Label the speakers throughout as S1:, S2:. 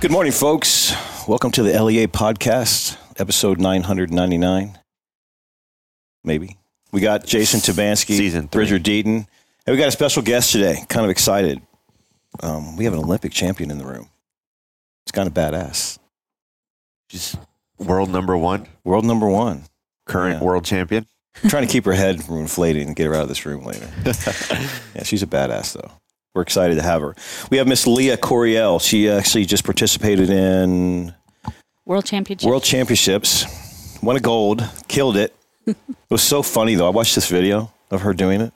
S1: Good morning, folks. Welcome to the LEA podcast, episode 999. Maybe. We got Jason Tabansky,
S2: Season three.
S1: Bridger Deaton, and we got a special guest today. Kind of excited. Um, we have an Olympic champion in the room. It's kind of badass.
S2: She's world number one,
S1: World number one.
S2: current
S1: Yeah.
S2: world champion.
S1: trying to keep her head from inflating and get her out of this room later. yeah, she's a badass though. We're excited to have her. We have Miss Leah Coriel. She actually just participated in
S3: World Championship.
S1: World Championships, won a gold, killed it. it was so funny though. I watched this video of her doing it.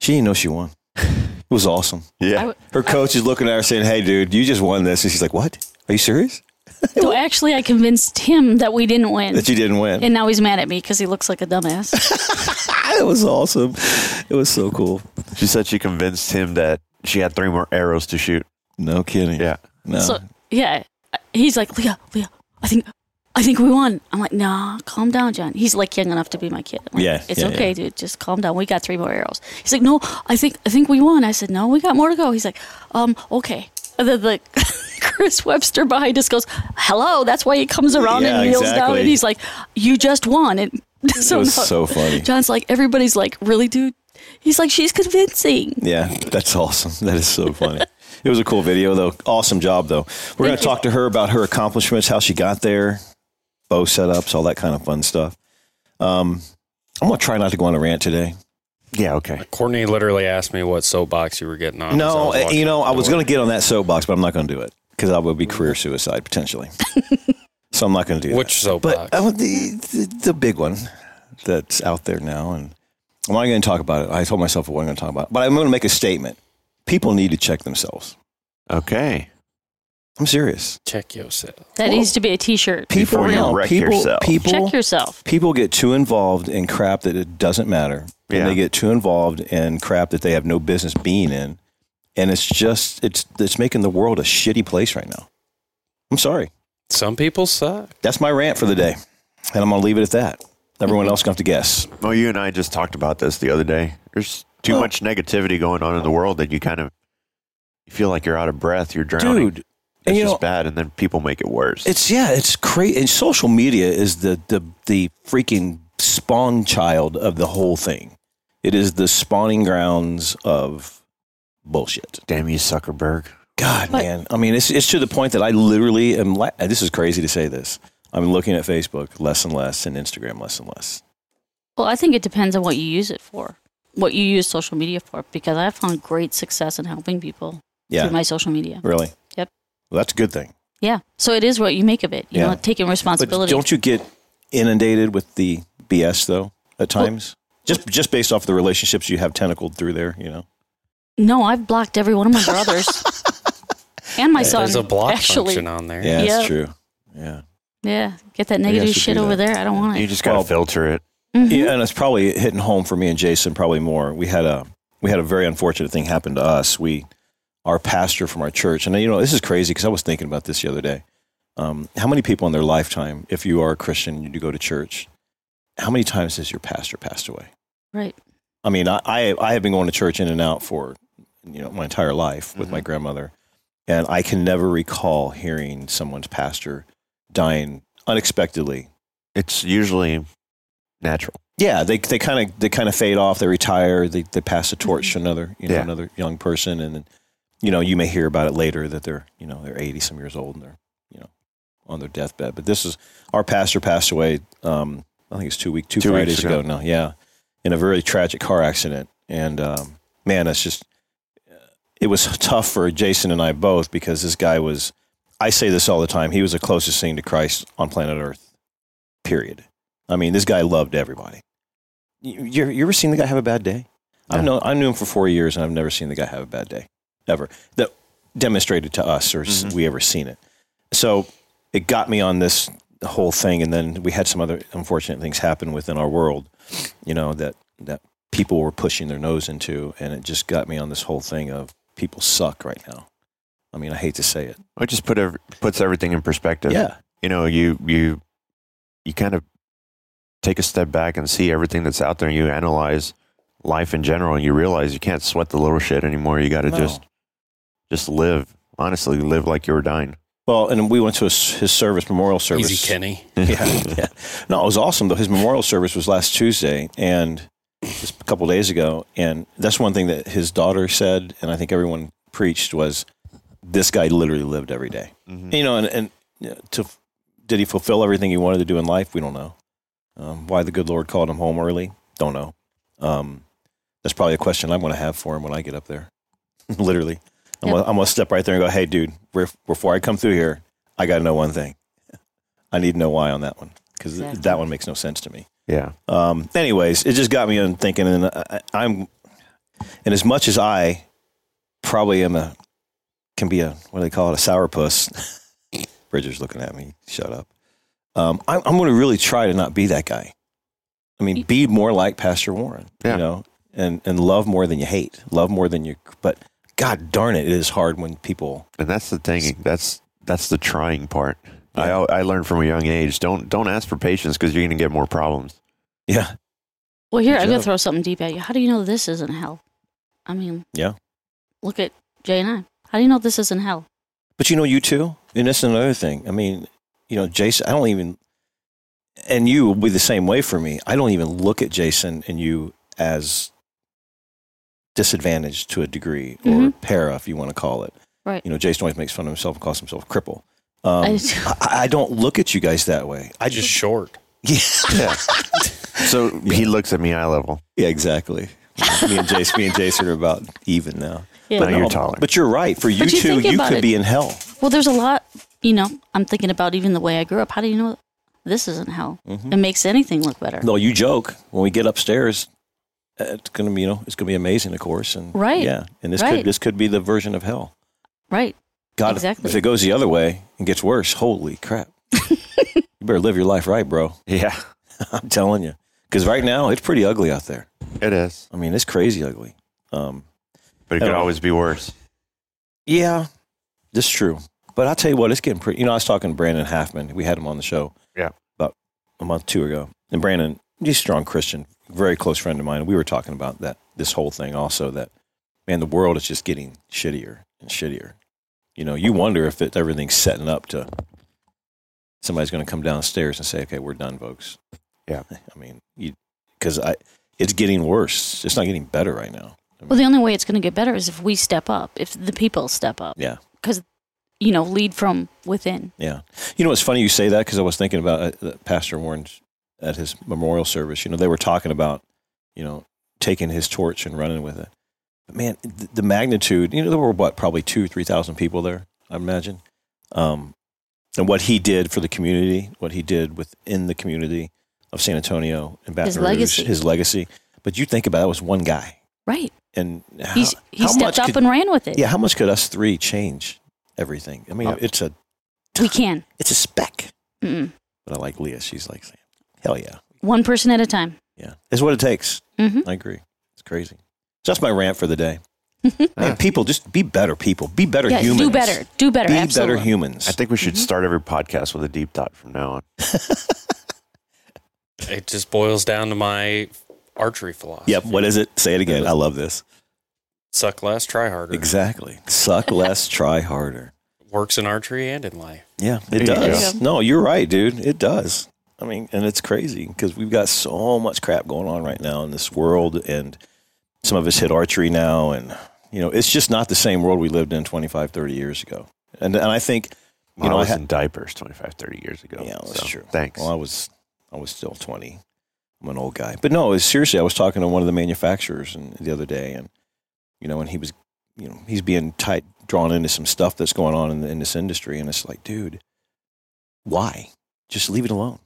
S1: She didn't know she won. It was awesome.
S3: I
S2: Yeah.
S3: w-
S1: Her coach is looking at her saying, "Hey, dude, you just won this," and she's like, "What? Are you serious
S3: so actually, I convinced him that we didn't win,
S1: that you didn't win?"
S3: and now he's mad at me because he looks like a dumbass.
S1: it was awesome. It was so cool.
S2: She said she convinced him that she had three more arrows to shoot.
S1: No kidding.
S2: Yeah.
S1: No.
S3: So yeah, he's like Leah, Leah. I think, I think we won. I'm like, nah, calm down, John. He's like young enough to be my kid. I'm like,
S1: Yeah,
S3: it's
S1: yeah,
S3: okay,
S1: yeah.
S3: dude. Just calm down. We got three more arrows. He's like, no, I think, I think we won. I said, no, we got more to go. He's like, um, okay. And then the Chris Webster behind us goes, hello. That's why he comes around
S1: Yeah,
S3: and kneels down,
S1: exactly.
S3: and he's like, you just won. And
S1: it
S3: so
S1: was
S3: no-
S1: so funny.
S3: John's like, everybody's like, really, dude? He's like, she's convincing.
S1: Yeah, that's awesome. That is so funny. it was a cool video, though. Awesome job, though. We're going
S3: Thank
S1: to
S3: you.
S1: talk to her about her accomplishments, how she got there, bow setups, all that kind of fun stuff. Um, I'm going to try not to go on a rant today.
S2: Yeah. Okay.
S4: Courtney literally asked me what soapbox you were getting on. as I
S1: No,
S4: was
S1: uh,
S4: walking
S1: you know,
S4: out
S1: I
S4: the
S1: was
S4: door.
S1: going to get on that soapbox, but I'm not going to do it because I would be career suicide potentially. so I'm not going to do
S4: Which
S1: that.
S4: soapbox?
S1: But I want the, the the big one that's out there now, and I'm not going to talk about it. I told myself I wasn't going to talk about it, but I'm going to make a statement. People need to check themselves.
S2: Okay.
S1: I'm serious.
S4: Check yourself.
S3: That needs to be a T-shirt.
S1: people
S2: Before you
S1: no,
S2: wreck
S1: people,
S2: yourself.
S1: people,
S3: Check yourself.
S1: people get too involved in crap that it doesn't matter
S2: Yeah.
S1: and they get too involved in crap that they have no business being in and it's just it's it's making the world a shitty place right now i'm sorry
S4: Some people suck.
S1: that's my rant for the day and i'm gonna leave it at that everyone else gonna have to guess
S2: Well, you and I just talked about this the other day. There's too
S1: Oh.
S2: much negativity going on in the world that you kind of you feel like you're out of breath. You're drowning.
S1: dude
S2: it's
S1: and you
S2: just
S1: know,
S2: bad, and then people make it worse.
S1: It's yeah, it's crazy. And social media is the the the freaking spawn child of the whole thing. It is the spawning grounds of bullshit.
S2: Damn you, Zuckerberg.
S1: God,
S3: But-
S1: man. I mean, it's it's to the point that I literally am. La- this is crazy to say this. I'm looking at Facebook less and less and Instagram less and less.
S3: Well, I think it depends on what you use it for, what you use social media for, because I found great success in helping people
S1: Yeah,
S3: through my social media.
S1: really.
S3: Yep.
S1: Well, that's a good thing.
S3: Yeah. So it is what you make of it. You
S1: Yeah.
S3: know, taking
S1: But
S3: responsibility.
S1: don't you get inundated with the BS though at
S3: Well-
S1: times? just just based off the relationships you have tentacled through there, you know.
S3: no, I've blocked every one of my brothers and my son.
S4: There's a block
S3: actually,
S4: function on there.
S1: Yeah,
S3: Yeah.
S1: that's true. Yeah.
S3: yeah. Get that
S1: Maybe I
S3: negative
S1: should
S3: shit
S1: do
S3: over
S1: that.
S3: there. I don't want
S2: You
S3: it.
S2: just gotta
S1: Well-
S2: filter it.
S3: Mhm.
S1: Yeah, and it's probably hitting home for me and Jason probably more. We had a we had a very unfortunate thing happen to us. We our pastor from our church, and you know this is crazy because I was thinking about this the other day. Um, how many people in their lifetime, if you are a Christian, you do go to church? How many times has your pastor passed away?
S3: Right.
S1: I mean, I, I I have been going to church in and out for you know my entire life with my grandmother, and I can never recall hearing someone's pastor dying unexpectedly
S2: It's usually natural.
S1: yeah, they they kind of they kind of fade off. They retire. They they pass the torch to another you know
S2: Yeah.
S1: another young person, and then you know you may hear about it later that they're you know they're eighty some years old and they're you know on their deathbed. But this is our pastor passed away. Um, I think it's two week two,
S2: Two weeks
S1: Fridays ago.
S2: ago.
S1: now. Yeah, in a very tragic car accident. And um, man, it's just it was tough for Jason and I both because this guy was. I say this all the time. He was the closest thing to Christ on planet Earth. Period. I mean, this guy loved everybody. You, you, you ever seen the guy have a bad day? I've
S2: No.
S1: known I knew him for four years, and I've never seen the guy have a bad day ever. That demonstrated to us, or s
S2: Mhm.
S1: we ever seen it. So it got me on this whole thing, and then we had some other unfortunate things happen within our world. You know that that people were pushing their nose into, and it just got me on this whole thing of people suck right now. I mean, I hate to say it.
S2: It just put every, puts everything in perspective.
S1: Yeah,
S2: you know you you you kind of take a step back and see everything that's out there and you analyze life in general and you realize you can't sweat the little shit anymore you got to
S1: No.
S2: just just live honestly live like you were dying
S1: Well, and we went to his, his service, memorial service.
S4: Easy Kenny.
S1: yeah, yeah. No, it was awesome though. His memorial service was last Tuesday and just a couple days ago, and that's one thing that his daughter said, and I think everyone preached was this guy literally lived every day. Mm-hmm. You know, and and you know, to did he fulfill everything he wanted to do in life? We don't know. Um, why the good Lord called him home early? Don't know. Um, that's probably a question I'm going to have for him when I get up there. literally, I'm
S5: Yep.
S1: gonna I'm going to step right there and go, "Hey, dude, bef- before I come through here, I got to know one thing. I need to know why on that one because
S5: Exactly.
S1: that one makes no sense to me."
S2: Yeah.
S1: Um, anyways, it just got me on thinking, and I, I- I'm, and as much as I probably am a, can be a, what do they call it, a sourpuss. Bridger's looking at me. Shut up. Um, I'm, I'm going to really try to not be that guy. I mean, be more like Pastor Warren,
S2: Yeah.
S1: you know, and, and love more than you hate, love more than you, but God darn it, it is hard when people,
S2: And that's the thing. That's that's the trying part. I al- I learned from a young age. Don't don't ask for patience because you're going to get more problems.
S1: yeah,
S5: Well, here,
S1: Good
S5: I'm going to
S1: job.
S5: throw something deep at you. How do you know this isn't hell? I mean,
S1: Yeah.
S5: Look at Jay and I. How do you know this isn't hell?
S1: But you know, you too, and that's another thing. I mean, you know, Jason, I don't even, and you will be the same way for me. I don't even look at Jason and you as disadvantaged to a degree or
S5: Mhm.
S1: para, if you want to call it.
S5: Right.
S1: You know, Jason always makes fun of himself and calls himself a cripple. Um,
S5: I-
S1: I, I don't look at you guys that way. I
S4: I just
S1: just,
S4: short.
S2: Yeah. so he looks at me eye level.
S1: yeah, exactly. me and Jason, me and Jason are about even now.
S5: Yeah.
S2: Now you're taller.
S1: But you're right. For you,
S5: But you
S1: two,
S5: think
S1: you
S5: about
S1: could
S5: it.
S1: be in hell.
S5: Well, there's a lot, you know, I'm thinking about even the way I grew up. How do you know this isn't hell?
S1: Mm-hmm.
S5: It makes anything look better.
S1: Hmm. No, you joke. When we get upstairs, uh, it's gonna be you know it's gonna be amazing, of course, and
S5: Right.
S1: yeah, and this could
S5: Right.
S1: this could be the version of hell.
S5: Right.
S1: God,
S5: Exactly.
S1: if it goes the other way and gets worse, holy crap! you better live your life right, bro.
S2: Yeah.
S1: I'm telling you, because right now it's pretty ugly out there.
S2: It is.
S1: I mean, it's crazy ugly. Um,
S2: But it could always be worse.
S1: yeah, this is true. But I'll tell you what, it's getting pretty. You know, I was talking to Brandon Halfman. We had him on the show.
S2: Yeah.
S1: About a month, two ago. And Brandon, he's a strong Christian, very close friend of mine. And we were talking about that, this whole thing also that, man, the world is just getting shittier and shittier. You know, you wonder if it, everything's setting up to somebody's going to come downstairs and say, okay, we're done, folks.
S2: Yeah.
S1: I mean, because I, it's getting worse. It's not getting better right now. I mean,
S5: Well, the only way it's going to get better is if we step up, if the people step up,
S1: yeah.
S5: you know, lead from within.
S1: Yeah. You know, it's funny you say that because I was thinking about uh, Pastor Warren's at his memorial service. You know, they were talking about, you know, taking his torch and running with it. But man, the, the magnitude, you know, there were what, probably two, 3,000 people there, I imagine. Um, and what he did for the community, what he did within the community of San Antonio and Baton
S5: His
S1: Rouge,
S5: legacy.
S1: his legacy. But you think about it, it was one guy.
S5: Right.
S1: And how,
S5: He's, he
S1: how
S5: stepped
S1: much
S5: up
S1: could,
S5: and ran with it.
S1: yeah, how much could us three change everything? I mean,
S2: Oh.
S1: it's a,
S5: We can.
S1: it's a speck.
S5: Mm-mm.
S1: But I like Leah. She's like, saying, hell yeah.
S5: One person at a time.
S1: Yeah. It's what it takes.
S5: hmm
S1: I agree. It's crazy. So that's my rant for the day.
S2: Yeah.
S1: Man, people, just be better people. Be better
S5: Yes,
S1: humans.
S5: do better. Do better.
S1: Be
S5: absolutely.
S1: better humans.
S2: I think we should
S1: Mm-hmm.
S2: start every podcast with a deep thought from now on.
S4: It just boils down to my archery philosophy.
S1: yep. What is it? Say it again. I love this.
S4: Suck less, try harder.
S1: Exactly. Suck less, try harder.
S4: Works in archery and in life.
S1: Yeah, it
S2: There you
S1: does.
S5: go.
S1: No, you're right, dude. It does. I mean, and it's crazy because we've got so much crap going on right now in this world, and some of us hit archery now, and you know, it's just not the same world we lived in 25, 30 years ago. And and I think
S2: You
S1: know,
S2: know,
S1: I
S2: I was
S1: ha-
S2: in diapers 25, 30 years ago.
S1: Yeah, that's
S2: So,
S1: true.
S2: Thanks.
S1: Well, I was I was still twenty. I'm an old guy, but no, it's- seriously, I was talking to one of the manufacturers and the other day, and you know, and he was, you know, he's being tight drawn into some stuff that's going on in, in this industry, and it's like, dude, why? Just leave it alone.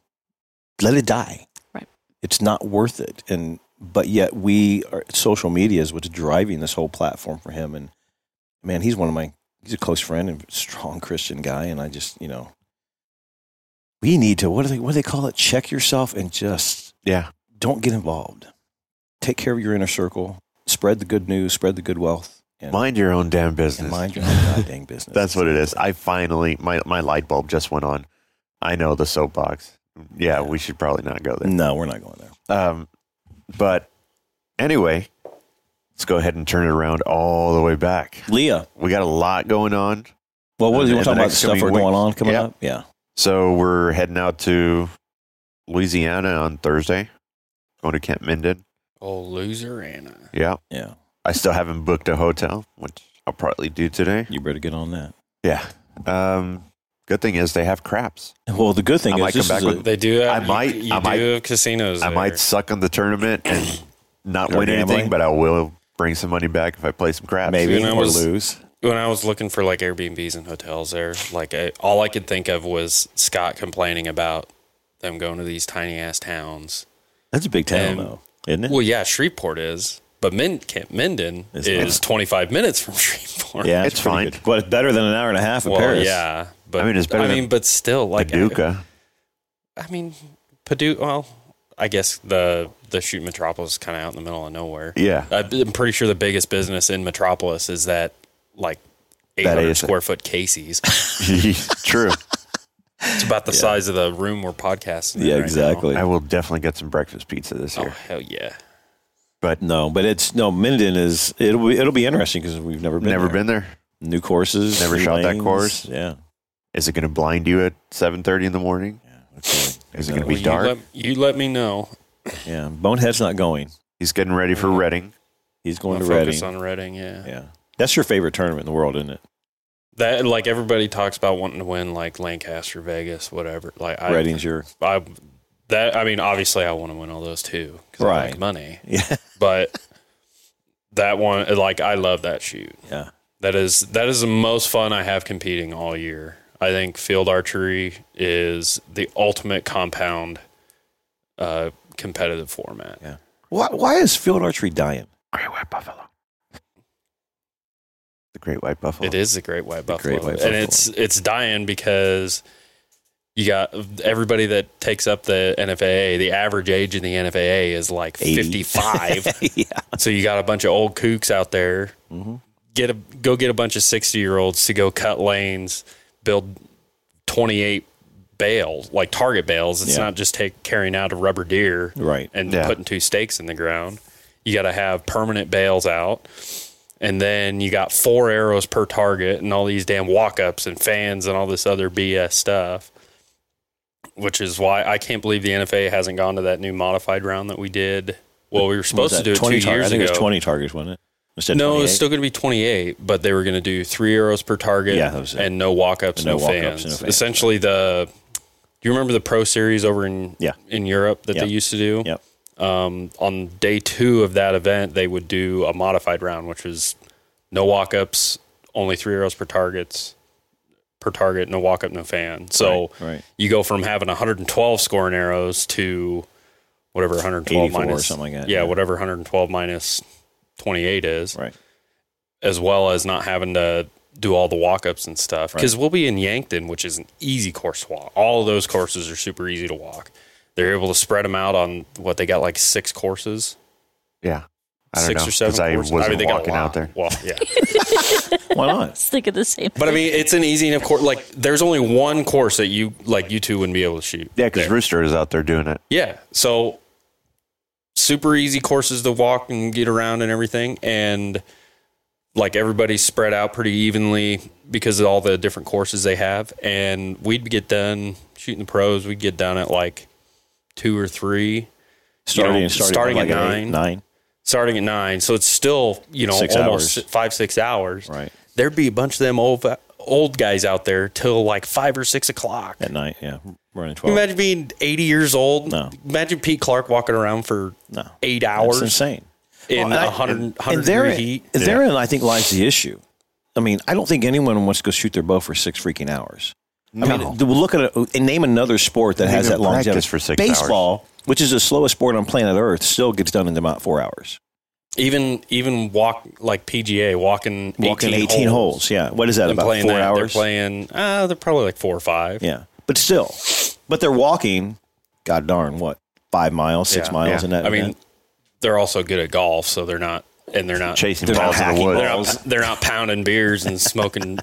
S1: Let it die.
S5: Right.
S1: It's not worth it. And but yet we are social media is what's driving this whole platform for him. And man, he's one of my he's a close friend and strong Christian guy, and I just you know we need to what do they what do they call it? Check yourself and just
S2: yeah.
S1: don't get involved. Take care of your inner circle. Spread the good news. Spread the good wealth. And,
S2: Mind your own damn
S1: and
S2: business.
S1: mind your own goddamn business.
S2: That's what it is. I finally, my, my light bulb just went on. I know the soapbox. Yeah, we should probably not go there.
S1: No, we're not going there.
S2: Um, but anyway, let's go ahead and turn it around all the way back.
S1: Leah,
S2: We got a lot going on.
S1: Well, what
S2: In
S1: do you want
S2: the
S1: to talk about? The
S2: next
S1: stuff
S2: coming
S1: we're going
S2: weeks.
S1: on coming
S2: Yeah.
S1: up. Yeah.
S2: So we're heading out to Louisiana on Thursday, going to Camp Minden.
S4: Oh, loser Anna.
S2: Yeah.
S1: Yeah.
S2: I still haven't booked a hotel, which I'll probably do today.
S1: You better get on that.
S2: Yeah. Um, good thing is they have craps.
S1: Well, the good thing
S2: I
S1: is
S2: might come
S1: this
S2: back
S1: is a-
S2: with-
S4: They do. Have,
S2: I might-
S4: You, you
S2: I
S4: do
S2: might-
S4: have casinos.
S2: I
S4: there.
S2: might suck on the tournament and not
S1: Or
S2: win
S1: gambling.
S2: anything, but I will bring some money back if I play some craps.
S1: maybe
S4: when I
S1: or
S4: was-
S1: lose.
S4: When I was looking for like Airbnbs and hotels there, like I, all I could think of was Scott complaining about them going to these tiny ass towns.
S1: That's a big town,
S4: Um,
S1: though, isn't it?
S4: Well, yeah, Shreveport is, but Min- Camp Minden
S1: It's
S4: is,
S1: not.
S4: 25 minutes from Shreveport.
S1: yeah,
S2: it's
S1: pretty
S2: fine.
S1: Good. But it's better than an hour and a half in
S4: Well,
S1: Paris.
S4: yeah, but
S2: I mean, it's better
S4: I
S2: than
S4: mean, but still, like
S2: Paducah.
S4: I, I mean, Paducah. Well, I guess the the shoot metropolis is kind of out in the middle of nowhere.
S2: Yeah.
S4: I- I'm pretty sure the biggest business in Metropolis is that like
S2: That
S4: 800
S2: is it.
S4: square foot Casey's.
S2: True.
S4: It's about the size of the room we're podcasting. in
S1: Yeah,
S4: right now.
S1: exactly.
S2: I will definitely get some breakfast pizza this
S4: Oh
S2: year.
S4: hell yeah!
S1: No, but it's no Minden is it'll be, it'll be interesting because we've never been
S2: Never
S1: there.
S2: been there.
S1: new courses.
S2: Never
S1: new
S2: shot that
S1: lanes.
S2: course.
S1: Yeah.
S2: Is it going to blind you at 7:30 in the morning?
S1: yeah it's really-
S2: Is it gonna
S1: no,
S2: be
S4: Well, you
S2: dark?
S4: let- You let, me know.
S1: uh, Yeah, Bonehead's not going.
S2: He's getting ready for Reading.
S1: He's going
S4: I'll
S1: to
S4: focus
S1: Reading.
S4: on Reading. Yeah.
S1: yeah, that's your favorite tournament in the world, isn't it?
S4: that like everybody talks about wanting to win like Lancaster, Vegas, whatever. Like I,
S1: Reading's your
S4: I that I mean, obviously, I want to win all those too because I
S1: Right.
S4: like money.
S1: yeah
S4: But that one, like, I love that shoot.
S1: yeah.
S4: That is that is the most fun I have competing all year. I think field archery is the ultimate compound uh, competitive format.
S1: Why, why is field archery dying?
S2: Great White Buffalo. The Great White Buffalo.
S4: It is the great white
S1: The
S4: buffalo,
S1: great white
S4: and
S1: buffalo.
S4: it's it's dying because you got everybody that takes up the NFAA. The average age in the NFAA is like
S1: Eighty.
S4: fifty five.
S1: yeah.
S4: so you got a bunch of old kooks out there.
S1: Mhm.
S4: Get a go get a bunch of sixty year olds to go cut lanes, build twenty eight bales like target bales. It's
S1: Yeah.
S4: not just take carrying out a rubber deer
S1: Right.
S4: and
S2: Yeah.
S4: putting two stakes in the ground. You got to have permanent bales out. And then you got four arrows per target and all these damn walk ups and fans and all this other BS stuff, which is why I can't believe the NFA hasn't gone to that new modified round that we did. Well, we were
S1: What was
S4: supposed to
S1: that,
S4: do it two
S1: tar-
S4: years
S1: I think it
S4: ago.
S1: was twenty targets, wasn't it? Instead
S4: no, it's
S1: 28?
S4: still going to be 28, but they were going to do three arrows per target
S1: Yeah, that was it.
S4: and no walk ups,
S1: And no
S4: no,
S1: walk-ups
S4: fans.
S1: and no fans.
S4: Essentially, the. Do you remember the Pro Series over in
S1: Yeah.
S4: in Europe that
S1: Yeah.
S4: they used to do?
S1: Yep.
S4: um, on day two of that event, they would do a modified round, which is no walk ups, only three arrows per targets per target, no walk up, no fan. So
S1: Right, right.
S4: you go from having 112 scoring arrows to whatever 112
S1: 84 or
S4: minus
S1: something like that,
S4: Yeah,
S1: yeah.
S4: whatever 112 minus 28 is,
S1: Right.
S4: as well as not having to do all the walk ups and stuff. Because we'll be in Yankton, which is an easy course to walk. All of those courses are super easy to walk. They're able to spread them out on what they got like six courses
S2: yeah. I don't
S4: six
S2: know,
S4: or seven.
S2: 'cause I
S4: courses.
S2: wasn't
S4: they got a
S2: walking out
S4: lot.
S2: there.
S4: Well, yeah.
S1: Why not?
S5: Let's think of the same.
S4: but I mean, it's an easy enough course. Like, there's only one course that you like you two wouldn't be able to shoot.
S2: Yeah, because
S4: there.
S2: Rooster is out there doing it.
S4: yeah. So super easy courses to walk and get around and everything, and like everybody's spread out pretty evenly because of all the different courses they have. And we'd get done shooting the pros. We'd get done at like two or three.
S1: Starting
S4: know,
S1: starting,
S4: starting
S1: like
S4: at
S1: eight,
S4: nine.
S1: nine.
S4: starting at nine. So it's still, you know,
S1: Six
S4: almost
S1: hours.
S4: five, six hours.
S1: Right.
S4: There'd be a bunch of them old, old guys out there till like five or six o'clock.
S1: at night. Yeah, running
S4: Can
S1: twelve.
S4: you Imagine being 80 years old.
S1: No.
S4: Imagine Pete Clark walking around for
S1: no,
S4: eight
S1: That's
S4: hours
S1: insane.
S4: in
S1: Well, and I-
S4: 100,
S1: and-
S4: 100
S1: and therein,
S4: degree heat.
S1: and therein, I think lies the issue. I mean, I don't think anyone wants to go shoot their bow for six freaking hours. I mean, th- look at a, and name another sport that
S2: They
S1: has
S2: even
S1: that longevity.
S2: practice for six
S1: Baseball, which is the slowest sport on planet Earth, still gets done in about four hours.
S4: Even, even walk like PGA, walking,
S1: Walking 18, holes. Yeah. What is that,
S4: And
S1: about
S4: playing
S1: four
S4: that, They're
S1: hours?
S4: playing, uh, they're probably like four or five.
S1: yeah. But still, but they're walking, god darn, what, five miles, six
S4: Yeah.
S1: miles
S2: Yeah.
S1: in that
S4: I mean,
S1: event?
S4: they're also good at golf, so they're not, and they're not
S2: Chasing
S1: They're not
S2: balls in the
S1: hacking
S2: woods.
S4: They're not, they're not pounding beers and smoking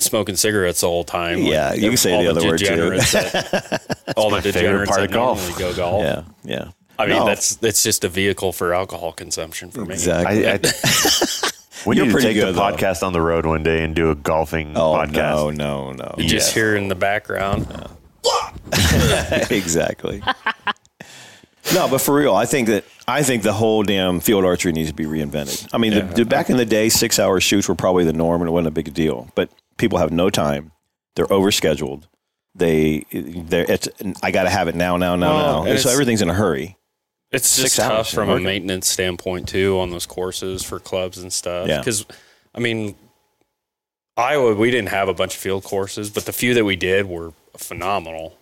S4: smoking cigarettes the whole time.
S1: Yeah, you can say
S4: all
S1: the other word, too.
S4: degenerates that- all the degenerates
S2: part
S4: part
S2: of golf.
S4: go golf.
S1: yeah. Yeah.
S4: I mean,
S1: No,
S4: that's that's just a vehicle for alcohol consumption for me.
S1: exactly.
S2: I, I, We
S1: You're
S2: need to
S1: pretty
S2: take the
S1: good, though.
S2: podcast on the road one day and do a golfing
S1: Oh
S2: podcast.
S1: no, no, no!
S4: Just here in the background.
S1: exactly. no, but for real, I think that I think the whole damn field archery needs to be reinvented. I mean, the, the, back in the day, six hour shoots were probably the norm and it wasn't a big deal. But people have no time; they're overscheduled. They, they're. It's, I got to have it now, now, now,
S4: Well,
S1: now.
S4: and
S1: And so
S4: it's-
S1: everything's in a hurry.
S4: It's
S1: Six
S4: just
S1: hours
S4: tough
S1: in
S4: from a
S1: working.
S4: maintenance standpoint too on those courses for clubs and stuff.
S1: Yeah.
S4: Because I mean, Iowa, we didn't have a bunch of field courses, but the few that we did were phenomenal.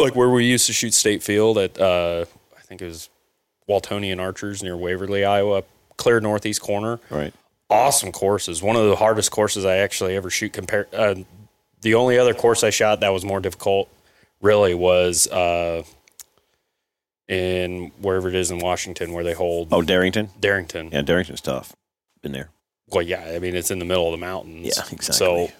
S4: Like where we used to shoot state field at, uh, I think it was Waltonian Archers near Waverly, Iowa, clear northeast corner.
S1: Right.
S4: Awesome courses. One of the hardest courses I actually ever shoot. Compare uh, the only other course I shot that was more difficult, really, was. Uh, in wherever it is in Washington where they hold
S1: Oh, Darrington.
S4: Darrington.
S1: Yeah, Darrington's tough. Been there.
S4: Well, yeah, I mean it's in the middle of the mountains.
S1: Yeah, exactly.
S4: So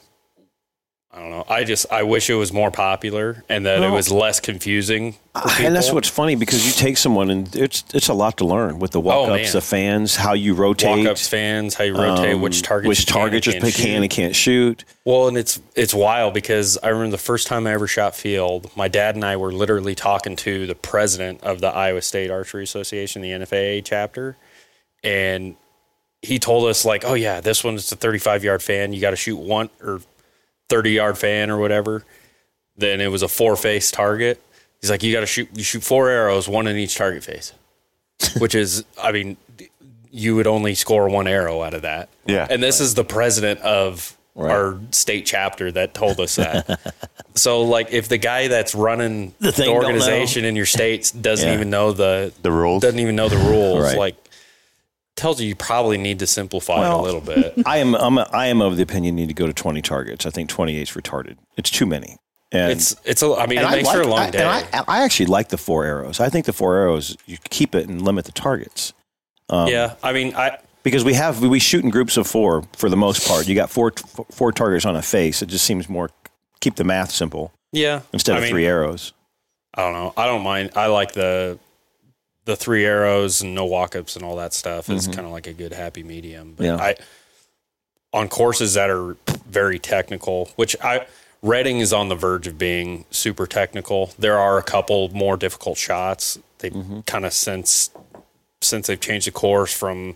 S4: I don't know. I just I wish it was more popular and that
S1: Well-
S4: it was less confusing. For
S1: Ah, And that's
S4: people.
S1: what's funny because you take someone and it's it's a lot to learn with the walk ups,
S4: Oh, man.
S1: the fans, how you rotate,
S4: walk ups fans, how you rotate,
S1: um,
S4: which targets,
S1: which
S4: you can and
S1: targets you
S4: can't
S1: pick
S4: shoot.
S1: can and can't shoot.
S4: Well, and it's it's wild because I remember the first time I ever shot field, my dad and I were literally talking to the president of the Iowa State Archery Association, the NFAA chapter, and he told us like, "Oh yeah, this one's a 35 yard fan. You got to shoot one or 30 yard fan or whatever." Then it was a four face target. He's like, "You got to shoot you shoot four arrows, one in each target face." Which is I mean, you would only score one arrow out of that.
S2: Yeah.
S4: And this is the president of our state chapter that told us that. so like if the guy that's running the,
S1: thing don't know.
S4: organization in your states doesn't
S1: Yeah.
S4: even know the
S2: The rules.
S4: doesn't even know the rules
S1: Right.
S4: like tells you you probably need to simplify it
S1: Well-
S4: a little bit.
S1: I am I'm a, I am of the opinion you need to go to 20 targets. I think 28 is retarded. It's too many. And
S4: It's it's a I mean it
S1: I
S4: makes for a
S1: like-
S4: long
S1: I-
S4: day.
S1: And I, I actually like the four arrows. I think the four arrows you keep it and limit the targets Um,
S4: yeah, I mean I
S1: because we have we shoot in groups of four for the most part. You got four four targets on a face. It just seems more keep the math simple
S4: yeah
S1: instead
S4: I
S1: of
S4: mean,
S1: three arrows.
S4: I don't know. I don't mind. I like the the three arrows and no walk-ups and all that stuff is kind of like a good happy medium. But
S1: Yeah.
S4: I on courses that are very technical, which I Reading is on the verge of being super technical. There are a couple more difficult shots. They kind of since since they've changed the course from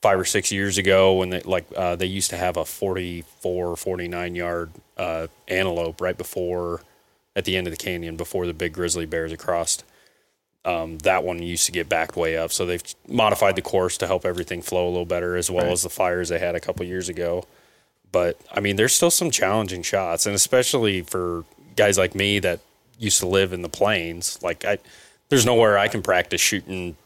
S4: five or six years ago when they like uh, they used to have a 44 49 yard uh, antelope right before at the end of the canyon before the big grizzly bears across um, that one used to get backed way up so they've modified the course to help everything flow a little better as well as the fires they had a couple years ago but i mean there's still some challenging shots and especially for guys like me that used to live in the plains like i there's nowhere i can practice shooting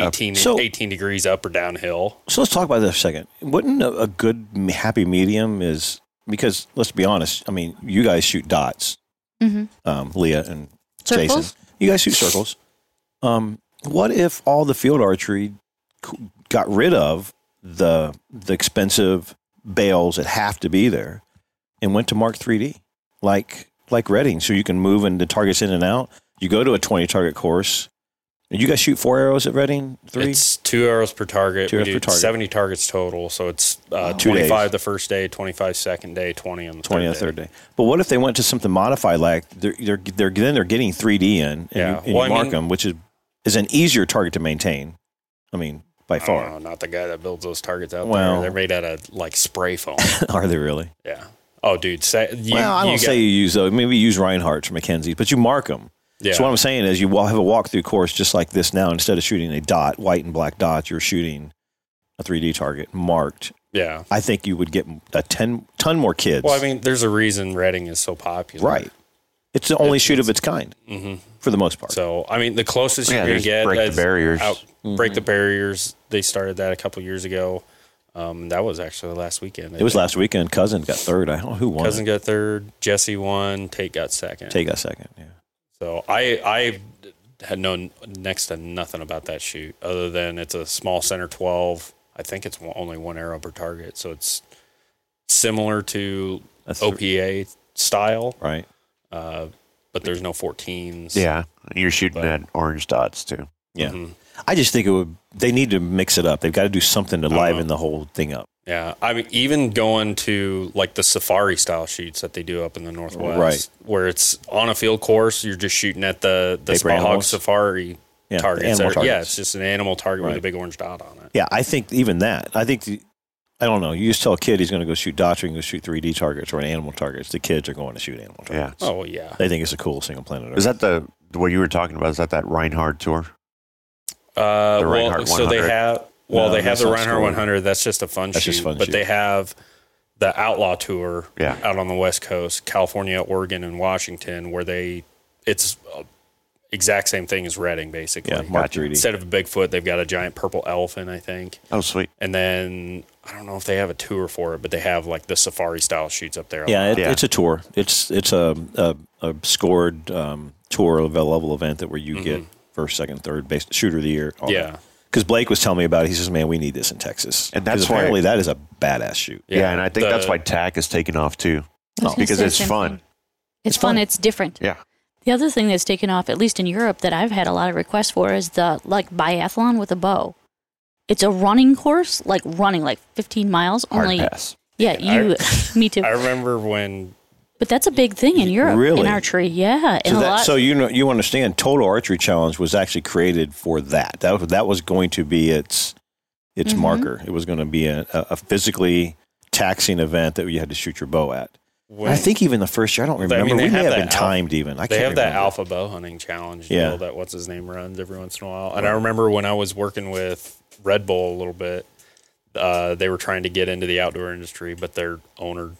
S4: 18,
S1: so-
S4: 18 degrees up or downhill
S1: So let's talk about this a second. Wouldn't a, a good m- happy medium is because let's be honest. I mean, you guys shoot dots,
S5: Mhm.
S1: um, Leah and
S5: Circles?
S1: Jason. You guys shoot circles. Um, what if all the field archery c- got rid of the the expensive bales that have to be there and went to Mark 3D like like Reading, so you can move and the targets in and out. You go to a twenty target course. You guys shoot four arrows at Reading, three.
S4: It's two arrows per target.
S1: Two
S4: we
S1: arrows per
S4: do
S1: target.
S4: 70 targets total. So it's uh,
S1: Two
S4: 25
S1: days.
S4: the first day, 25 second day, 20 on
S1: 20
S4: the third
S1: on the third day. But what if they went to something modified like they're, they're, they're then they're getting 3D in and, you-
S4: Yeah.
S1: and you,
S4: Well, I
S1: mark
S4: mean-
S1: them, which is, is an easier target to maintain. I mean, by
S4: I don't
S1: far.
S4: know, not the guy that builds those targets out
S1: Well-
S4: there. They're made out of like spray foam.
S1: Are they really?
S4: yeah. Oh, dude. Say, you,
S1: well, I
S4: you
S1: don't
S4: got-
S1: say you use those. Maybe you use Reinhardt's or Mackenzie's, but you mark them.
S4: Yeah.
S1: So what I'm saying is you wa- have a walkthrough course just like this now. Instead of shooting a dot, white and black dot, you're shooting a 3D target marked.
S4: yeah.
S1: I think you would get a 10 ton more kids.
S4: Well, I mean, there's a reason Reading is so popular. Mm-hmm.
S1: right. It's the only shoot of its kind for the most part.
S4: So, I mean, the closest
S2: Yeah,
S4: you're going
S2: just
S4: to get
S2: break the
S4: is
S2: barriers.
S4: out-
S1: Mm-hmm.
S4: break the barriers. They started that a couple years ago. Um, that was actually last weekend.
S1: it was last weekend. Cousin got third. I don't know who won. it.
S4: Cousin got third. Jesse won. Tate got second.
S1: Take a second. Yeah.
S4: So I I had known next to nothing about that shoot other than it's a small center 12. I think it's one- only one arrow per target, so it's similar to
S1: That's
S4: OPA style,
S1: Right.
S4: uh, but there's no 14s.
S2: Yeah. You're shooting
S4: But-
S2: at orange dots too.
S1: Yeah.
S4: Mhm.
S1: I just think it would. They need to mix it up. They've got to do something
S4: Uh-huh.
S1: to liven the whole thing up.
S4: Yeah, I mean, even going to like the safari style shoots that they do up in the northwest,
S1: Right.
S4: Where it's on a field course, you're just shooting at the the
S1: Paper
S4: spot hog
S1: animals?
S4: safari
S1: Yeah, the
S4: targets.
S1: animal
S4: Or- Yeah,
S1: targets.
S4: it's just an animal target with a
S1: Right.
S4: big orange dot on it.
S1: Yeah, I think even that. I think. The, I don't know. You just tell a kid he's going to go shoot Dodger and go shoot 3D targets or an animal targets. The kids are going to shoot animal
S2: Yeah.
S1: targets.
S4: Oh well, yeah,
S1: They think it's the coolest thing on planet Earth.
S2: Is that the what you were talking about? Is that that Reinhard tour?
S4: Uh,
S2: The
S4: well,
S2: Reinhardt
S4: so they
S2: 100.
S4: have well,
S1: No,
S4: they have
S1: that's
S4: the
S1: not
S4: Reinhardt
S1: school.
S4: 100. That's just a fun
S1: That's
S4: shoot.
S1: just fun
S4: but
S1: shoot.
S4: they have the Outlaw Tour
S2: Yeah.
S4: out on the West Coast, California, Oregon, and Washington, where they it's uh, exact same thing as Reading, basically.
S1: yeah, Mark 3D.
S4: Instead of a Bigfoot, they've got a giant purple elephant, I think.
S2: Oh, sweet.
S4: And then I don't know if they have a tour for it, but they have like the safari style shoots up there.
S1: Yeah, it,
S2: Yeah.
S1: it's a tour. It's it's a a, a scored um, tour of a level event that where you get first, second, third, base shooter of the year. All
S4: Yeah.
S1: Because Blake was telling me about it. He says, "Man, we need this in Texas."
S2: And that's
S1: 'Cause
S2: why-
S1: apparently that is a badass shoot.
S2: Yeah, and I think
S4: the-
S2: that's why TAC is taking off too.
S1: Oh,
S3: I was gonna
S2: because
S3: say
S2: it's
S3: the same
S2: fun.
S3: thing. It's, fun. It's different.
S2: Yeah.
S5: The other thing that's taken off, at least in Europe, that I've had a lot of requests for is the like biathlon with a bow. It's a running course, like running like 15 miles.
S2: Hard
S5: Only,
S2: pass.
S5: yeah, you, me too.
S4: I remember when
S5: but that's a big thing in Europe in
S1: Really?
S5: archery. Yeah, and
S1: So,
S5: a
S1: that,
S5: lot.
S1: so you know you understand total archery challenge was actually created for that. That was- that was going to be its its
S5: Mhm.
S1: marker. It was going to be a, a a physically taxing event that you had to shoot your bow at.
S4: when
S1: I think even the first year I don't
S4: I mean,
S1: remember.
S4: they
S1: we may
S4: have
S1: have
S4: that
S1: been
S4: alpha-
S1: timed even. I
S4: they
S1: can't
S4: have that
S1: remember.
S4: alpha bow hunting challenge
S1: Yeah.
S4: deal that what's his name runs every once in a while. And I remember when I was working with Red Bull a little bit, uh, they were trying to get into the outdoor industry, but their owner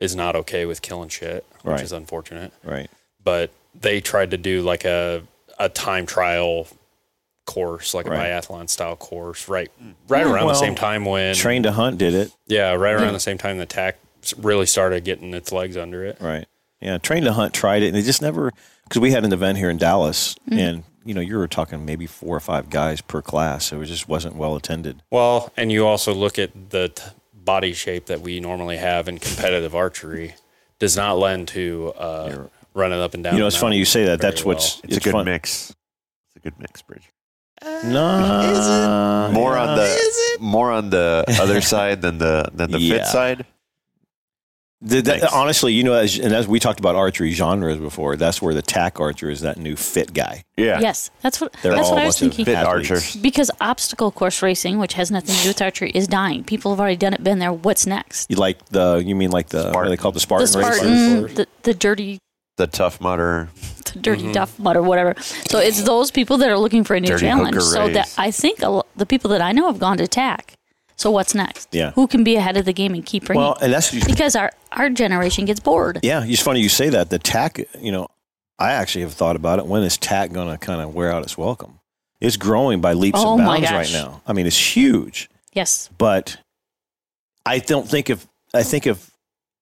S4: is not okay with killing shit, which
S1: Right.
S4: is unfortunate.
S1: right.
S4: But they tried to do like a a time trial course, like
S1: Right. Hmm.
S4: a biathlon style course, right right around
S1: Well,
S4: the same time when
S1: Train Hmm. to Hunt did it.
S4: yeah, right around
S3: Yeah.
S4: the same time the tack really started getting its legs under it.
S1: Right. Yeah. Train to Hunt tried it, and they just never because we had an event here in Dallas,
S5: Mm-hmm.
S1: and you know you were talking maybe four or five guys per class. It was just wasn't well attended.
S4: Well, and you also look at the t- body shape that we normally have in competitive archery does not lend to uh, running up and down.
S1: you know, it's
S4: the
S1: funny you say that.
S4: very
S1: That's what's
S2: It's, a good mix. It's a good mix, Bridge.
S1: No, Oh,
S2: More on the more on the other side than the than the
S1: Yeah.
S2: fit side.
S1: The, that-
S2: Thanks.
S1: honestly, you know, as, and as we talked about archery genres before, that's where the tack archer is that new fit guy.
S2: Yeah.
S5: yes, that's what
S1: They're
S5: that's
S1: all
S5: what
S1: a
S5: I was
S1: bunch of
S5: thinking.
S2: Fit
S1: athletes.
S2: archers.
S5: Because obstacle course racing, which has nothing to do with archery, is dying. People have already done it, been there. What's next?
S1: You like the? You mean like the? What do they call it, the Spartan,
S5: The
S1: race?
S5: Spartan, Mm-hmm. the, the dirty,
S2: The tough mutter.
S5: the dirty
S1: Mm-hmm.
S5: duff mud or whatever. So it's those people that are looking for a new
S2: Dirty
S5: challenge.
S2: hooker
S5: So that
S2: race.
S5: I think a lo- the people that I know have gone to TAC. So what's next?
S1: Yeah.
S5: Who can be ahead of the game and keep bringing?
S1: Well, and that's
S5: because our our generation gets bored.
S1: yeah. It's funny you say that. The tack. You know, I actually have thought about it. When is tack going to kind of wear out its welcome? It's growing by leaps
S5: Oh
S1: and
S5: my
S1: bounds right
S5: gosh.
S1: now. I mean, it's huge.
S5: Yes.
S1: but I don't think if I think if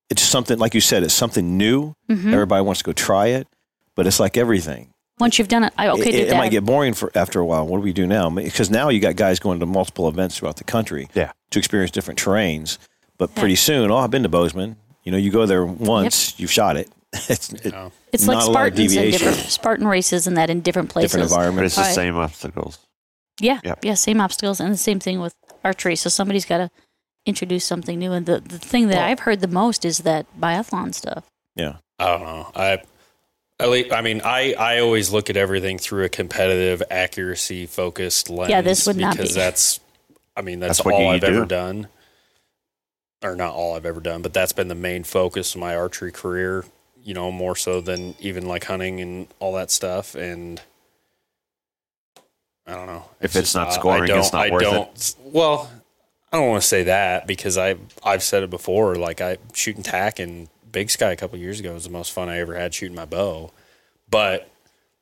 S1: it's something like you said, it's something new.
S5: Mhm.
S1: Everybody wants to go try it, but it's like everything.
S5: Once you've done it, I Oh, okay
S1: it,
S5: did
S1: it,
S5: that.
S1: might get boring for after a while. What do we do now? Because now you got guys going to multiple events throughout the country
S2: Yeah.
S1: to experience different terrains. But pretty soon, oh, I've been to Bozeman. You know, you go there once, you've shot it. it's it,
S4: Oh.
S5: it's like
S1: not a lot of
S5: Spartans and
S1: deviation.
S5: different Spartan races and that in different places.
S1: different
S2: But
S1: environments.
S2: it's the
S5: Right.
S2: same obstacles.
S5: Yeah,
S2: Yeah.
S5: yeah, same obstacles and the same thing with archery. So somebody's got to introduce something new. And the, the thing that I've heard the most is that biathlon stuff.
S1: Yeah,
S4: I don't know. I at least, I mean, I, I always look at everything through a competitive accuracy focused lens.
S5: Yeah, this would not
S4: because
S5: be.
S4: that's I mean that's,
S2: That's what
S4: all
S2: you
S4: I've ever
S2: do.
S4: done. Or not all I've ever done, but that's been the main focus of my archery career, you know, more so than even like hunting and all that stuff and I don't know.
S2: If it's
S4: just
S2: not
S4: odd. I
S2: scoring, it's
S4: don't-
S2: not
S4: I
S2: worth it.
S4: don't, Well, I don't want to say that because I I've said it before. Like I shooting tack in Big Sky a couple years ago was the most fun I ever had shooting my bow. But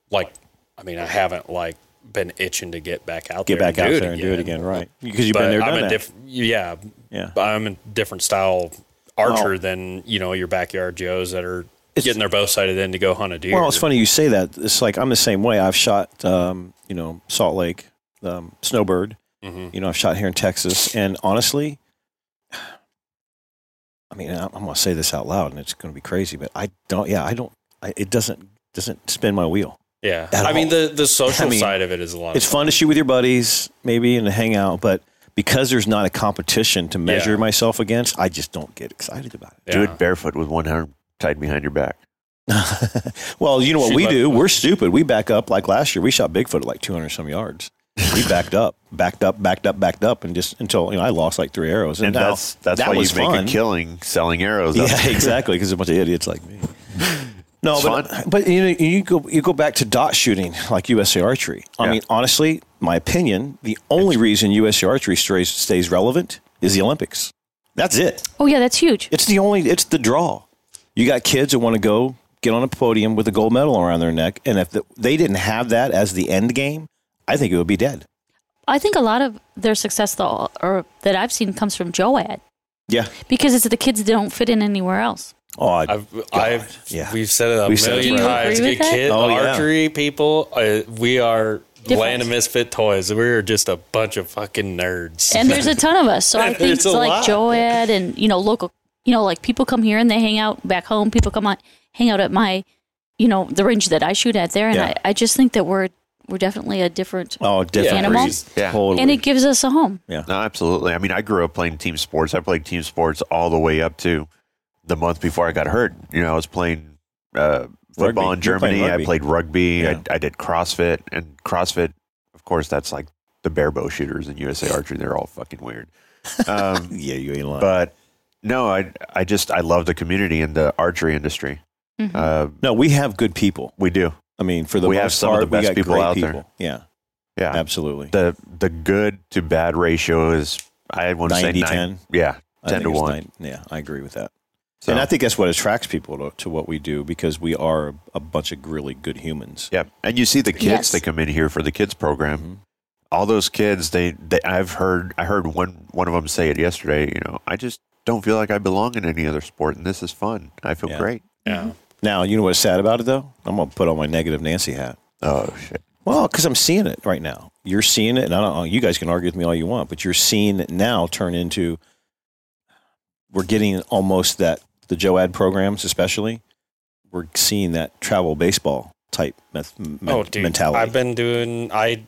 S4: like, I mean, I haven't like been itching to get back out
S1: get
S4: there,
S1: back out there and do it again, right? Because you've
S4: But
S1: been there, done
S4: I'm a
S1: that.
S4: different, yeah,
S1: yeah,
S4: but I'm a different style archer
S1: Well-
S4: than you know your backyard Joes that are
S1: It's-
S4: getting their bow sighted in to go hunt a deer.
S1: Well, it's funny you say that. It's like I'm the same way. I've shot, um, you know, Salt Lake, um, Snowbird.
S4: Mhm.
S1: You know, I've shot here in Texas, and honestly, I mean, I'm, I'm going to say this out loud, and it's going to be crazy, but I don't. Yeah, I don't. I, it doesn't doesn't spin my wheel.
S4: Yeah.
S1: At
S4: I mean,
S1: all.
S4: the, the social
S1: I mean,
S4: side of it is a lot.
S1: It's
S4: of
S1: fun to shoot with your buddies, maybe, and to hang out. But because there's not a competition to measure
S4: Yeah.
S1: myself against, I just don't get excited about it.
S2: Do
S4: Yeah.
S2: it barefoot with one arm tied behind your back.
S1: Well, you know what
S4: Shoot
S1: we
S4: like-
S1: do? We're stupid. We back up like last year. We shot Bigfoot at like 200 some yards. We backed up, backed up, backed up, backed up, and just until you know I lost like three arrows.
S2: And
S1: now,
S2: that's that's
S1: that
S2: why you
S1: was
S2: make
S1: fun.
S2: a killing selling arrows. That's-
S1: Yeah, exactly. Because a bunch of idiots like me. No,
S2: It's
S1: but
S2: fun.
S1: but you know you go you go back to dot shooting like USA Archery. I
S2: Yeah.
S1: mean, honestly, my opinion, the only reason USA Archery stays stays relevant is the Olympics. That's it.
S3: Oh yeah, that's huge.
S1: It's the only. It's the draw. You got kids that want to go get on a podium with a gold medal around their neck, and if the, they didn't have that as the end game, I think it would be dead.
S3: I think a lot of their success though, or that I've seen, comes from Joad
S1: Yeah.
S3: because it's the kids that don't fit in anywhere else.
S1: Oh, I,
S4: I've, I've,
S1: yeah.
S4: we've said it a
S1: We've said it
S4: million
S1: forever.
S4: times.
S3: Do you agree with
S4: Kid,
S3: that?
S1: Oh, yeah.
S4: archery people, uh, we are
S3: Different.
S4: land of misfit toys. We're just a bunch of fucking nerds.
S3: And there's a ton of us, so I think
S4: There's
S3: it's
S4: a
S3: like
S4: lot.
S3: Joad and you know local, you know like people come here and they hang out back home. People come on hang out at my, you know the range that I shoot at there, and
S1: Yeah.
S3: I, I just think that we're we're definitely a different,
S1: oh, different
S3: Animal?
S1: breed.
S2: Yeah.
S1: Totally.
S3: and it gives us a home.
S2: No, absolutely. I mean, I grew up playing team sports. I played team sports all the way up to the month before I got hurt. You know, I was playing uh, football
S1: Rugby.
S2: in
S1: You were playing
S2: Germany. I
S1: rugby.
S2: played rugby.
S1: Yeah.
S2: I, I did CrossFit, and CrossFit, of course, that's like the bare bow shooters in USA Archery. They're all fucking weird. Um,
S1: yeah, you ain't lying.
S2: but no, I I just I love the community and the archery industry.
S3: Mhm.
S2: Uh,
S1: no, we have good people.
S2: we do.
S1: I mean, for the
S2: We
S1: most
S2: have some of
S1: part,
S2: the best
S1: we got
S2: people
S1: great
S2: out there.
S1: people. Yeah,
S2: Yeah,
S1: absolutely.
S2: the the good to bad ratio is I want to say
S1: 90,
S2: nine.
S1: 10.
S2: Yeah,
S1: I think
S2: ten to
S1: it's
S2: one.
S1: nine- yeah, I agree with that.
S2: So-
S1: And I think that's what attracts people to, to what we do because we are a bunch of really good humans.
S2: Yep. And you see the kids
S3: Yes.
S2: that come in here for the kids program.
S1: Mhm.
S2: Mm-hmm. All those kids, they, they I've heard I heard one one of them say it yesterday, you know, I just don't feel like I belong in any other sport and this is fun. I feel
S1: Yeah.
S2: great.
S4: yeah.
S1: Now, you know what's sad about it though? I'm gonna put on my negative Nancy hat.
S2: Oh shit.
S1: Well, because I'm seeing it right now. You're seeing it, and I don't. You guys can argue with me all you want, but you're seeing it now turn into. We're getting almost that the Joe Ad programs, especially. We're seeing that travel baseball type meth- men-
S4: oh, dude,
S1: mentality.
S4: I've been doing. I,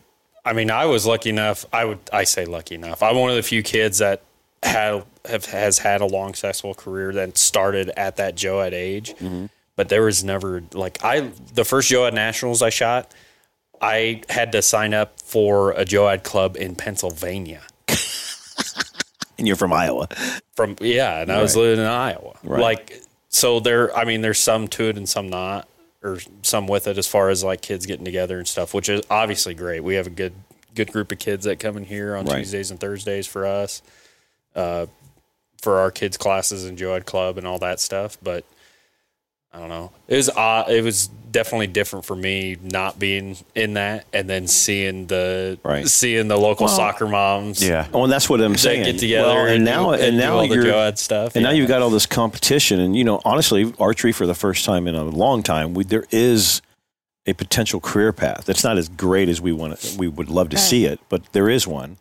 S4: I mean, I was lucky enough. I would. I say lucky enough. I'm one of the few kids that had have has had a long successful career that started at that Joe at age.
S1: Mm-hmm.
S4: But there was never like I the first Joe at nationals I shot. I had to sign up for a Joe Ad club in Pennsylvania.
S1: and you're from Iowa.
S4: from yeah, and I was
S1: Right.
S4: living in Iowa.
S1: Right.
S4: Like so there I mean there's some to it and some not or some with it as far as like kids getting together and stuff, which is obviously great. We have a good good group of kids that come in here on
S1: Right.
S4: Tuesdays and Thursdays for us. Uh for our kids classes and Joad Club and all that stuff, but I don't know. It was uh, it was definitely different for me not being in that and then seeing the
S1: Right.
S4: seeing the local soccer moms
S2: Yeah.
S1: Oh, and that's what I'm
S4: that
S1: saying.
S4: get together
S1: Well, and,
S4: and,
S1: now,
S4: do,
S1: and,
S4: and do
S1: now
S4: all the
S1: you're
S4: Joad stuff.
S1: And now
S4: yeah.
S1: you've got all this competition, and you know, honestly, archery for the first time in a long time, we, there is a potential career path. It's not as great as we want. It, we would love to see it, but there is one.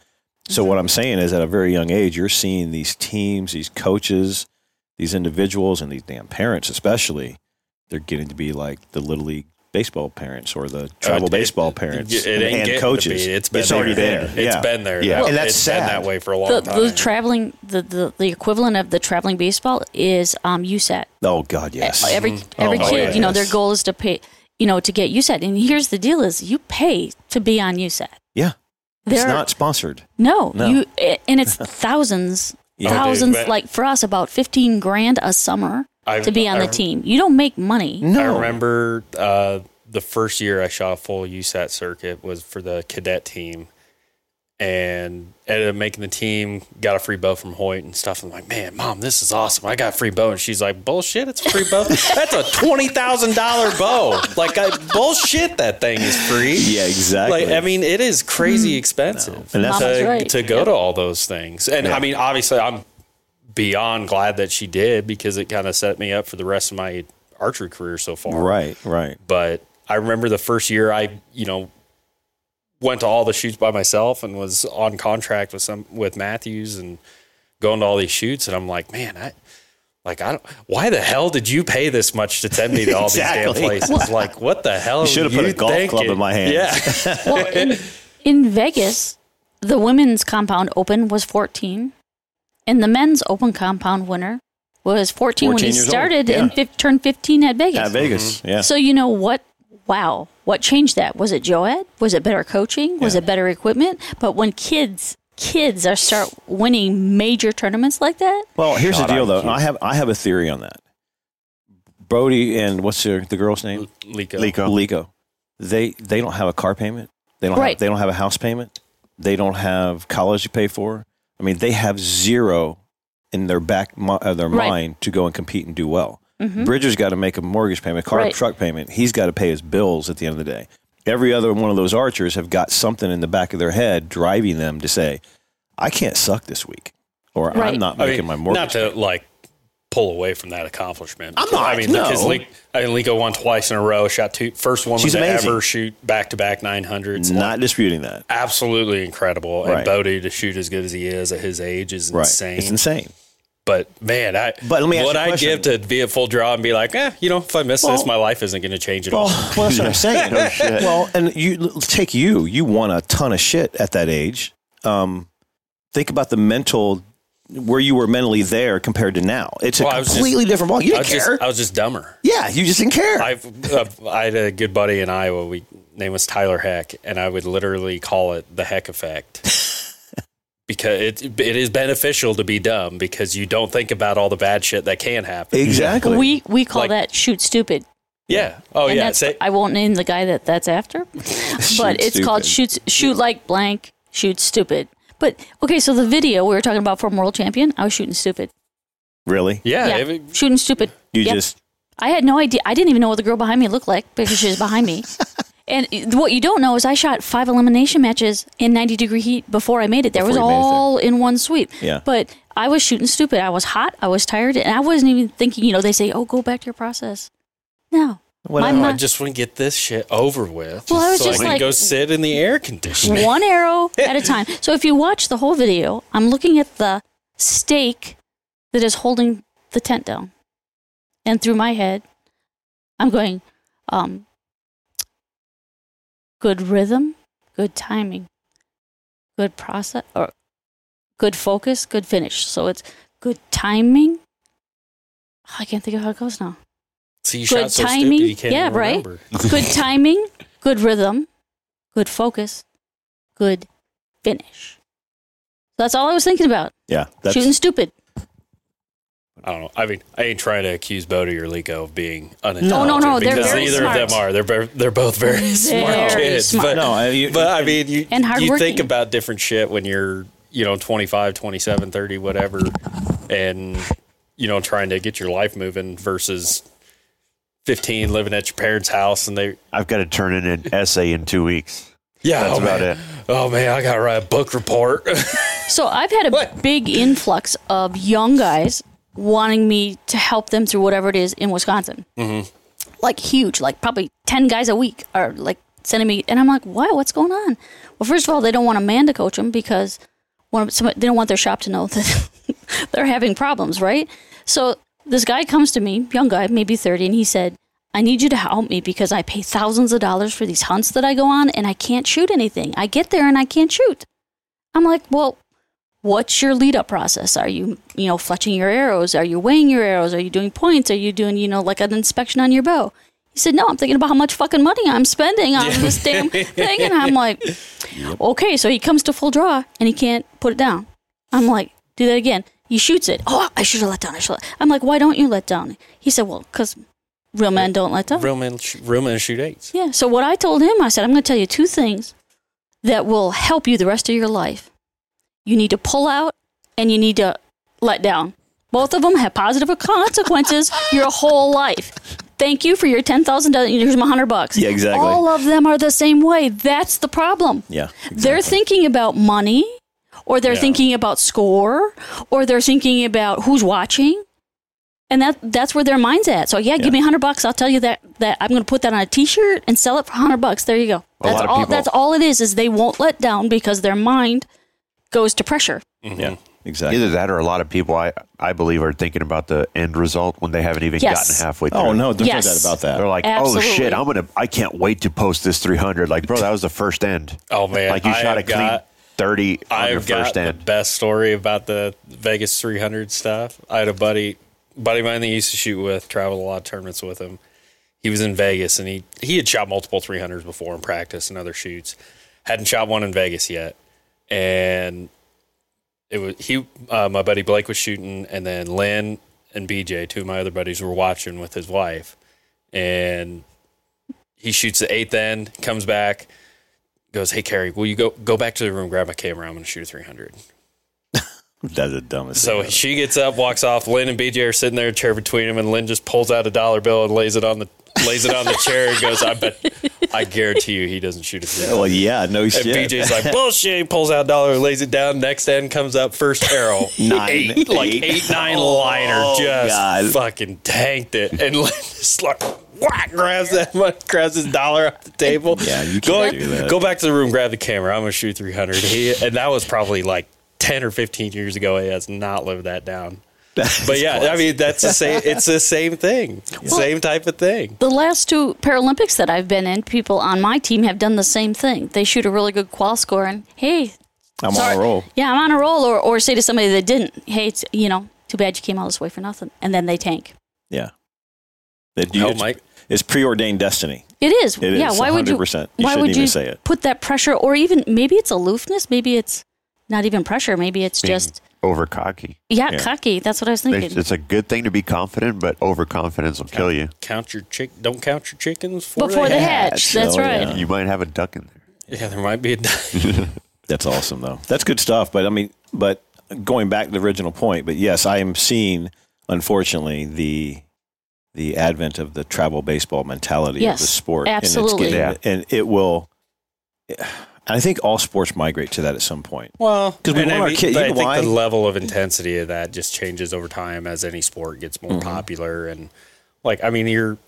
S1: So
S3: Mm-hmm.
S1: what I'm saying is, at a very young age, you're seeing these teams, these coaches, these individuals, and these damn parents, especially. They're getting to be like the little league baseball parents or the travel
S4: Uh, it-
S1: baseball
S4: it-
S1: parents
S4: It,
S1: and,
S4: ain't
S1: and
S4: getting to
S1: coaches.
S4: be. It's been
S1: it's already there.
S4: It's
S1: yeah.
S4: been there.
S2: Yeah.
S4: Now.
S1: And that's
S4: It's
S1: sad.
S4: been that way for a long
S3: The,
S4: time.
S3: the traveling, the, the the equivalent of the traveling baseball is um USAT.
S1: oh God, yes.
S3: E, every
S1: Oh,
S3: every
S1: my
S3: kid, you know,
S1: goodness.
S3: their goal is to pay, you know, to get USAT. And here's the deal: is you pay to be on USAT.
S1: yeah,
S3: There,
S1: it's not sponsored.
S3: no,
S1: no.
S3: you, it, and it's thousands,
S1: Yeah.
S4: Oh, dude,
S3: thousands.
S4: but-
S3: like for us, about fifteen grand a summer
S4: I-
S3: to be on
S4: I-
S3: the team. You don't make money.
S1: No,
S4: I remember uh, the first year I shot a full USAT circuit was for the cadet team, and ended up making the team. Got a free bow from Hoyt and stuff. I'm like, man, mom, this is awesome. I got a free bow, and she's like, bullshit, it's a free bow. That's a twenty thousand dollar bow. Like, I, bullshit, that thing is free.
S1: Yeah, exactly.
S4: Like, I mean, it is crazy expensive
S1: And that's-
S4: to,
S3: Hmm. Mama's right.
S4: to go to all those things. And I mean, obviously, I'm beyond glad that she did because it kind of set me up for the rest of my archery career so far.
S1: Right, right.
S4: But I remember the first year I, you know, went to all the shoots by myself and was on contract with some with Matthews and going to all these shoots, and I'm like, man, I Like I don't. Why the hell did you pay this much to send me to all these
S1: Exactly.
S4: damn places? like what the hell? You
S1: should have put a golf club
S4: thinking?
S1: in my hand.
S4: Yeah,
S3: Well, in, in Vegas, the women's compound open was 14, and the men's open compound winner was 14, when
S1: 14
S3: he
S1: years old,
S3: started
S1: yeah.
S3: and fif- turned 15 at Vegas.
S1: At Vegas, yeah.
S3: So you know what? Wow, what changed that? Was it Joed? Was it better coaching? Was
S1: Yeah.
S3: it better equipment? But when kids kids are start winning major tournaments like that,
S1: Well, here's
S2: Shot
S1: the deal, though.
S2: IQ.
S1: I have I have a theory on that. Brody and what's the, the girl's name?
S4: Lico.
S2: Lico.
S1: Lico. They they don't have a car payment. They don't
S3: Right.
S1: have, they don't have a house payment. They don't have college to pay for. I mean, they have zero in their back mi- of their
S3: Right. Mm-hmm.
S1: mind to go and compete and do well. Bridger's got to make a mortgage payment, car
S3: Right.
S1: truck payment. He's got to pay his bills at the end of the day. Every other one of those archers have got something in the back of their head driving them to say, "I can't suck this week," or
S3: Right.
S1: "I'm not
S4: I
S1: making
S4: mean,
S1: my mortgage."
S4: Not to like pull away from that accomplishment.
S1: I'm not,
S4: I mean,
S1: no.
S4: because Link, I mean, Linko won twice in a row. Shot two first woman
S1: She's
S4: to
S1: amazing.
S4: ever shoot back to back nine hundreds.
S1: Not disputing that.
S4: absolutely incredible.
S1: Right.
S4: And Bodie to shoot as good as he is at his age is insane.
S1: Right. It's insane.
S4: But man, I
S1: But let me ask
S4: what
S1: you a
S4: I
S1: question.
S4: give to be at full draw and be like, eh, you know, if I miss this,
S1: Well-
S4: my life isn't going to change at
S1: Well,
S4: all.
S1: well that's what I'm saying. Well, and you l- take you, you want a ton of shit at that age. Um, think about the mental where you were mentally there compared to now. It's a
S4: Well, I was just-
S1: completely different ball. You
S4: I
S1: didn't
S4: was,
S1: care.
S4: just, I was just dumber.
S1: yeah, you just didn't care.
S4: I've, I've, I had a good buddy in Iowa. We name was Tyler Heck, and I would literally call it the Heck effect because it it is beneficial to be dumb because you don't think about all the bad shit that can happen.
S1: exactly.
S3: we we call
S4: Like-
S3: that shoot stupid.
S4: Yeah. Oh
S3: and
S4: yeah.
S3: that's,
S4: Say,
S3: I won't name the guy that that's after, but it's called
S1: stupid.
S3: shoot shoot like blank shoot stupid. But okay, so the video we were talking about from World Champion, I was shooting stupid.
S1: really?
S4: yeah.
S3: Yeah,
S4: if it-
S3: shooting stupid.
S1: You
S3: Yep.
S1: just
S3: I had no idea. I didn't even know what the girl behind me looked like because she was behind me. And what you don't know is I shot five elimination matches in 90 degree heat before I made it. There
S1: Before
S3: was
S1: you made it there.
S3: all in one sweep.
S1: Yeah.
S3: But I was shooting stupid. I was hot. I was tired. And I wasn't even thinking, you know, they say, oh, go back to your process. No.
S1: Well,
S3: My
S1: no,
S3: mi-
S4: I just want to get this shit over with.
S3: Well, I was
S4: so
S3: just
S4: I can
S3: like-
S4: go sit in the air conditioning.
S3: one arrow at a time. So if you watch the whole video, I'm looking at the stake that is holding the tent down. And through my head, I'm going, um, good rhythm, good timing, good process, or good focus, good finish. So it's good timing. Oh, I can't think of how it goes now.
S4: So you
S3: Good
S4: shot so
S3: timing.
S4: stupid you can't
S3: Yeah,
S4: even
S3: right?
S4: remember.
S3: good timing, good rhythm, good focus, good finish. That's all I was thinking about.
S1: yeah, that's
S3: Shooting stupid.
S4: I don't know. I mean, I ain't trying to accuse Bodie or Lico of being unintelligent.
S3: No, no, no, they're
S4: Because
S3: very
S4: neither of
S3: smart.
S4: them are. They're ver- they're both very, smart
S3: Very
S4: kids.
S3: smart.
S4: But,
S1: No, I- you-
S4: but I mean, you
S3: And hardworking.
S4: you think about different shit when you're you know 25, 27, 30, whatever, and you know trying to get your life moving versus fifteen living at your parents' house and they
S2: I've got to turn in an essay in two weeks.
S4: yeah
S2: That's
S4: oh,
S2: about
S4: man.
S2: it.
S4: Oh man, I got to write a book report.
S3: So I've had a
S4: What?
S3: big influx of young guys wanting me to help them through whatever it is in Wisconsin. Like huge, like probably 10 guys a week are like sending me. And I'm like, what? What's going on? Well, first of all, they don't want a man to coach them because one of, somebody, they don't want their shop to know that they're having problems, right? So this guy comes to me, young guy, maybe 30, and he said, I need you to help me because I pay thousands of dollars for these hunts that I go on and I can't shoot anything. I get there and I can't shoot. I'm like, well, what's your lead up process? Are you, you know, fletching your arrows? Are you weighing your arrows? Are you doing points? Are you doing, you know, like an inspection on your bow? He said, no, I'm thinking about how much fucking money I'm spending on this damn thing. And I'm like, okay. So he comes to full draw and he can't put it down. I'm like, do that again. He shoots it. Oh, I should have let down. I should. I'm like, why don't you let down? He said, well, because real men don't let down.
S4: real men, sh- real men shoot eights.
S3: Yeah. So what I told him, I said, I'm going to tell you two things that will help you the rest of your life. You need to pull out and you need to let down. Both of them have positive consequences your whole life. Thank you for your ten thousand dollars. Here's my hundred bucks.
S1: Yeah, exactly.
S3: All of them are the same way. That's the problem.
S1: yeah.
S3: They're thinking about money, or they're
S4: Yeah.
S3: thinking about score, or they're thinking about who's watching, and that that's where their mind's at. So yeah, give me hundred bucks. I'll tell you that that I'm going to put that on a T-shirt and sell it for hundred bucks. There you go.
S2: A
S3: that's
S2: lot of
S3: all.
S2: people-
S3: That's all it is. Is they won't let down because their mind goes to pressure.
S1: Yeah. exactly.
S2: Either that or a lot of people I, I believe are thinking about the end result when they haven't even
S5: Yes.
S2: gotten halfway through.
S1: Oh no, there's
S5: Yes.
S1: no doubt about that.
S2: They're like, oh
S5: Absolutely.
S2: shit, I'm gonna I can't wait to post this three hundred. Like, bro, that was the first end.
S4: Oh, man,
S2: Like you
S4: I
S2: shot a
S4: have
S2: clean
S4: got-
S2: thirty on your
S4: I've got
S2: first
S4: the
S2: end.
S4: best story about the Vegas 300 stuff. I had a buddy, buddy of mine that I used to shoot with, traveled a lot of tournaments with him. He was in Vegas and he he had shot multiple 300s before in practice and other shoots. Hadn't shot one in Vegas yet, and it was he. Uh, my buddy Blake was shooting, and then Lynn and BJ, two of my other buddies, were watching with his wife, and he shoots the eighth end, comes back goes, "Hey Carrie, will you go go back to the room, grab my camera? I'm going to shoot a 300."
S1: That's the dumbest.
S4: So
S1: thing.
S4: she gets up, walks off. Lynn and BJ are sitting there in a chair between them, and Lynn just pulls out a dollar bill and lays it on the lays it on the chair and goes, "I bet, I guarantee you, he doesn't shoot a 300."
S1: well, yeah, no
S4: And
S1: Oh, shit.
S4: BJ's like, bullshit, pulls out a dollar, lays it down. Next end comes up, first arrow.
S1: Nine,
S4: eight, like
S1: eight.
S4: eight, nine liner.
S1: Oh,
S4: just
S1: God.
S4: fucking tanked it. And Lynn just like, whack, grabs that money, grabs his dollar off the table.
S1: Yeah, you can't
S4: go,
S1: do that.
S4: go back to the room, grab the camera. I'm going to shoot 300. He, and that was probably like 10 or 15 years ago. He has not lived that down. But yeah, I mean that's the same. It's the same thing, same type of thing.
S5: The last two Paralympics that I've been in, people on my team have done the same thing. They shoot a really good qual score, and hey,
S1: I'm
S5: sorry.
S1: on a roll.
S5: Yeah, I'm on a roll, or, or say to somebody that didn't, hey, it's, you know, too bad you came all this way for nothing, and then they tank.
S1: Yeah. That
S4: Oh,
S1: it's,
S4: Mike.
S1: it's preordained destiny.
S5: It is.
S1: It is
S5: yeah, why would you?
S1: 100%. You
S5: why
S1: shouldn't
S5: would
S1: even
S5: you
S1: say it.
S5: put that pressure, or even maybe it's aloofness, maybe it's not even pressure, maybe it's
S2: Being
S5: just
S2: over cocky.
S5: yeah,
S1: Yeah.
S5: cocky. That's what I was
S2: It's,
S5: thinking.
S2: it's a good thing to be confident, but overconfidence will kill you.
S4: Count your chick. Don't count your chickens
S5: Before the
S4: hatch.
S5: hatch, that's
S1: Oh,
S5: right.
S1: yeah.
S2: You might have a duck in there.
S4: Yeah, there might be a.
S1: That's awesome, though. That's good stuff. But I mean, but going back to the original point, but yes, I am seeing, unfortunately, the the advent of the travel baseball mentality of
S5: Yes,
S1: the sport.
S5: absolutely.
S1: And,
S2: Yeah.
S1: it's getting, and it will. I think all sports migrate to that at some point.
S4: Well,
S1: 'Cause we
S4: and
S1: want
S4: I
S1: our
S4: mean-
S1: kid- you
S4: but I
S1: know
S4: think
S1: why?
S4: the level of intensity of that just changes over time as any sport gets more
S1: Mm-hmm.
S4: popular. And like, I mean, you're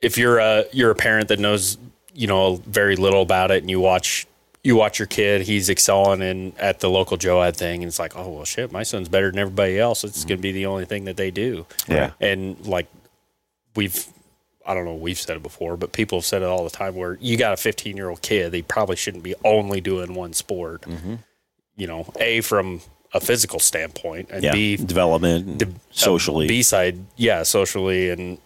S4: if you're a you're a parent that knows you know very little about it, and you watch you watch your kid, he's excelling in at the local Joe Ed thing, and it's like, oh well, shit, my son's better than everybody else. It's
S1: Mm-hmm.
S4: going to be the only thing that they do.
S2: Yeah.
S4: and like we've I don't know, we've said it before, but people have said it all the time where you got a 15 year old kid, they probably shouldn't be only doing one sport. You know, A, from a physical standpoint, and
S1: Yeah,
S4: B,
S1: development, and e,
S4: de- uh,
S1: socially.
S4: B side, yeah, socially and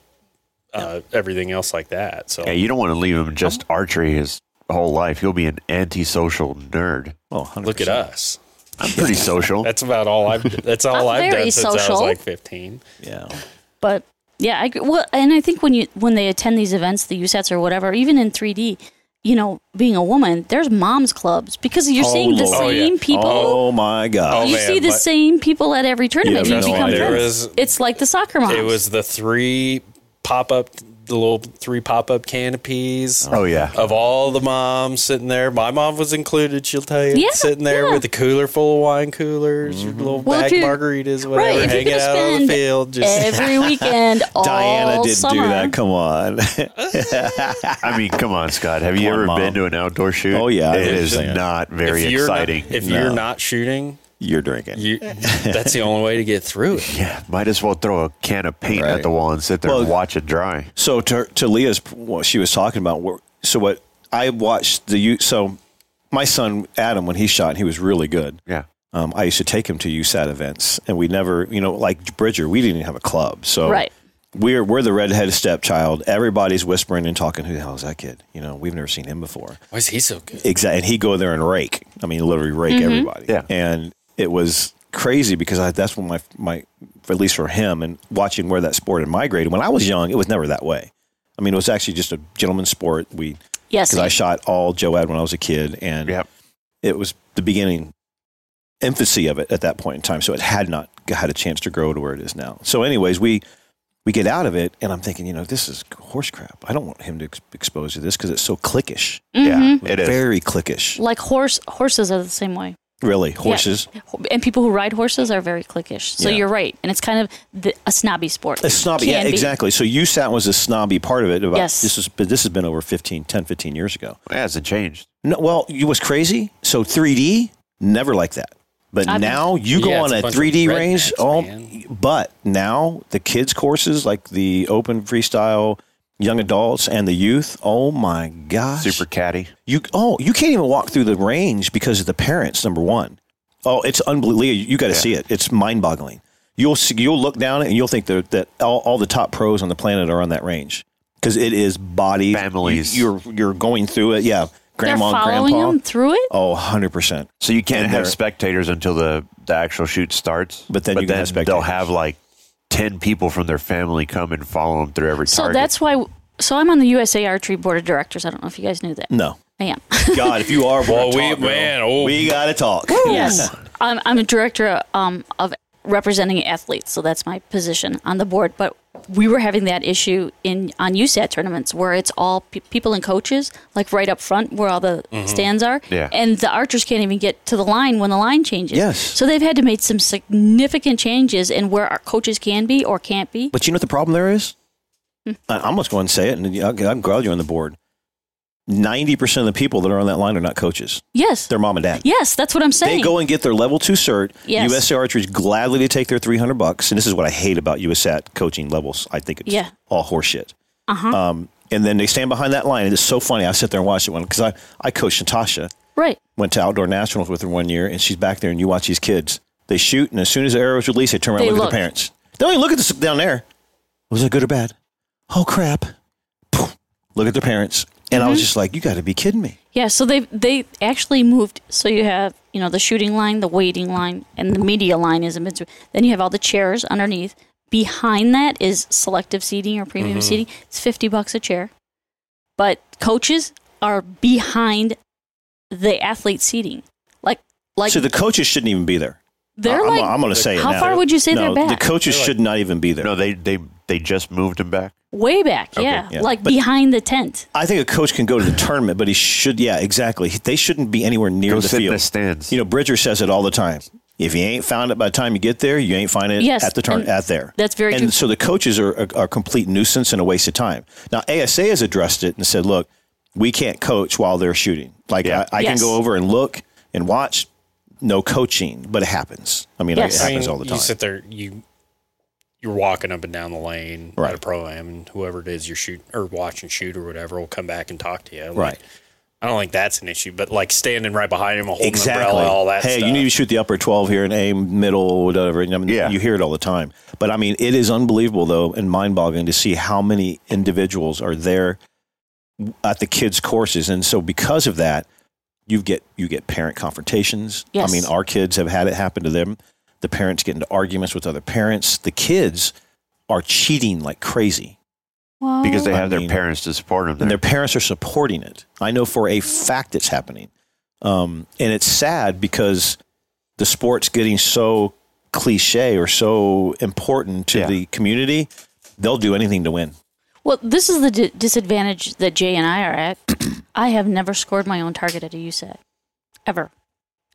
S4: uh, everything else like that. So,
S2: Yeah, you don't want to leave him just archery his whole life. He'll be an antisocial nerd.
S1: oh, 100%.
S4: look at us.
S2: I'm pretty social.
S4: That's about all I've, that's all
S5: I'm
S4: I've done
S5: very
S4: since I was
S5: social.
S4: like 15.
S1: Yeah,
S5: But yeah, I agree. well, and I think when you when they attend these events, the USATs or whatever, even in 3D, you know, being a woman, there's moms clubs because you're
S1: Oh,
S5: seeing the
S1: Lord.
S4: Oh, yeah.
S5: same people.
S1: Oh my God!
S4: Oh,
S5: you
S4: man,
S5: see the
S4: but-
S5: same people at every tournament. you
S1: Yeah, that's
S5: become
S1: why there
S5: friends.
S4: was-
S5: It's like the soccer moms.
S4: It was the three pop up, the little three pop up canopies.
S2: oh yeah.
S4: of all the moms sitting there, my mom was included. She'll tell you,
S5: Yeah,
S4: sitting there
S5: yeah.
S4: with a cooler full of wine coolers, your
S1: Mm-hmm.
S4: little
S5: Well,
S4: bag
S5: if you-
S4: margaritas,
S5: right,
S4: whatever,
S5: if you're
S4: hanging
S5: gonna
S4: out on the
S5: spend
S4: field. Just
S5: every weekend. all
S1: Diana didn't
S5: summer.
S1: do that. Come on.
S2: I mean, come on, Scott. Have
S1: Come
S2: you
S1: on,
S2: ever
S1: Mom.
S2: been to an outdoor shoot?
S1: Oh, yeah, I
S2: It is
S1: understand.
S2: not very
S4: if you're not-
S2: exciting.
S4: if you're
S1: No.
S4: not shooting,
S1: You're drinking.
S4: you, that's the only way to get through it.
S2: yeah, might as well throw a can of paint
S1: Right.
S2: at the wall and sit there
S1: Well,
S2: and watch it dry.
S1: So to to Leah's, what she was talking about. were- So what I watched the U- so my son Adam when he shot, he was really good.
S2: Yeah.
S1: Um, I used to take him to USAT events, and we never, you know, like Bridger, we didn't even have a club. So
S5: Right.
S1: we're we're the redheaded stepchild. Everybody's whispering and talking. Who the hell is that kid? You know, we've never seen him before.
S4: Why is he so good?
S1: Exactly. And he go there and rake. I mean, literally rake everybody.
S2: Yeah.
S1: And it was crazy because I, that's when my, my, at least for him and watching where that sport had migrated. When I was young, it was never that way. I mean, it was actually just a gentleman's sport. We,
S5: Yes,
S1: because I shot all Joe Ad when I was a kid and
S2: Yep.
S1: it was the beginning infancy of it at that point in time. So it had not had a chance to grow to where it is now. So, anyways, we we get out of it, and I'm thinking, you know, this is horse crap. I don't want him to ex- expose to this because it's so cliquish.
S2: Yeah, it is.
S1: very cliquish.
S5: Mm-hmm. like horse horses are the same way.
S1: Really, horses.
S5: and people who ride horses are very cliquish. So
S1: Yeah.
S5: you're right, and it's kind of the, a snobby sport.
S1: It's snobby.
S5: Can
S1: Yeah,
S5: be.
S1: exactly. So USAT was a snobby part of it. About,
S5: Yes.
S1: This was, but this has been over 15, 10, 15 years ago.
S2: It hasn't changed.
S1: No, well, you was crazy. So 3D, never like that. But
S5: I've-
S1: now you go
S4: Yeah,
S1: on
S4: it's a
S1: a
S4: bunch of
S1: 3D range.
S4: rednecks,
S1: Oh,
S4: man.
S1: but now the kids courses like the open freestyle, young adults and the youth. Oh my gosh!
S2: Super catty.
S1: You oh you can't even walk through the range because of the parents. Number one. Oh, it's unbelievable. You got to see it. It's mind boggling. You'll see, you'll look down and you'll think that, that all, all the top pros on the planet are on that range because it is bodies.
S2: Families.
S1: You, are you're going through it. Yeah,
S3: They're
S1: grandma, and
S3: following
S1: grandpa.
S3: him through it.
S1: Oh, 100 percent.
S2: So you can't
S1: And
S2: have
S1: they're-
S2: spectators until the, the actual shoot starts.
S1: But then you can have
S2: they'll
S1: spectators.
S2: have like ten people from their family come and follow them through every
S3: So
S2: target.
S3: that's why. So I'm on the USA Archery Board of Directors. I don't know if you guys knew that.
S1: No,
S3: I am.
S1: God, if you are, we're
S4: Well,
S1: gonna
S4: we-
S1: talk, girl.
S4: man, oh.
S1: we gotta talk.
S3: yes. I'm, I'm a director um, of representing athletes, so that's my position on the board. But we were having that issue in on USAT tournaments where it's all pe- people and coaches, like right up front where all the
S1: Mm-hmm.
S3: stands are,
S2: Yeah.
S3: and the archers can't even get to the line when the line changes.
S1: Yes.
S3: So they've had to make some significant changes in where our coaches can be or can't be.
S1: But you know what the problem there is?
S3: Hmm.
S1: I, I'm just going to say it, and I'll- I'm glad you're on the board. Ninety percent of the people that are on that line are not coaches;
S3: yes.
S1: they're mom and dad.
S3: yes, that's what I'm saying.
S1: They go and get their level two cert.
S3: Yes.
S1: USA Archery is gladly to take their three hundred bucks, and this is what I hate about USAT coaching levels. I think it's
S3: Yeah.
S1: all horseshit. Uh-huh. Um, and then they stand behind that line, and it's so funny. I sit there and watch it one because I I coached Natasha,
S3: right.
S1: went to outdoor nationals with her one year, and she's back there, and you watch these kids. They shoot, and as soon as the arrow is released, they turn around
S3: They
S1: and look,
S3: look.
S1: at their parents. They don't even look at this down there. Was it good or bad? Oh crap! Poof. Look at their parents, and
S3: Mm-hmm.
S1: I was just like, "You got to be kidding me!"
S3: Yeah, so they they actually moved. So you have you know the shooting line, the waiting line, and the media line is in between. Then you have all the chairs underneath. Behind that is selective seating or premium
S1: Mm-hmm.
S3: seating. It's fifty bucks a chair, but coaches are behind the athlete seating. Like like
S1: so the coaches shouldn't even be there.
S3: they're
S1: I'm,
S3: like
S1: I'm going to say it
S3: how
S1: now.
S3: far would you say
S1: no,
S3: they're
S1: The
S3: back?
S1: coaches
S4: They're like-
S1: should not even be there.
S2: no, they they they just moved him back.
S3: way back.
S2: Okay,
S3: yeah,
S1: yeah,
S3: like
S1: but-
S3: behind the tent.
S1: I think a coach can go to the tournament, but he should. Yeah, exactly. He- They shouldn't be anywhere near
S2: Go
S1: the
S2: sit in
S1: field.
S2: the stands.
S1: You know, Bridger says it all the time. If you ain't found it by the time you get there, you ain't find it
S3: Yes,
S1: at the turn
S3: and
S1: at there.
S3: that's very
S1: And
S3: true.
S1: so the coaches are a, are a complete nuisance and a waste of time. Now ASA has addressed it and said, look, we can't coach while they're shooting. Like
S2: Yeah.
S1: I, I
S3: Yes.
S1: can go over and look and watch. No coaching, but it happens. I mean,
S3: Yes.
S1: it
S3: I
S1: happens all the time.
S4: You sit there, you you're walking up and down the lane at a
S1: Right.
S4: pro am, and whoever it is you're shoot or watching shoot or whatever will come back and talk to you. Like,
S1: Right.
S4: I don't think that's an issue, but like standing right behind him, and holding
S1: exactly.
S4: the umbrella, all that.
S1: hey,
S4: stuff.
S1: you need to shoot the upper 12 here and aim middle, whatever. And I mean,
S2: Yeah.
S1: You hear it all the time. But I mean, it is unbelievable, though, and mind boggling to see how many individuals are there at the kids' courses. And so, because of that, you get you get parent confrontations.
S3: Yes.
S1: I mean, our kids have had it happen to them. The parents get into arguments with other parents. The kids are cheating like crazy,
S3: Well,
S2: because they
S1: I
S2: have their
S1: mean-
S2: parents to support them.
S1: and
S2: there.
S1: their parents are supporting it. I know for a fact it's happening, um, and it's sad because the sport's getting so cliche or so important to
S2: Yeah.
S1: the community. They'll do anything to win.
S3: Well, this is the d- disadvantage that Jay and I are at. I have never scored my own target at a USAT, ever,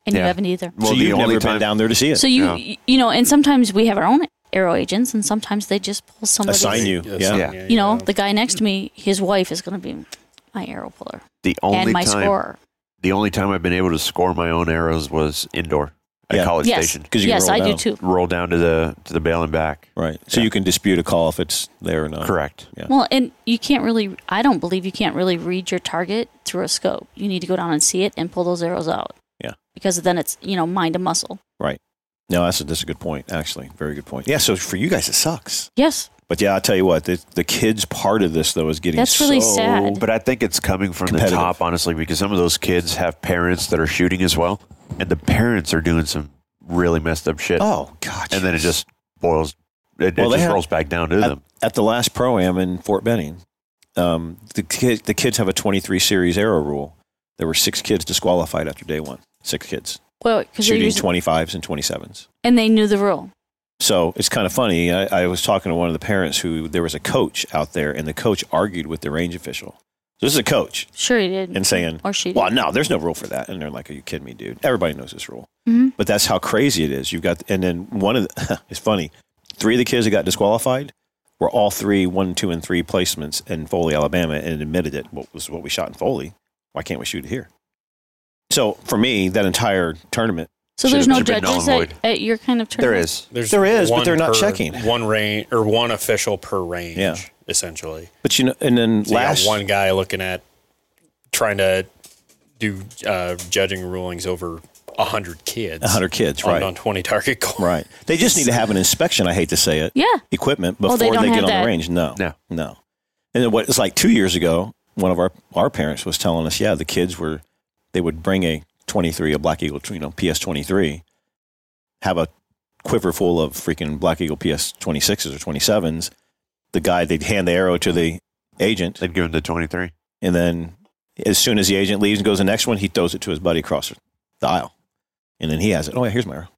S3: and you
S2: Yeah.
S3: haven't either.
S2: Well,
S1: so
S2: the
S1: you've
S2: only
S1: never
S2: time-
S1: been down there to see it.
S3: So you
S2: Yeah.
S3: you know, and sometimes we have our own arrow agents, and sometimes they just pull somebody.
S1: Assign you, yeah.
S4: something,
S2: Yeah.
S3: You know, the guy next to me, his wife is going to be my arrow puller
S2: the only
S3: and my
S2: time
S3: scorer.
S2: the only time I've been able to score my own arrows was indoor at
S1: Yeah.
S2: College
S3: Yes,
S2: Station.
S1: 'Cause you
S3: yes,
S1: roll
S3: I
S1: down.
S3: do too.
S2: Roll down to the to the bail and back.
S1: right. So you can dispute a call if it's there or not.
S2: Correct.
S1: Yeah.
S3: Well, and you can't really. I don't believe you can't really read your target through a scope. You need to go down and see it and pull those arrows out.
S1: Yeah.
S3: Because then it's you know mind to muscle.
S1: No, that's a, that's a good point. Actually, very good point. Yeah. So for you guys, it sucks.
S3: Yes.
S1: But yeah, I tell you what, the, the kids part of this though is getting
S3: That's really
S1: so-
S3: sad.
S2: But I think it's coming from the
S1: Competitive.
S2: top, honestly, because some of those kids have parents that are shooting as well, and the parents are doing some really messed up shit,
S1: Oh God.
S2: and then it just boils. It,
S1: Well,
S2: it
S1: they
S2: just
S1: have-
S2: rolls back down to
S1: at,
S2: them.
S1: at the last pro am in Fort Benning, um, the kid, the kids have a 23 series arrow rule. There were six kids disqualified after day one. Six kids
S3: Well, because they're
S1: shooting
S3: using,
S1: 25s and 27s.
S3: and they knew the rule.
S1: So it's kind of funny. I, I was talking to one of the parents who there was a coach out there, and the coach argued with the range official. So this is a coach
S3: Sure, he did.
S1: and saying,
S3: Mm-hmm. or she did.
S1: "Well, no, there's no rule for that." And they're like, "Are you kidding me, dude? Everybody knows this rule."
S3: Mhm.
S1: But that's how crazy it is. You've got, and then one of the, it's funny. Three of the kids that got disqualified were all three one, two, and three placements in Foley, Alabama, and admitted it. What was what we shot in Foley? Why can't we shoot it here? So for me, that entire tournament
S3: So
S2: Should
S3: there's
S2: have
S3: no
S2: just been null
S3: judges
S2: and
S3: at,
S2: void.
S3: at your kind of
S2: There
S3: tournament.
S2: is.
S4: There's
S1: There is, but
S4: one
S1: they're not
S4: per-
S1: checking.
S4: One range or one official per range,
S1: Yeah.
S4: essentially.
S1: But you know, and then
S4: So
S1: last
S4: you got one guy looking at trying to do uh, judging rulings over 100 kids.
S1: 100 kids,
S4: on,
S1: right?
S4: On 20 target goals.
S1: Right. They just need to have an inspection. I hate to say it.
S3: Yeah.
S1: Equipment
S3: Oh,
S1: before
S3: they
S1: they,
S3: don't
S1: get
S3: have
S1: on
S3: that.
S1: the range. No.
S2: No.
S1: No. And then what? It's like two years ago. One of our our parents was telling us, yeah, the kids were they would bring a 23, a Black Eagle, you know, PS 23, have a quiver full of freaking Black Eagle PS 26s or 27s. The guy they'd hand the arrow to the agent,
S2: They'd give him the 23.
S1: and then as soon as the agent leaves and goes to the next one, he throws it to his buddy across the aisle, and then he has it. Oh yeah, here's my arrow.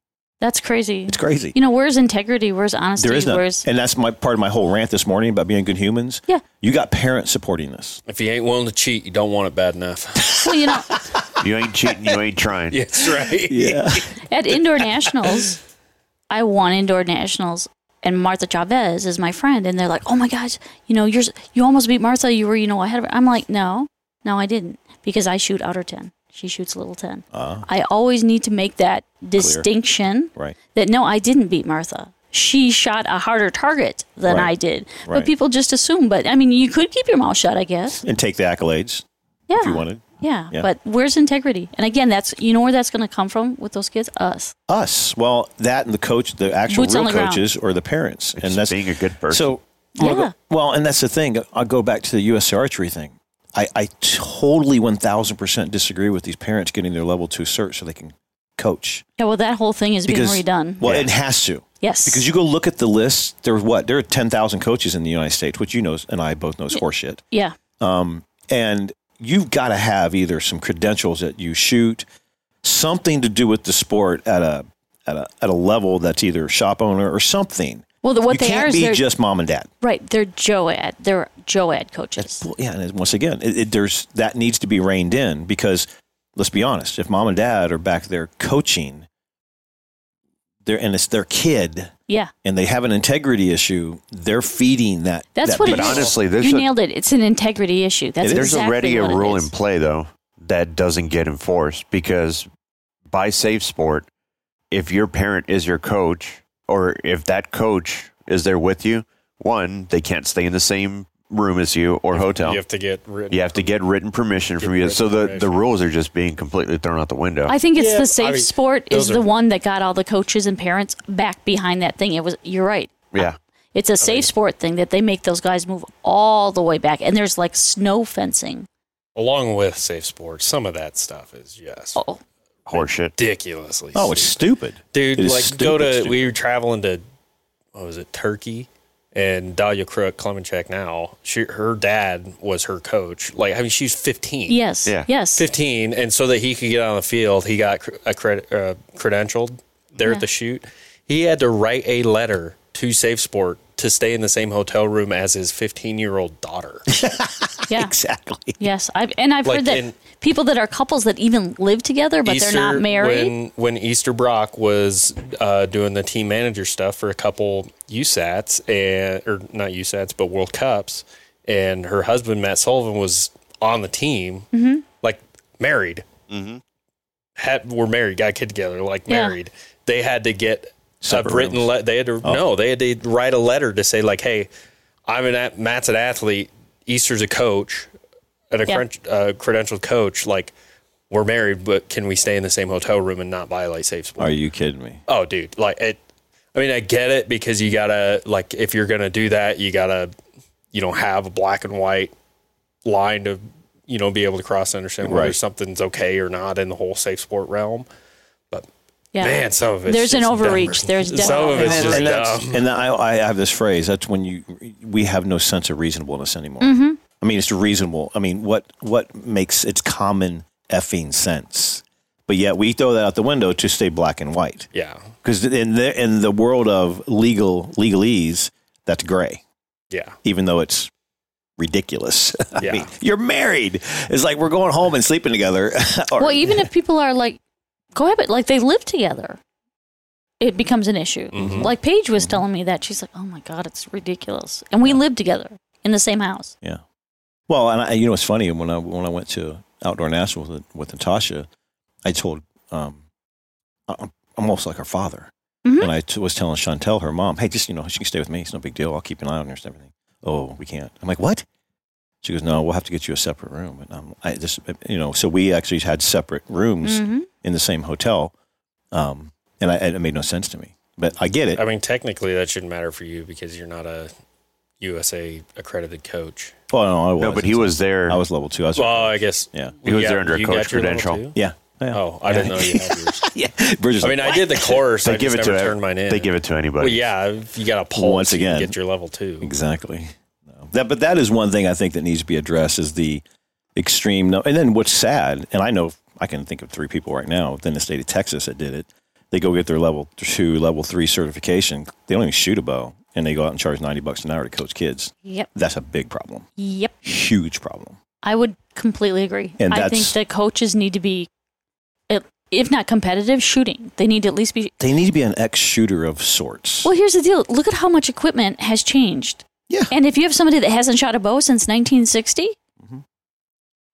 S3: That's crazy.
S1: It's crazy.
S3: You know, where's integrity? Where's honesty?
S1: There is none.
S3: Where's
S1: And that's my part of my whole rant this morning about being good humans.
S3: Yeah.
S1: You got parents supporting this.
S4: If you ain't willing to cheat, you don't want it bad enough.
S3: well, you know,
S2: You ain't cheating. You ain't trying.
S4: yes, right.
S1: Yeah.
S3: at indoor nationals, I won indoor nationals, and Martha Chavez is my friend, and they're like, "Oh my gosh, you know, you're s- you almost beat Martha. You were, you know, ahead of her." I'm like, "No, no, I didn't, because I shoot outer ten. She shoots little ten.
S1: uh,
S3: I always need to make that distinction
S1: right.
S3: that no, I didn't beat Martha." She shot a harder target than
S1: Right.
S3: I did,
S1: Right.
S3: but people just assume. But I mean, you could keep your mouth shut, I guess.
S1: And take the accolades
S3: Yeah,
S1: if you wanted.
S3: Yeah,
S1: Yeah.
S3: but where's integrity? And again, that's you know where that's going to come from with those kids, us.
S1: Us. Well, that and the coach, the actual
S3: Boots on
S1: real
S3: the ground.
S1: coaches or the parents.
S2: Just
S1: and that's
S2: being a good person.
S1: So, I'm gonna
S3: Yeah.
S1: go- well, and that's the thing. I'll go back to the USC archery thing. I, I totally 1000% disagree with these parents getting their level two cert so they can coach.
S3: Yeah, well, that whole thing is
S1: Because,
S3: being redone.
S1: well,
S2: Yeah.
S1: it has to.
S3: yes,
S1: Because you go look at the list, there's what? There are 10,000 coaches in the United States, which you know, and I both know is horseshit.
S3: yeah,
S1: Um, and you've got to have either some credentials that you shoot, something to do with the sport at a at a, at a level that's either shop owner or something.
S3: well, the, what
S1: you
S3: they
S1: can't
S3: are is
S1: be
S3: they're
S1: just mom and dad.
S3: right. They're Joad. They're Joad coaches.
S1: Well, yeah, and once again, it, it, there's that needs to be reined in because let's be honest, if mom and dad are back there coaching, they're and it's their kid
S3: yeah,
S1: and they have an integrity issue, they're feeding that.
S3: that's
S1: that
S3: what
S2: but
S3: it is.
S2: honestly, there's
S3: you
S2: a-
S3: nailed it. It's an integrity issue. That's
S1: It is.
S2: There's
S3: exactly
S2: already a
S3: what it
S2: rule
S3: is.
S2: in play though that doesn't get enforced because by safe sport, if your parent is your coach or if that coach is there with you, one, they can't stay in the same room as you or hotel.
S4: You have to get rid
S2: You have to get written permission from you.
S4: written
S2: So the, the
S4: permission.
S2: rules are just being completely thrown out the window.
S3: I think it's
S4: Yeah,
S3: the
S4: but I
S3: safe
S4: mean,
S3: sport is
S4: those are-
S3: the one that got all the coaches and parents back behind that thing. It was you're right.
S2: yeah.
S4: Oh,
S3: It's a safe sport thing that they make those guys move all the way back, and there's like snow fencing.
S4: along with safe sports. Some of that stuff is just
S3: Oh,
S2: Horseshit.
S4: ridiculously.
S1: Oh, it's
S4: stupid.
S1: stupid.
S4: dude
S1: It is
S4: like
S1: stupid,
S4: go to
S1: stupid.
S4: we were traveling to what was it turkey and Dahlia Crook Klemenchak now she, her dad was her coach like I mean she's 15
S3: yes,
S2: Yeah.
S3: yes,
S4: 15 and so that he could get on the field he got cr- a cred, uh, credentialed there at the shoot he had to write a letter to safe sport to stay in the same hotel room as his 15 year old daughter
S3: yeah.
S1: Exactly.
S3: Yes, I've and I've
S4: Like
S3: heard that
S4: in-
S3: people that are couples that even live together but they're not married.
S4: When, when Easter Brock was uh, doing the team manager stuff for a couple USATs, and, or not USATs, but World Cups, and her husband, Matt Sullivan, was on the team,
S3: Mm-hmm.
S4: like married.
S1: Mm-hmm.
S4: Had, were married, got a kid together, like
S3: Yeah.
S4: married. They had to get
S1: Separate
S4: a written
S1: rooms. Oh.
S4: letter. They had to, no, they had to write a letter to say, like, hey, I'm an, at- Matt's an athlete, Easter's a coach, and a
S3: Yeah.
S4: cren- uh, credentialed coach, like we're married, but can we stay in the same hotel room and not violate safe sport?
S1: Are you kidding me?
S4: Oh, dude, like it. I mean, I get it because you gotta like if you're gonna do that, you gotta you know have a black and white line to you know be able to cross and understand whether
S1: Right.
S4: something's okay or not in the whole safe sport realm.
S3: yeah.
S4: Man, some of it
S3: There's an overreach. There's
S4: some of
S3: definitely-
S4: it's
S1: and,
S4: just
S1: and that's-
S4: dumb.
S1: and I, I have this phrase. That's when you we have no sense of reasonableness anymore. I mean, it's reasonable. I mean, what what makes it's common effing sense? But yet we throw that out the window to stay black and white
S4: Yeah,
S1: because in the in the world of legal legalese, that's gray,
S4: yeah.
S1: even though it's ridiculous. I
S4: Yeah.
S1: mean, you're married. It's like we're going home and sleeping together. Or-
S3: Well, even if people are like cohabit, like they live together, it becomes an issue.
S4: Mm-hmm.
S3: Like Paige was telling me that she's like, "Oh my god, it's ridiculous," and we live together in the same house.
S1: Yeah. Well, and I, you know, it's funny when I when I went to outdoor nationals with, with Natasha, I told um, I'm almost like our father.
S3: Mm-hmm. Hmm?
S1: And I t- was telling Chantel, her mom, hey, just, you know, she can stay with me. It's no big deal. I'll keep an eye on her and everything. Oh, we can't. I'm like, what? She goes, no, we'll have to get you a separate room. And I'm, I just, you know, so we actually had separate
S3: Mm.
S1: rooms
S3: Mm-hmm.
S1: in the same hotel. Um, and I, and it made no sense to me, but I get it.
S4: I mean, technically, that shouldn't matter for you because you're not a USA accredited coach.
S1: Well, no, I was.
S2: No, but he was there.
S1: I was level two. I was.
S4: Well, I guess
S1: yeah.
S2: He was
S4: Yeah,
S2: there under a
S4: you
S2: coach
S4: got your level
S2: credential.
S4: two?
S1: Yeah. yeah.
S4: Oh, I
S1: Yeah.
S4: didn't know you had yours.
S1: yeah. Bridges.
S4: I mean, I did the course.
S2: They
S4: I
S2: give
S4: just
S2: it to
S4: never
S2: ev-
S4: turned mine in.
S2: They give it to anybody.
S4: Well, yeah, if you got a pull
S1: Once again.
S4: get your level two.
S1: Exactly. No. That, but that is one thing I think that needs to be addressed is the extreme. No, and then what's sad, and I know I can think of three people right now within the state of Texas that did it. They go get their level two, level three certification. They don't even shoot a bow, and they go out and charge ninety bucks an hour to coach kids.
S3: Yep.
S1: That's a big problem,
S3: Yep.
S1: huge problem.
S3: I would completely agree.
S1: And
S3: I think
S1: that's-
S3: that coaches need to be, at- if not competitive, shooting. They need to at least be.
S1: They need to be an ex shooter of sorts.
S3: Well, here's the deal. Look at how much equipment has changed.
S1: Yeah.
S3: And if you have somebody that hasn't shot a bow since 1960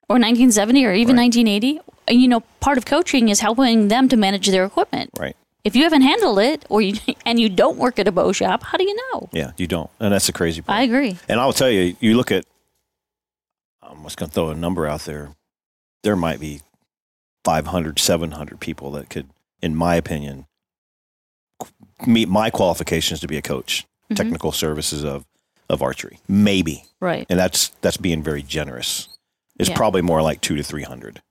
S3: or 1970 or
S1: Mm-hmm.
S3: even
S1: Right.
S3: 1980, you know, part of coaching is helping them to manage their equipment.
S1: Right.
S3: If you haven't handled it or you and you don't work at a bow shop, how do you know?
S1: Yeah, you don't, and that's the crazy part.
S3: I agree.
S1: And I'll tell you, you look at, I'm just going to throw a number out there. There might be 500, 700 people that could, in my opinion, qu- meet my qualifications to be a coach,
S3: Mhm.
S1: technical services of, of archery. Maybe.
S3: Right.
S1: And that's, that's being very generous. It's
S3: Yeah.
S1: probably more like two to 300.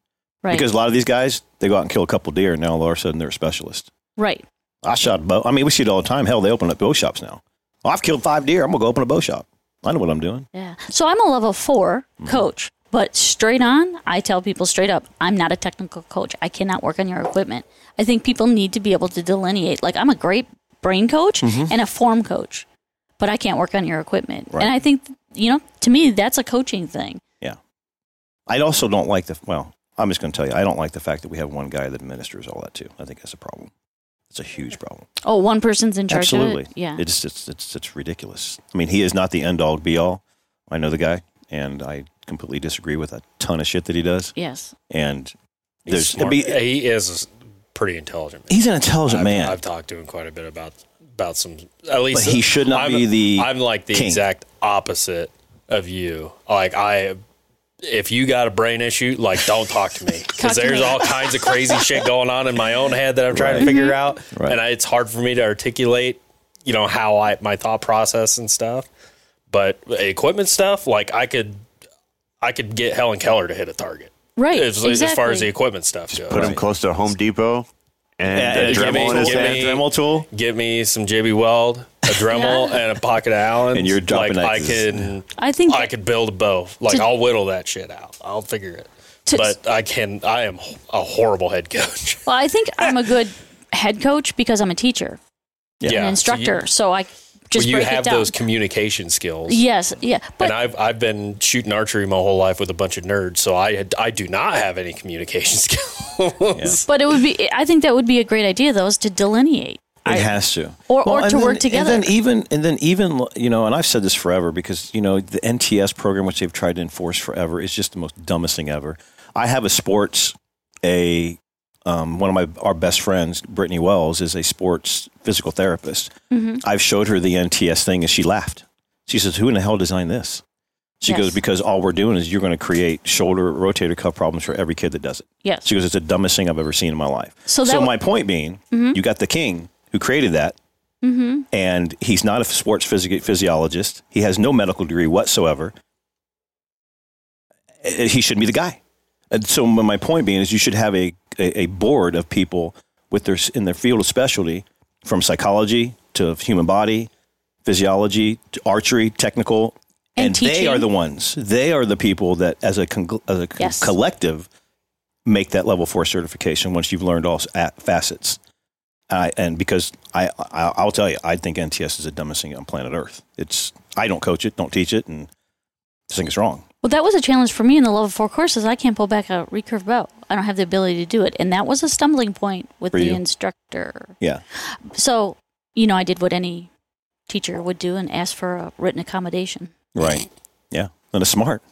S3: Right.
S1: Because a lot of these guys, they go out and kill a couple deer, and now all of a sudden they're a specialist.
S3: right.
S1: I shot bow. I mean, we shoot all the time. Hell, they open up bow shops now. Well, I've killed five deer. I'm going to go open a bow shop. I know what I'm doing.
S3: Yeah. So I'm a level 4 coach, but straight on, I tell people straight up, I'm not a technical coach. I cannot work on your equipment. I think people need to be able to delineate. Like I'm a great brain coach and a form coach, but I can't work on your equipment.
S1: Mm-hmm. Right.
S3: And I think you know, to me, that's a coaching thing.
S1: Yeah. I also don't like the, well, I'm just going to tell you, I don't like the fact that we have one guy that administers all that too. I think that's a problem. It's a huge problem.
S3: Oh, one person's in charge
S1: Absolutely.
S3: of it. Yeah.
S1: It's, it's, it's, it's ridiculous. I mean, he is not the end all be all. I know the guy and I completely disagree with a ton of shit that he does.
S3: yes.
S1: And
S4: He's
S1: there's,
S4: smart.
S1: be-
S4: he is pretty intelligent. man.
S1: he's an intelligent
S4: I've,
S1: man.
S4: I've talked to him quite a bit about about some. At least
S1: he should not
S4: I'm,
S1: be the
S4: I'm like the
S1: king.
S4: exact opposite of you. Like I, if you got a brain issue, like don't talk to me because
S3: to
S4: there's
S3: me.
S4: all kinds of crazy shit going on in my own head that I'm trying to figure out,
S1: Right.
S4: and I, it's hard for me to articulate. You know how I my thought process and stuff, but equipment stuff like I could, I could get Helen Keller to hit a target.
S3: Right.
S4: As, as far as the
S3: exactly.
S4: equipment stuff goes,
S2: Put him close to Home Depot and
S1: Yeah,
S2: a
S1: and
S4: give
S2: Dremel
S4: me-
S2: in his
S4: give
S2: hand.
S4: me-
S1: Dremel tool.
S4: get me some JB Weld, a Dremel, and a pocket of Allen.
S1: And you're dropping
S4: like, I
S1: axes.
S4: can,
S3: I think
S4: I could build a bow. Like
S3: To-
S4: I'll whittle that shit out. I'll figure it.
S3: To-
S4: but I can. I am a horrible head coach.
S3: well, I think I'm a good head coach because I'm a teacher,
S4: Yeah,
S3: an
S4: so you-
S3: instructor, so, I just
S4: well, you
S3: break
S4: have
S3: it down.
S4: those communication skills.
S3: yes, yeah. But
S4: and I've I've been shooting archery my whole life with a bunch of nerds, so I had, I do not have any communication skills.
S3: But it would be. I think that would be a great idea, though, is to delineate.
S1: It
S3: I-
S1: has to,
S3: Or- or
S1: and
S3: to work
S1: then-
S3: together.
S1: And then even, and then even, you know, and I've said this forever because you know the NTS program, which they've tried to enforce forever, is just the most dumbest thing ever. I have a sports, a um, one of my our best friends, Brittany Wells, is a sports physical therapist.
S3: Mm-hmm.
S1: I've showed her the NTS thing, and she laughed. She says, "Who in the hell designed this?" She
S3: Yes.
S1: goes, "Because all we're doing is you're going to create shoulder rotator cuff problems for every kid that does it."
S3: Yes.
S1: She goes, "It's the dumbest thing I've ever seen in my life."
S3: So that w- Mm-hmm.
S1: my point being, you got the king who created that, and he's not a sports physi- physiologist. He has no medical degree whatsoever. Uh, He should be the guy. And so my my point being is, you should have a, a, a board of people with their s- in their field of specialty, from psychology to human body, physiology, to archery, technical,
S3: And
S1: and, they
S3: teaching.
S1: are the ones. They are the people that, as a, con- as a co-
S3: Yes.
S1: collective, make that level four certification once you've learned all s- a- facets. I and because I, I I'll tell you, I think NTS is the dumbest thing on planet Earth. It's I don't coach it, don't teach it, and just think it's wrong.
S3: Well, that was a challenge for me in the level four courses. I can't pull back a recurve bow. I don't have the ability to do it, and that was a stumbling point with
S1: For
S3: the
S1: you.
S3: instructor.
S1: Yeah,
S3: So, you know, I did what any teacher would do and asked for a written accommodation.
S1: right. Yeah, and it's smart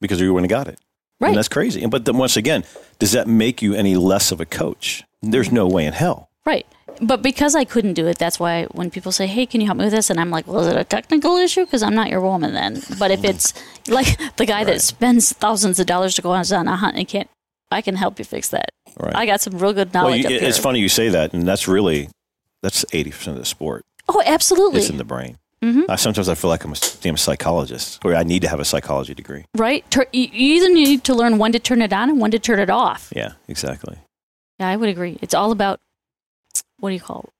S1: because you wouldn't have got it. And
S3: Right.
S1: that's crazy. And But then once again, does that make you any less of a coach? There's no way in hell.
S3: Right. But because I couldn't do it, that's why when people say, "Hey, can you help me with this?" and I'm like, "Well, is it a technical issue?" because I'm not your woman then. But if it's like the guy that spends thousands of dollars to go on a hunt and can't, I can help you fix that.
S1: Right.
S3: I got some real good
S1: well,
S3: knowledge.
S1: you,
S3: up
S1: it-
S3: here.
S1: it's funny you say that, and that's really that's eighty percent of the sport.
S3: Oh, absolutely. Mm-hmm.
S1: It's in the brain. I, sometimes I feel like I'm a damn psychologist, or I need to have a psychology degree.
S3: right. Tur- you you either need to learn when to turn it on and when to turn it off.
S1: Yeah, exactly.
S3: Yeah, I would agree. It's all about what do you call it?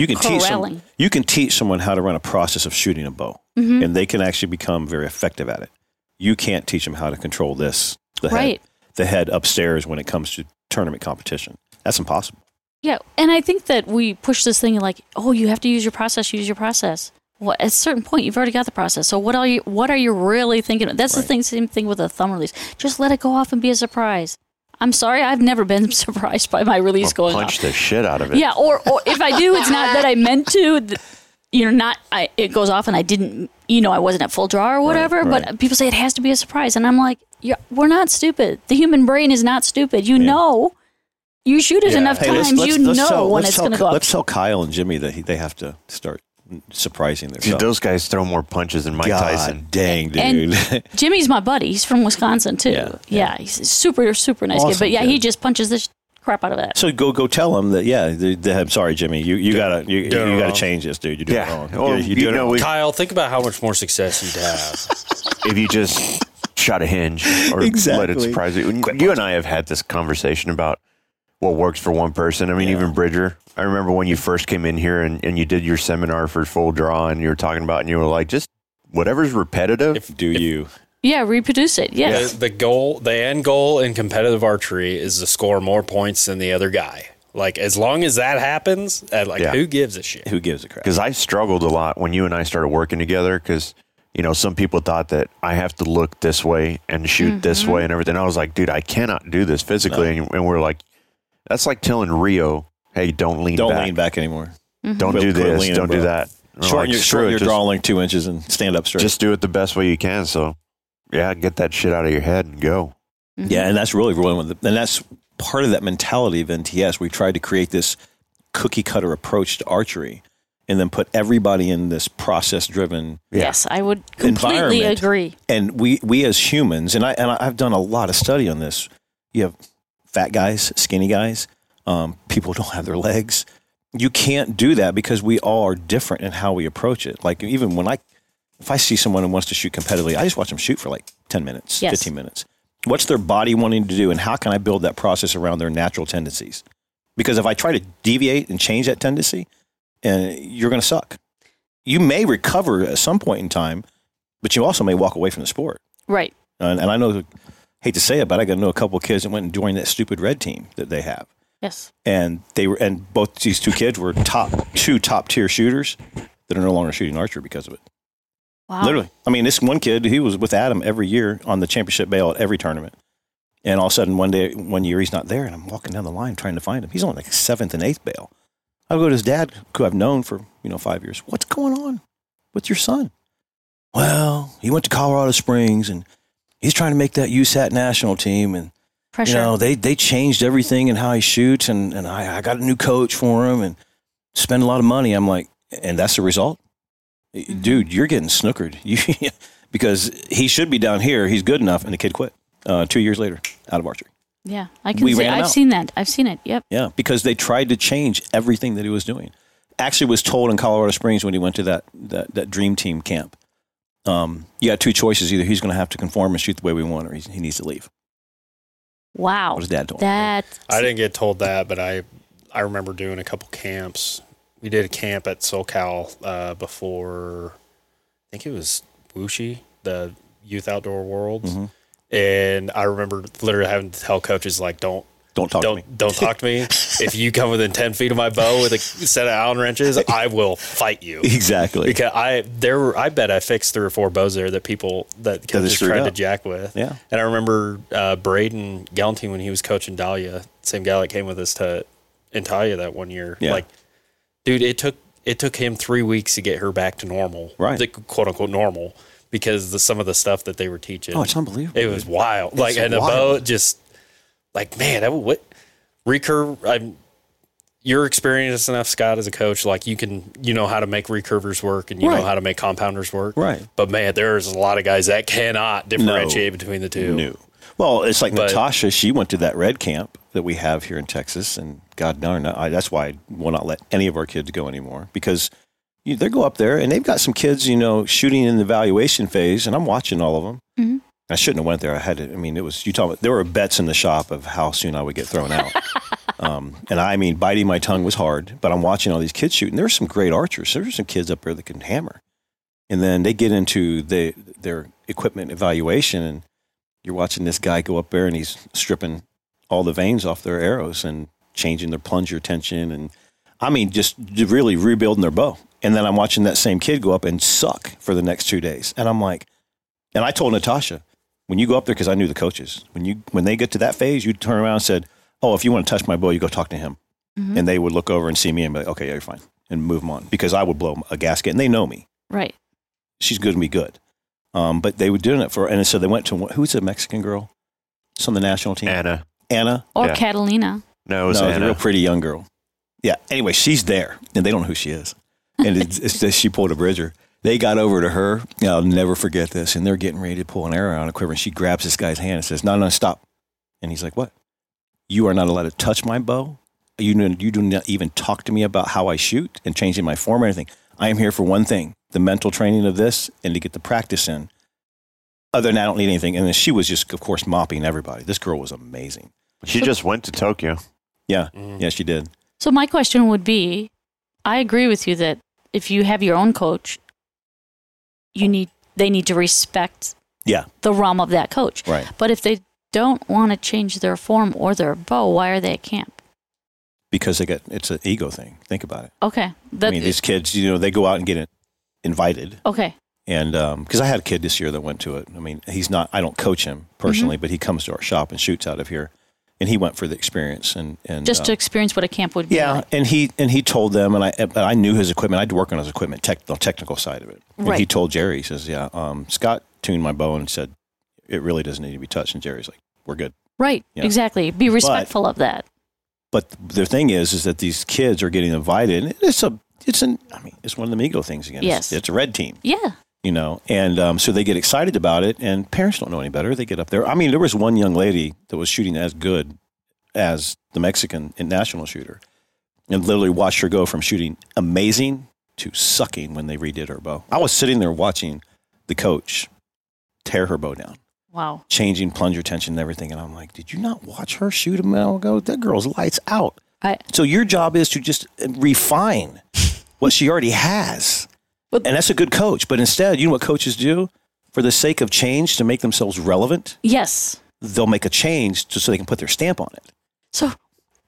S1: You can teach some,
S3: Corralling.
S1: you can teach someone how to run a process of shooting a bow,
S3: Mhm.
S1: and they can actually become very effective at it. You can't teach them how to control this the
S3: Right.
S1: head the head upstairs when it comes to tournament competition. That's impossible.
S3: Yeah, and I think that we push this thing like, oh, you have to use your process, use your process. Well, at a certain point, you've already got the process. So what are you? What are you really thinking? of? That's the
S1: Right.
S3: thing. Same thing with a thumb release. Just let it go off and be a surprise. I'm sorry, I've never been surprised by my release going
S2: punch
S3: off.
S2: the shit out of it.
S3: Yeah, or, or if I do, it's not that I meant to. th- You know, not I. It goes off and I didn't. You know, I wasn't at full draw or whatever.
S1: right.
S3: But people say it has to be a surprise, and I'm like, yeah, we're not stupid. The human brain is not stupid. You know, you shoot it
S4: Yeah.
S3: enough
S4: Hey,
S3: times, you know when
S1: let's
S3: it's
S1: tell-
S3: going to go up.
S1: Let's tell Kyle and Jimmy that he, they have to start surprising
S2: Dude,
S1: themselves.
S2: those guys throw more punches than Mike
S1: God
S2: Tyson.
S1: dang, dude.
S3: And- Jimmy's my buddy. He's from Wisconsin too.
S1: Yeah,
S3: Yeah,
S1: yeah.
S3: he's a super super nice
S1: Awesome
S3: kid. But yeah, he
S1: kid.
S3: just punches the sh- crap out of that.
S1: so go go tell him that. Yeah, they, they, I'm sorry, Jimmy. You you gotta you, you
S4: doing it
S1: gotta
S4: wrong.
S1: change this, dude. You're doing it
S2: Yeah.
S1: wrong.
S2: Or,
S1: You're- you're doing
S2: you
S1: it
S2: know,
S1: wrong.
S2: we-
S4: Kyle, think about how much more success you'd have.
S2: if you just shot a hinge or let it
S1: Exactly.
S2: surprise you. You and I have had this conversation about what works for one person. I mean, even Bridger. I remember when you first came in here and, and you did your seminar for full draw and you were talking about and you were like, just whatever's repetitive.
S1: do you?
S3: Yeah, reproduce it. Yes.
S4: The, the goal, the end goal in competitive archery is to score more points than the other guy. Like as long as that happens, uh, like
S2: Yeah.
S4: who gives a shit?
S1: Who gives a crap?
S2: because I struggled a lot when you and I started working together because you know some people thought that I have to look this way and shoot this way and everything. I was like, dude, I cannot do this physically, and, and we're like, that's like telling Rio, hey, don't lean,
S1: Don't
S2: back.
S1: lean back anymore.
S2: don't
S1: Quit-
S2: do
S1: quit
S2: this,
S1: leaning,
S2: don't do
S1: bro.
S2: that. And I'm
S1: Shorten
S2: like,
S1: your,
S2: "Screw
S1: shorten
S2: it,
S1: your
S2: just,
S1: draw link two inches and stand up straight.
S2: just do it the best way you can. So, yeah, get that shit out of your head and go.
S1: Yeah, and that's really really one of the, and that's part of that mentality of NTS. We tried to create this cookie cutter approach to archery, and then put everybody in this process driven
S2: Yeah.
S3: Yes, I would completely
S1: Environment.
S3: agree.
S1: and we we as humans and I and I've done a lot of study on this. You have fat guys, skinny guys, um, people who don't have their legs. You can't do that because we all are different in how we approach it. Like even when I if I see someone who wants to shoot competitively, I just watch them shoot for like 10 minutes,
S3: Yes.
S1: 15 minutes. What's their body wanting to do and how can I build that process around their natural tendencies? Because if I try to deviate and change that tendency, and you're going to suck. You may recover at some point in time, but you also may walk away from the sport.
S3: Right.
S1: And, and I know, hate to say it, but I got to know a couple of kids that went and joined that stupid red team that they have,
S3: Yes.
S1: and they were, and both these two kids were top two top tier shooters that are no longer shooting archery because of it.
S3: Wow.
S1: Literally, I mean, this one kid he was with Adam every year on the championship bail at every tournament, and all of a sudden one day, one year he's not there, and I'm walking down the line trying to find him. He's on like seventh and eighth bail. I go to his dad, who I've known for you know five years. What's going on? What's your son? Well, he went to Colorado Springs and he's trying to make that USAT national team, and
S3: Pressure.
S1: you know, they they changed everything and how he shoots, and and I, I got a new coach for him and spend a lot of money. I'm like, and that's the result, dude. You're getting snookered, you, because he should be down here. He's good enough, and the kid quit uh, two years later out of archery.
S3: yeah, I can
S1: we
S3: see.
S1: ran
S3: I've
S1: out.
S3: seen that. I've seen it. Yep.
S1: Yeah, because they tried to change everything that he was doing. Actually, was told in Colorado Springs when he went to that that, that dream team camp. Um, you got two choices: either he's going to have to conform and shoot the way we want, or he's, he needs to leave.
S3: Wow.
S1: What his dad told him.
S3: That.
S4: I didn't get told that, but I I remember doing a couple camps. We did a camp at SoCal uh, before. I think it was Wushi, the Youth Outdoor Worlds,
S1: Mhm.
S4: and I remember literally having to tell coaches like, "Don't
S1: Don't talk
S4: don't
S1: to me.
S4: don't talk to me. if you come within ten feet of my bow with a set of Allen wrenches, I will fight you."
S1: Exactly.
S4: Because I there were I bet I fixed three or four bows there that people that
S1: they
S4: coaches
S1: screwed
S4: tried to
S1: up.
S4: jack with.
S1: Yeah.
S4: And I remember uh, Braden Galantine when he was coaching Dahlia, same guy that came with us to Antalya that one year.
S1: Yeah.
S4: Like, dude, it took it took him three weeks to get her back to normal.
S1: Right.
S4: The quote unquote normal. because the, some of the stuff that they were teaching.
S1: Oh, it's unbelievable.
S4: It was wild. like and
S1: wild.
S4: a boat just like man, that would, what recurve I'm you're experienced enough, Scott, as a coach, like you can you know how to make recurvers work and you
S1: Right.
S4: know how to make compounders work.
S1: Right.
S4: But man, there's a lot of guys that cannot differentiate between the two.
S1: new. Well, it's like
S4: But-
S1: Natasha. She went to that red camp that we have here in Texas, and God darn, I, that's why I will not let any of our kids go anymore because you, they go up there and they've got some kids, you know, shooting in the evaluation phase, and I'm watching all of them. I shouldn't have went there. I had to. I mean, it was you talking. There were bets in the shop of how soon I would get thrown out. Um, and I mean, biting my tongue was hard, but I'm watching all these kids shoot, and there were some great archers. There were some kids up there that can hammer. And then they get into the, their equipment evaluation, and you're watching this guy go up there and he's stripping all the veins off their arrows and changing their plunger tension and I mean just really rebuilding their bow. And then I'm watching that same kid go up and suck for the next 2 days. And I'm like and I told Natasha, when you go up there cuz I knew the coaches, when you when they get to that phase, you turn around and said, "Oh, if you want to touch my bow, you go talk to him." And they would look over and see me and be like, "Okay, yeah, you're fine." And move 'em on because I would blow a gasket and they know me
S3: Right.
S1: she's good and be good. Um, but they were doing it for, and so they went to who's a Mexican girl? It's on the national team.
S2: Anna.
S1: Anna.
S3: Or
S2: Yeah.
S3: Catalina.
S2: No, it was
S1: no, it was a
S2: Anna.
S1: real pretty young girl. Yeah. Anyway, she's there, and they don't know who she is. And it's, it's just she pulled a bridger. They got over to her. and I'll never forget this. And they're getting ready to pull an arrow out of quiver, and she grabs this guy's hand and says, "No, no, stop!" And he's like, "What? You are not allowed to touch my bow. You do- you do not even talk to me about how I shoot and changing my form or anything. I am here for one thing: the mental training of this, and to get the practice in." Other than that, I don't need anything. And then she was just, of course, mopping everybody. This girl was amazing.
S2: She just went to Tokyo.
S1: Yeah,
S2: Mm-hmm.
S1: yeah, she did.
S3: So my question would be, I agree with you that if you have your own coach, you need they need to respect
S1: Yeah,
S3: the realm of that coach.
S1: Right.
S3: But if they don't want to change their form or their bow, why are they at camp?
S1: because they get it's an ego thing. Think about it.
S3: Okay. That,
S1: I mean, these kids, you know, they go out and get in- invited,
S3: okay.
S1: and because I had a kid this year that went to it. I mean, he's not. I don't coach him personally,
S3: Mm-hmm.
S1: but he comes to our shop and shoots out of here, and he went for the experience and and
S3: Just
S1: uh,
S3: to experience what a camp would be
S1: yeah,
S3: like.
S1: and he and he told them, and I and I knew his equipment. I'd work on his equipment, tech, the technical side of it. And he
S3: Right.
S1: told Jerry, he says, "Yeah, um, Scott tuned my bow and said it really doesn't need to be touched." And Jerry's like, "We're good."
S3: Right.
S1: Yeah.
S3: Exactly. Be respectful of that.
S1: But the thing is, is that these kids are getting invited, and it's a it's an I mean, it's one of the ego things again. It's-
S3: Yes.
S1: it's a red team.
S3: Yeah.
S1: you know and um, so they get excited about it and parents don't know any better they get up there i mean there was one young lady that was shooting as good as the mexican and national shooter and literally watched her go from shooting amazing to sucking when they redid her bow i was sitting there watching the coach tear her bow down
S3: Wow.
S1: changing plunger tension and everything and i'm like did you not watch her shoot a mile ago that girl's lights out
S3: I
S1: so your job is to just refine what she already has.
S3: But-
S1: and that's a good coach. But instead, you know what coaches do? For the sake of change to make themselves relevant,
S3: yes.
S1: they'll make a change just so they can put their stamp on it.
S3: So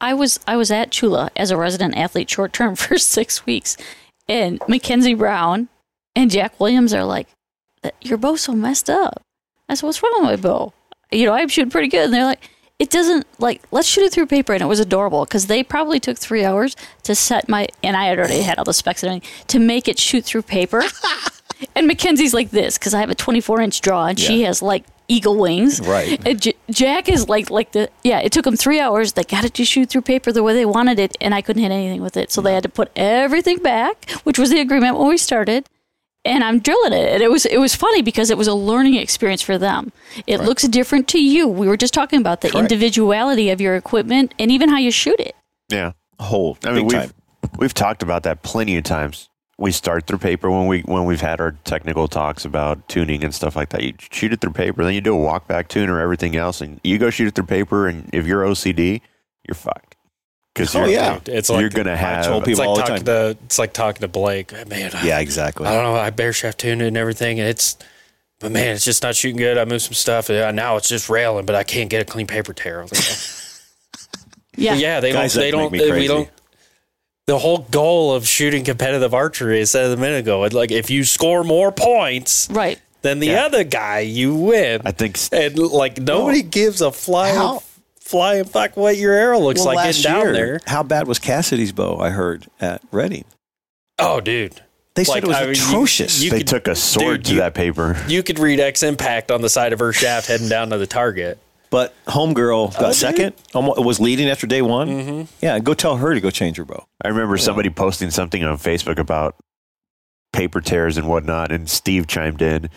S3: I was I was at Chula as a resident athlete short term for six weeks, and Mackenzie Brown and Jack Williams are like, "Your bow's so messed up." I said, "What's wrong with my bow?" You know, I'm shooting pretty good, and they're like, "It doesn't like let's shoot it through paper." And it was adorable because they probably took three hours to set my and I had already had all the specs and everything to make it shoot through paper. and Mackenzie's like this because I have a 24 inch draw and she
S1: Yeah.
S3: has like eagle wings,
S1: Right.
S3: and J- Jack is like like the yeah. It took them three hours. They got it to shoot through paper the way they wanted it, and I couldn't hit anything with it. So they had to put everything back, which was the agreement when we started. And I'm drilling it, and it was it was funny because it was a learning experience for them. It looks different to you. We were just talking about the
S1: Correct.
S3: individuality of your equipment and even how you shoot it.
S2: Yeah.
S1: Whole
S2: I
S1: big
S2: mean, we've,
S1: time.
S2: we've talked about that plenty of times. We start through paper when we when we've had our technical talks about tuning and stuff like that. You shoot it through paper, then you do a walk back tune or everything else, and you go shoot it through paper. And if you're OCD, you're fucked because
S1: Oh,
S2: you're
S1: yeah.
S4: It's like
S2: you're gonna have
S1: told
S4: it's
S1: people
S4: like
S1: all the
S4: talking
S1: time.
S4: to it's like talking to Blake. Man, I-
S1: Yeah, exactly.
S4: I don't know. I bear shaft tuned it and everything. And it's, but man, it's just not shooting good. I moved some stuff. And now it's just railing, but I can't get a clean paper tear. I was like,
S3: Yeah,
S4: yeah. they
S1: Guys,
S4: don't. They
S1: that make
S4: don't.
S1: me
S4: they-
S1: crazy.
S4: we don't. The whole goal of shooting competitive archery is said a minute ago. It's like if you score more points
S3: right.
S4: than the
S2: Yeah.
S4: other guy, you win.
S2: I think s-
S4: and like nobody gives a flying
S1: How?
S4: flying fuck what your arrow looks like getting down there.
S1: how bad was Cassidy's bow? I heard at Reading.
S4: Oh, dude.
S1: They said
S4: Like,
S1: it was
S4: I mean, you-
S1: atrocious.
S4: you
S2: they
S4: could-
S2: took a sword
S4: dude,
S2: to
S4: you-
S2: that paper.
S4: You could read X impact on the side of her shaft heading down to the target.
S1: but Homegirl
S4: Oh,
S1: got second. Almost, was leading after day one. Mm-hmm. Yeah, go tell her to go change her bow.
S2: I remember somebody posting something on Facebook about paper tears and whatnot, and Steve chimed in.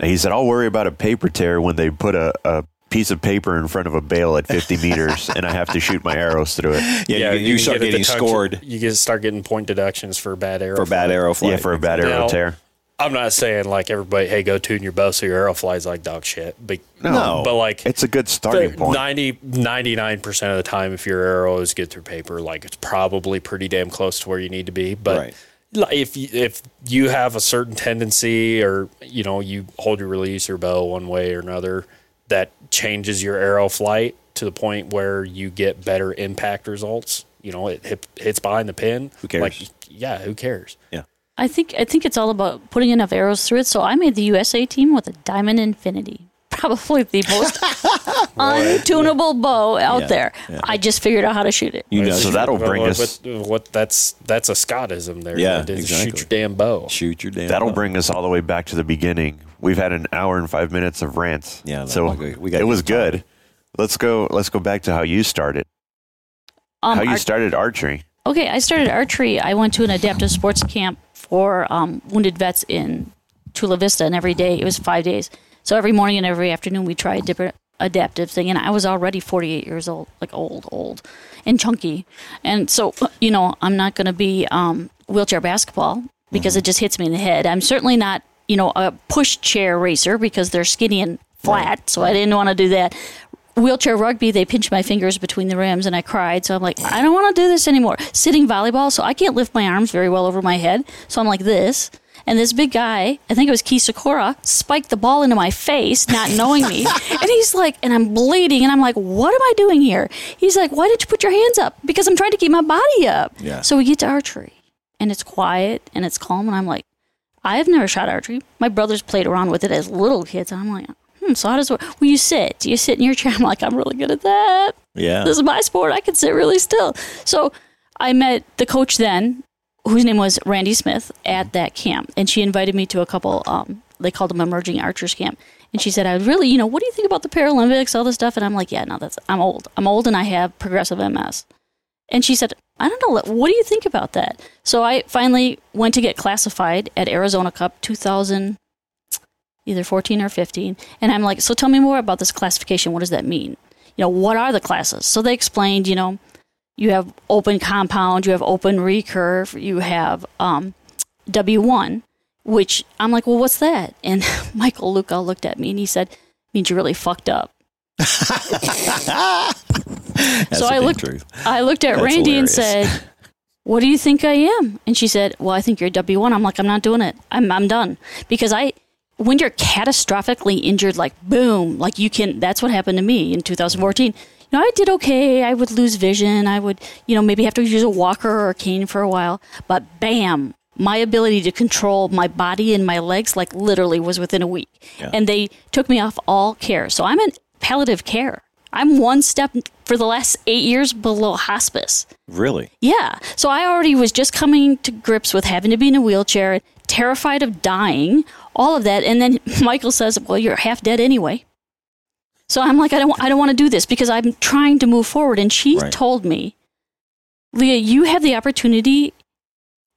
S2: And he said, I'll worry about a paper tear when they put a, a piece of paper in front of a bale at 50 meters and I have to shoot my arrows through it.
S1: Yeah, you, you
S4: can
S1: start
S4: get a
S1: getting
S4: deduction-
S1: scored
S4: You get start getting point deductions for bad arrow.
S1: for bad arrow flight.
S2: yeah, for a bad arrow
S4: Now-
S2: tear.
S4: I'm not saying like everybody, hey, go tune your bow so your arrow flies like dog shit. But
S1: No.
S4: but like
S2: It's a good starting point.
S4: 90, 99 percent of the time, if your arrow is good through paper, like it's probably pretty damn close to where you need to be. But
S1: Right.
S4: like, if you, if you have a certain tendency, or you know, you hold your release or bow one way or another, that changes your arrow flight to the point where you get better impact results. You know, it hit, hits behind the pin. Who
S1: cares?
S4: Like, yeah, who cares?
S3: I think I think it's all about putting enough arrows through it. So I made the USA team with a Diamond Infinity, probably the most untunable bow out
S1: Yeah,
S3: there.
S1: yeah.
S3: I just figured out how to shoot it.
S1: You know,
S2: So that'll
S4: Well,
S2: bring
S4: what,
S2: us
S4: What, what- that's that's a Scottism there.
S1: Yeah,
S4: It is
S1: exactly.
S4: Shoot your damn bow.
S1: shoot your damn.
S2: that'll
S1: bow.
S2: bring us all the way back to the beginning. We've had an hour and five minutes of rants.
S1: Yeah, that-
S2: so
S1: okay, we got
S2: it was
S1: good time.
S2: good. Let's go. Let's go back to how you started.
S3: Um,
S2: how you
S3: our-
S2: started archery.
S3: okay, I started archery. I went to an adaptive sports camp for um, wounded vets in Chula Vista, and every day it was five days. So every morning and every afternoon we tried different adaptive thing, and I was already 48 years old, like old, old, and chunky. And so you know, I'm not going to be um, wheelchair basketball because it just hits me in the head. I'm certainly not you know a push chair racer because they're skinny and flat, so I didn't want to do that. Wheelchair rugby, they pinched my fingers between the rims and I cried. So I'm like, I don't want to do this anymore. Sitting volleyball, so I can't lift my arms very well over my head. So I'm like this. And this big guy, I think it was Key Sakura, spiked the ball into my face, not knowing me. and he's like, and I'm bleeding. And I'm like, what am I doing here? He's like, why did you put your hands up? Because I'm trying to keep my body up.
S1: Yeah.
S3: So we get to archery and it's quiet and it's calm. And I'm like, I've never shot archery. My brothers played around with it as little kids. And I'm like, hmm, so how does it Well, you sit. Do you sit in your chair? I'm like, I'm really good at that
S1: Yeah,
S3: this is my sport. I can sit really still. So I met the coach then, whose name was Randy Smith, at that camp, and she invited me to a couple. Um, they called them emerging archers camp, and she said, "I really, you know, what do you think about the Paralympics, all this stuff?" And I'm like, "Yeah, no, that's I'm old. I'm old, and I have progressive MS." And she said, "I don't know. What do you think about that?" So I finally went to get classified at Arizona Cup 2000 either 14 or 15. And I'm like, so tell me more about this classification. What does that mean? You know, what are the classes? So they explained, you know, you have open compound, you have open recurve, you have um, W1, which I'm like, well, what's that? And Michael Luca looked at me and he said, means you really fucked up.
S1: that's
S3: so
S1: the
S3: I
S1: big
S3: looked,
S1: truth.
S3: I looked at
S1: That's
S3: Randy
S1: hilarious.
S3: and said, "What do you think I am?" And she said, "Well, I think you're W one." I'm like, "I'm not doing it. I'm I'm done because I." When you're catastrophically injured, like boom, like you can, that's what happened to me in 2014. You know, I did okay. I would lose vision. I would, you know, maybe have to use a walker or a cane for a while. But bam, my ability to control my body and my legs, like literally, was within a week. And they took me off all care. So I'm in palliative care. I'm one step for the last eight years below hospice.
S1: Really?
S3: Yeah. So I already was just coming to grips with having to be in a wheelchair, terrified of dying, all of that. And then Michael says, "Well, you're half dead anyway." So I'm like, I don't, I don't want to do this because I'm trying to move forward. And she
S1: Right.
S3: told me, Leah, you have the opportunity,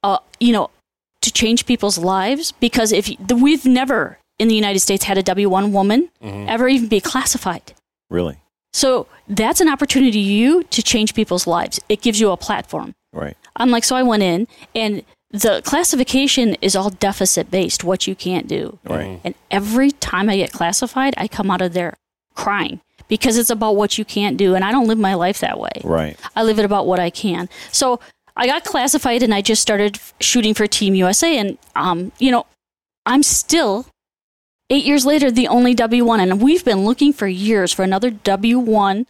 S3: uh, you know, to change people's lives because if you, the, we've never in the United States had a W1 woman ever even be classified.
S1: Really?
S3: So that's an opportunity you to change people's lives. It gives you a platform.
S1: Right.
S3: I'm like, so I went in, and the classification is all deficit based, what you can't do.
S1: Right.
S3: And every time I get classified, I come out of there crying because it's about what you can't do. And I don't live my life that way.
S1: Right.
S3: I live it about what I can. So I got classified and I just started f- shooting for Team USA. And, um, you know, I'm still, eight years later, the only W1. And we've been looking for years for another W1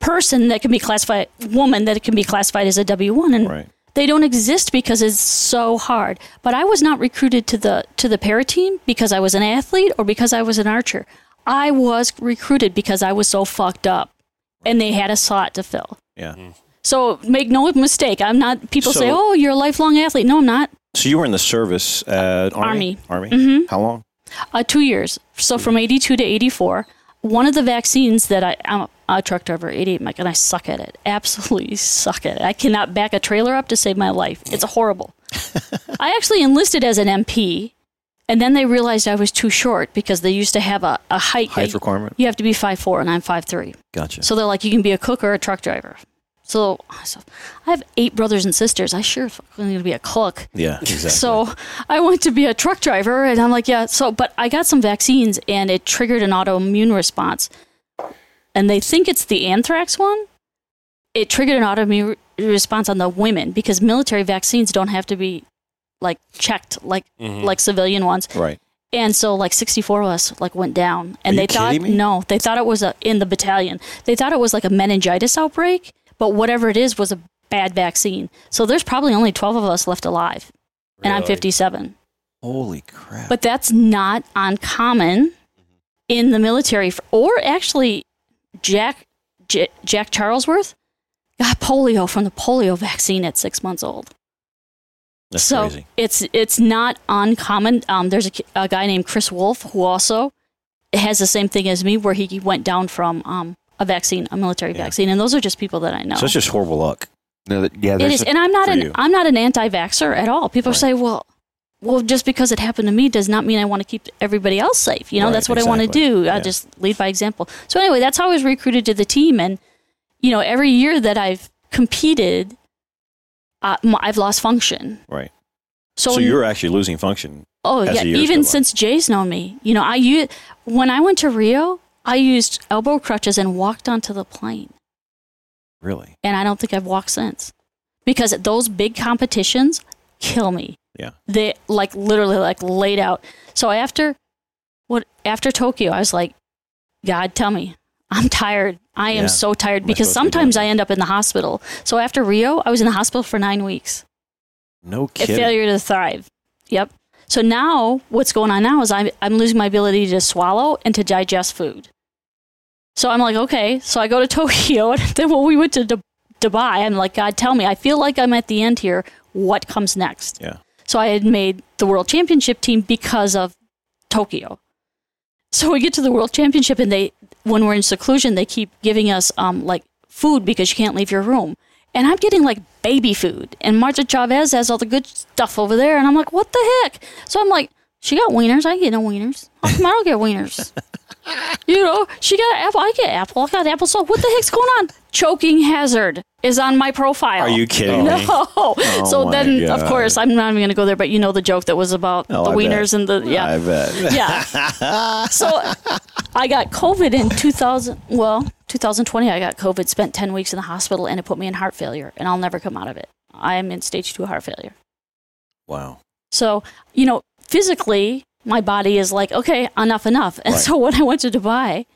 S3: person that can be classified, woman that can be classified as a W1. And
S1: Right.
S3: they don't exist because it's so hard. But I was not recruited to the to the para team because I was an athlete or because I was an archer. I was recruited because I was so fucked up and they had a slot to fill.
S1: Yeah.
S3: So make no mistake, I'm not people
S1: So-
S3: say, "Oh, you're a lifelong athlete." No, I'm not.
S1: So you were in the service at Army? Army.
S3: Mm-hmm.
S1: How long?
S3: uh, two years. So
S1: Mm-hmm.
S3: from 82 to 84, one of the vaccines that I, I'm a truck driver, 88 Mike, and I suck at it. Absolutely suck at it. I cannot back a trailer up to save my life. It's horrible. I actually enlisted as an MP, and then they realized I was too short because they used to have a, a height.
S1: Height requirement?
S3: You have to be 5'4", and I'm 5'3".
S1: Gotcha.
S3: So they're like, you can be a cook or a truck driver. So, so I have eight brothers and sisters. I sure fucking need to be a cook.
S1: yeah, exactly.
S3: So I went to be a truck driver, and I'm like, yeah. So, but I got some vaccines, and it triggered an autoimmune response. And they think it's the anthrax one. It triggered an autoimmune re- response on the women because military vaccines don't have to be like checked like
S1: Mm-hmm.
S3: like civilian ones.
S1: right.
S3: And so like 64 of us like went down and
S1: Are
S3: they
S1: you
S3: thought
S1: kidding me?
S3: no, they thought it was a, in the battalion. They thought it was like a meningitis outbreak, but whatever it is was a bad vaccine. So there's probably only 12 of us left alive. And I'm
S4: Really?
S3: 57.
S1: Holy crap.
S3: But that's not uncommon in the military f- or actually Jack J- Jack Charlesworth got polio from the polio vaccine at 6 months old
S1: That's
S3: so
S1: crazy.
S3: it's it's not uncommon. Um, there's a, ki- a guy named Chris Wolf who also has the same thing as me, where he went down from um, a vaccine, a military
S1: Yeah.
S3: vaccine, and those are just people that I know.
S1: So it's just horrible luck.
S2: No, that, yeah,
S3: it
S2: there's
S3: is,
S2: a-
S3: and I'm not
S1: for
S3: an
S1: you.
S3: I'm not an anti-vaxxer at all. People
S1: Right.
S3: say, well, well, just because it happened to me does not mean I want to keep everybody else safe. You know,
S1: Right,
S3: that's what I want to
S1: exactly.
S3: do. I
S1: Yeah.
S3: just lead by example. So anyway, that's how I was recruited to the team, and you know, every year that I've competed, uh, m- I've lost function.
S1: Right.
S3: So,
S1: So, you're actually losing function.
S3: Oh
S1: as
S3: yeah,
S1: the years
S3: even
S1: go by.
S3: since Jay's known me, you know, I u- when I went to Rio, I used elbow crutches and walked onto the plane,
S1: Really?
S3: and I don't think I've walked since because those big competitions kill me.
S1: Yeah.
S3: They like literally like laid out. So after what after Tokyo, I was like, God, tell me. I'm tired. I am
S1: Yeah.
S3: so tired
S1: Am I
S3: because
S1: supposed to be doing
S3: sometimes I
S1: this?
S3: end up in the hospital. So after Rio, I was in the hospital for 9 weeks.
S1: No
S3: A
S1: kidding.
S3: failure to thrive. Yep. So now what's going on now is I'm, I'm losing my ability to swallow and to digest food. So I'm like, okay. So I go to Tokyo, and then when we went to Du- Dubai, I'm like, God, tell me, I feel like I'm at the end here. What comes next?
S1: Yeah.
S3: So I had made the world championship team because of Tokyo. So we get to the world championship, and they, when we're in seclusion, they keep giving us um, like food because you can't leave your room. And I'm getting like baby food, and Marta Chavez has all the good stuff over there, and I'm like, what the heck? So I'm like, she got wieners, I get no wieners. How come I don't get wieners? you know, she got apple, I get apple, I got apple. So what the heck's going on? Choking hazard is on my profile.
S1: Are you kidding
S3: No. Oh
S1: me?
S3: so
S1: Oh my
S3: then, of
S1: God.
S3: course, I'm not even going to go there. But you know the joke that was about
S1: Oh,
S3: the
S1: I bet.
S3: wieners and the yeah,
S1: I bet.
S3: yeah. so I got COVID in 2000. Well, 2020, I got COVID. Spent 10 weeks in the hospital, and it put me in heart failure, and I'll never come out of it. I am in stage two heart failure.
S1: Wow.
S3: So, you know, physically, my body is like, okay, enough, enough. And
S1: Right.
S3: so when I went to Dubai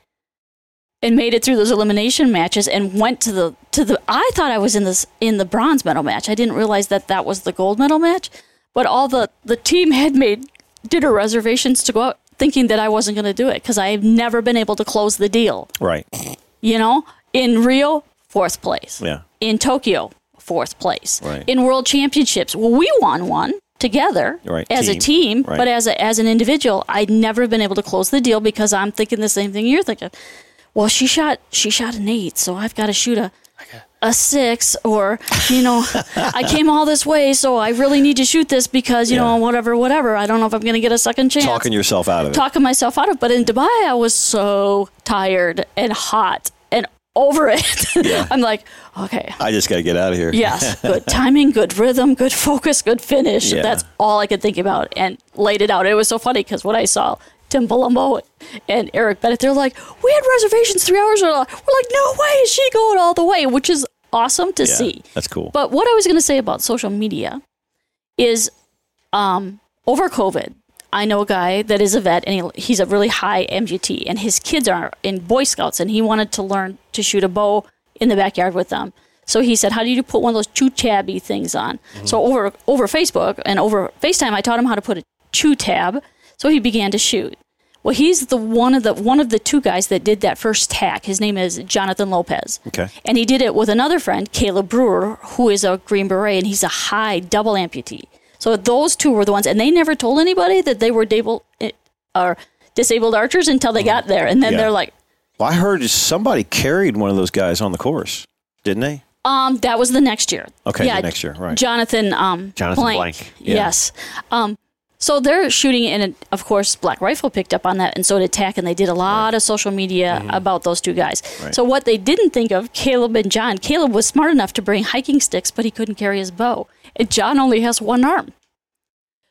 S3: and made it through those elimination matches and went to the to the I thought I was in this in the bronze medal match. I didn't realize that that was the gold medal match, but all the the team had made dinner reservations to go out thinking that I wasn't going to do it cuz I've never been able to close the deal,
S1: Right.
S3: you know? In Rio, fourth place
S1: Yeah.
S3: in Tokyo, fourth place.
S1: Right.
S3: In world championships, well, we won one together
S1: Right,
S3: as a team,
S1: team, right.
S3: but as a, as an individual, I'd never been able to close the deal because I'm thinking the same thing you're thinking. Well, she shot she shot an eight, so I've got to shoot a a six, or you know, I came all this way, so I really need to shoot this because you know
S1: Yeah.
S3: whatever, whatever. I don't know if I'm going to get a second chance
S1: Talking yourself out of it.
S3: talking myself out of. But in Dubai, I was so tired and hot and over it. I'm like, okay,
S1: I just got to get out of here.
S3: yes, good timing, good rhythm, good focus, good finish.
S1: Yeah.
S3: That's all I could think about and laid it out. It was so funny because when I saw Tim Palumbo and Eric Bennett, they're like, we had reservations three hours ago. We're like, no way is she going all the way, which is awesome to
S1: Yeah,
S3: see.
S1: That's cool.
S3: But what I was going to say about social media is um, over COVID, I know a guy that is a vet and he, he's a really high MGT, and his kids are in Boy Scouts, and he wanted to learn to shoot a bow in the backyard with them. So he said, "How do you put one of those chew tabby things on?" So over over Facebook and over FaceTime, I taught him how to put a chew tab. So he began to shoot. Well, he's the one of the one of the two guys that did that first tack. His name is Jonathan Lopez.
S1: Okay.
S3: And he did it with another friend, Caleb Brewer, who is a Green Beret, and he's a high double amputee. So those two were the ones, and they never told anybody that they were disabled or disabled archers until they got there, and then
S1: Yeah.
S3: they're like,
S1: Well, I heard somebody carried one of those guys on the course, didn't they?
S3: um, that was the next year.
S1: Okay,
S3: Yeah,
S1: the next year, right?
S3: Jonathan um
S2: Jonathan
S3: Blank.
S2: Blank,
S1: yeah.
S3: Yes. Um so they're shooting and it- of course Black Rifle picked up on that and so did Tack and they did a lot of social media about those two guys.
S1: Mm-hmm. Right.
S3: So what they didn't think of Caleb and John. Caleb was smart enough to bring hiking sticks but he couldn't carry his bow. And John only has one arm.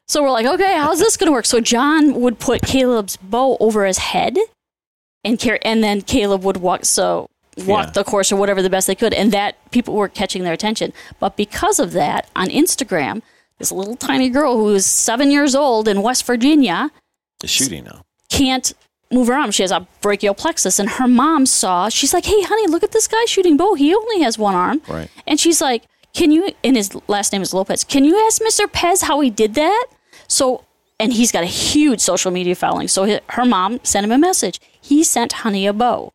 S3: So we're like, "Okay, how's this going to work?" So John would put Caleb's bow over his head and carry and then Caleb would walk so walk
S1: Yeah.
S3: the course or whatever the best they could and that people were catching their attention but because of that on instagram this little tiny girl who is seven years old in west virginia
S1: It's shooting now.
S3: can't move her arm she has a brachial plexus and her mom saw she's like hey honey look at this guy shooting bow he only has one arm
S1: Right.
S3: and she's like can you and his last name is lopez can you ask mr pez how he did that so and he's got a huge social media following so hi- her mom sent him a message he sent honey a bow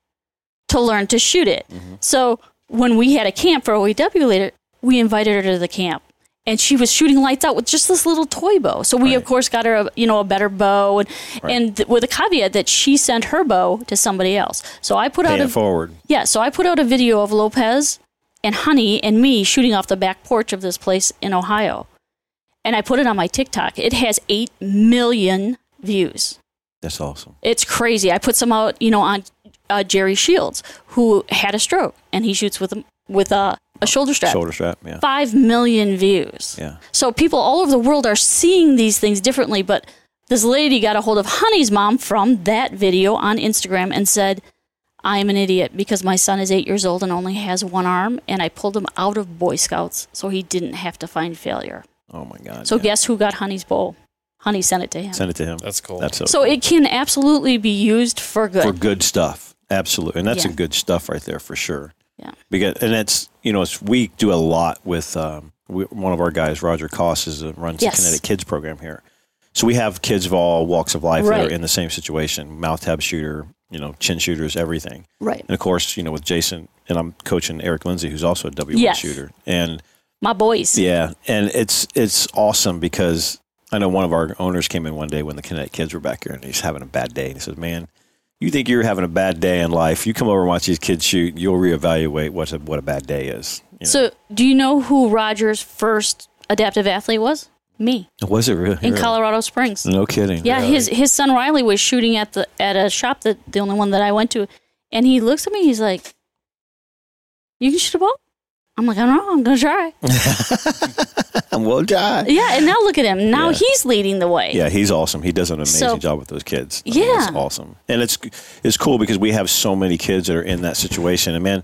S3: to learn to shoot it. So when we had a camp for OEW later, we invited her to the camp. And she was shooting lights out with just this little toy bow. So we of
S1: Right.
S3: course got her, a, you know, a better bow, and and th- with a caveat that she sent her bow to somebody else. So I put out
S1: Paying
S3: a
S1: it forward.
S3: yeah. So I put out a video of Lopez and Honey and me shooting off the back porch of this place in Ohio, and I put it on my TikTok. It has eight million views.
S1: That's awesome.
S3: It's crazy. I put some out, you know, on uh, Jerry Shields, who had a stroke, and he shoots with a, with a, a shoulder strap.
S1: Shoulder strap. Yeah.
S3: Five million views.
S1: Yeah.
S3: So people all over the world are seeing these things differently. But this lady got a hold of Honey's mom from that video on Instagram and said, "I am an idiot because my son is eight years old and only has one arm, and I pulled him out of Boy Scouts so he didn't have to find failure."
S1: Oh my God.
S3: So
S1: yeah.
S3: guess who got Honey's bowl? Honey sent it to him.
S1: Send it to him.
S4: That's cool.
S1: That's so
S3: So it can absolutely be used for good.
S1: for good stuff. Absolutely. And that's
S3: Yeah.
S1: some good stuff right there for sure.
S3: Yeah.
S1: Because and it's you know it's we do a lot with um, we, one of our guys Roger Koss is uh, runs
S3: Yes.
S1: the Kinetic Kids program here. So we have kids of all walks of life that
S3: Right.
S1: are in the same situation: mouth tab shooter, you know, chin shooters, everything.
S3: Right.
S1: And of course, you know, with Jason and I'm coaching Eric Lindsay, who's also a W1
S3: Yes.
S1: shooter, and
S3: My boys.
S1: yeah, and it's it's awesome because I know one of our owners came in one day when the Kinetic kids were back here, and he's having a bad day, and he says, "Man, you think you're having a bad day in life? You come over and watch these kids shoot, you'll reevaluate what a, what a bad day is." You know?
S3: So, do you know who Roger's first adaptive athlete was? Me
S1: was it really
S3: in Colorado Springs.
S1: No kidding.
S3: Yeah, his his son Riley was shooting at the at a shop that the only one that I went to, and he looks at me. He's like, "You can shoot a ball." I'm like, "I don't know. I'm gonna try."
S1: well done.
S3: yeah, and now look at him. Now
S1: Yeah.
S3: he's leading the way.
S1: Yeah, he's awesome. He does an amazing
S3: So-
S1: job with those kids. I mean, it's
S3: Yeah.
S1: awesome, and it's it's cool because we have so many kids that are in that situation, and man,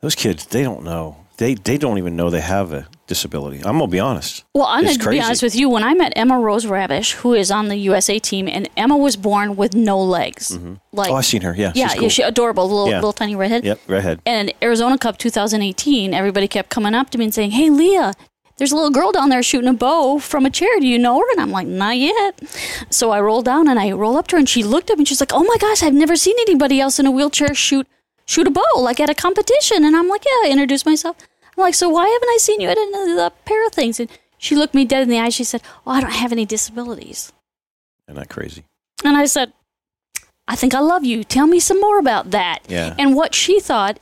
S1: those kids they don't know they they don't even know they have a disability. I'm gonna be honest.
S3: Well, I'm
S1: It's
S3: going to be
S1: crazy.
S3: honest with you. When I met Emma Rose Rabish, who is on the USA team, and Emma was born with no legs, like
S1: Oh, I've seen her. Yeah,
S3: yeah,
S1: she's
S3: yeah,
S1: cool.
S3: she adorable little
S1: Yeah.
S3: little tiny redhead.
S1: Yep, redhead.
S3: and Arizona Cup 2018, everybody kept coming up to me and saying, "Hey, Leah, there's a little girl down there shooting a bow from a chair. Do you know her?" And I'm like, "Not yet." So I roll down and I roll up to her, and she looked at me. and She's like, "Oh my gosh, I've never seen anybody else in a wheelchair shoot shoot a bow like at a competition." And I'm like, "Yeah." I introduced myself. I'm like, "So why haven't I seen you at any of the pair of things?" And she looked me dead in the eye. She said, "Oh, I don't have any disabilities."
S1: Isn't that crazy?
S3: And I said, I think I love you. Tell me some more about that.
S1: Yeah.
S3: And what she thought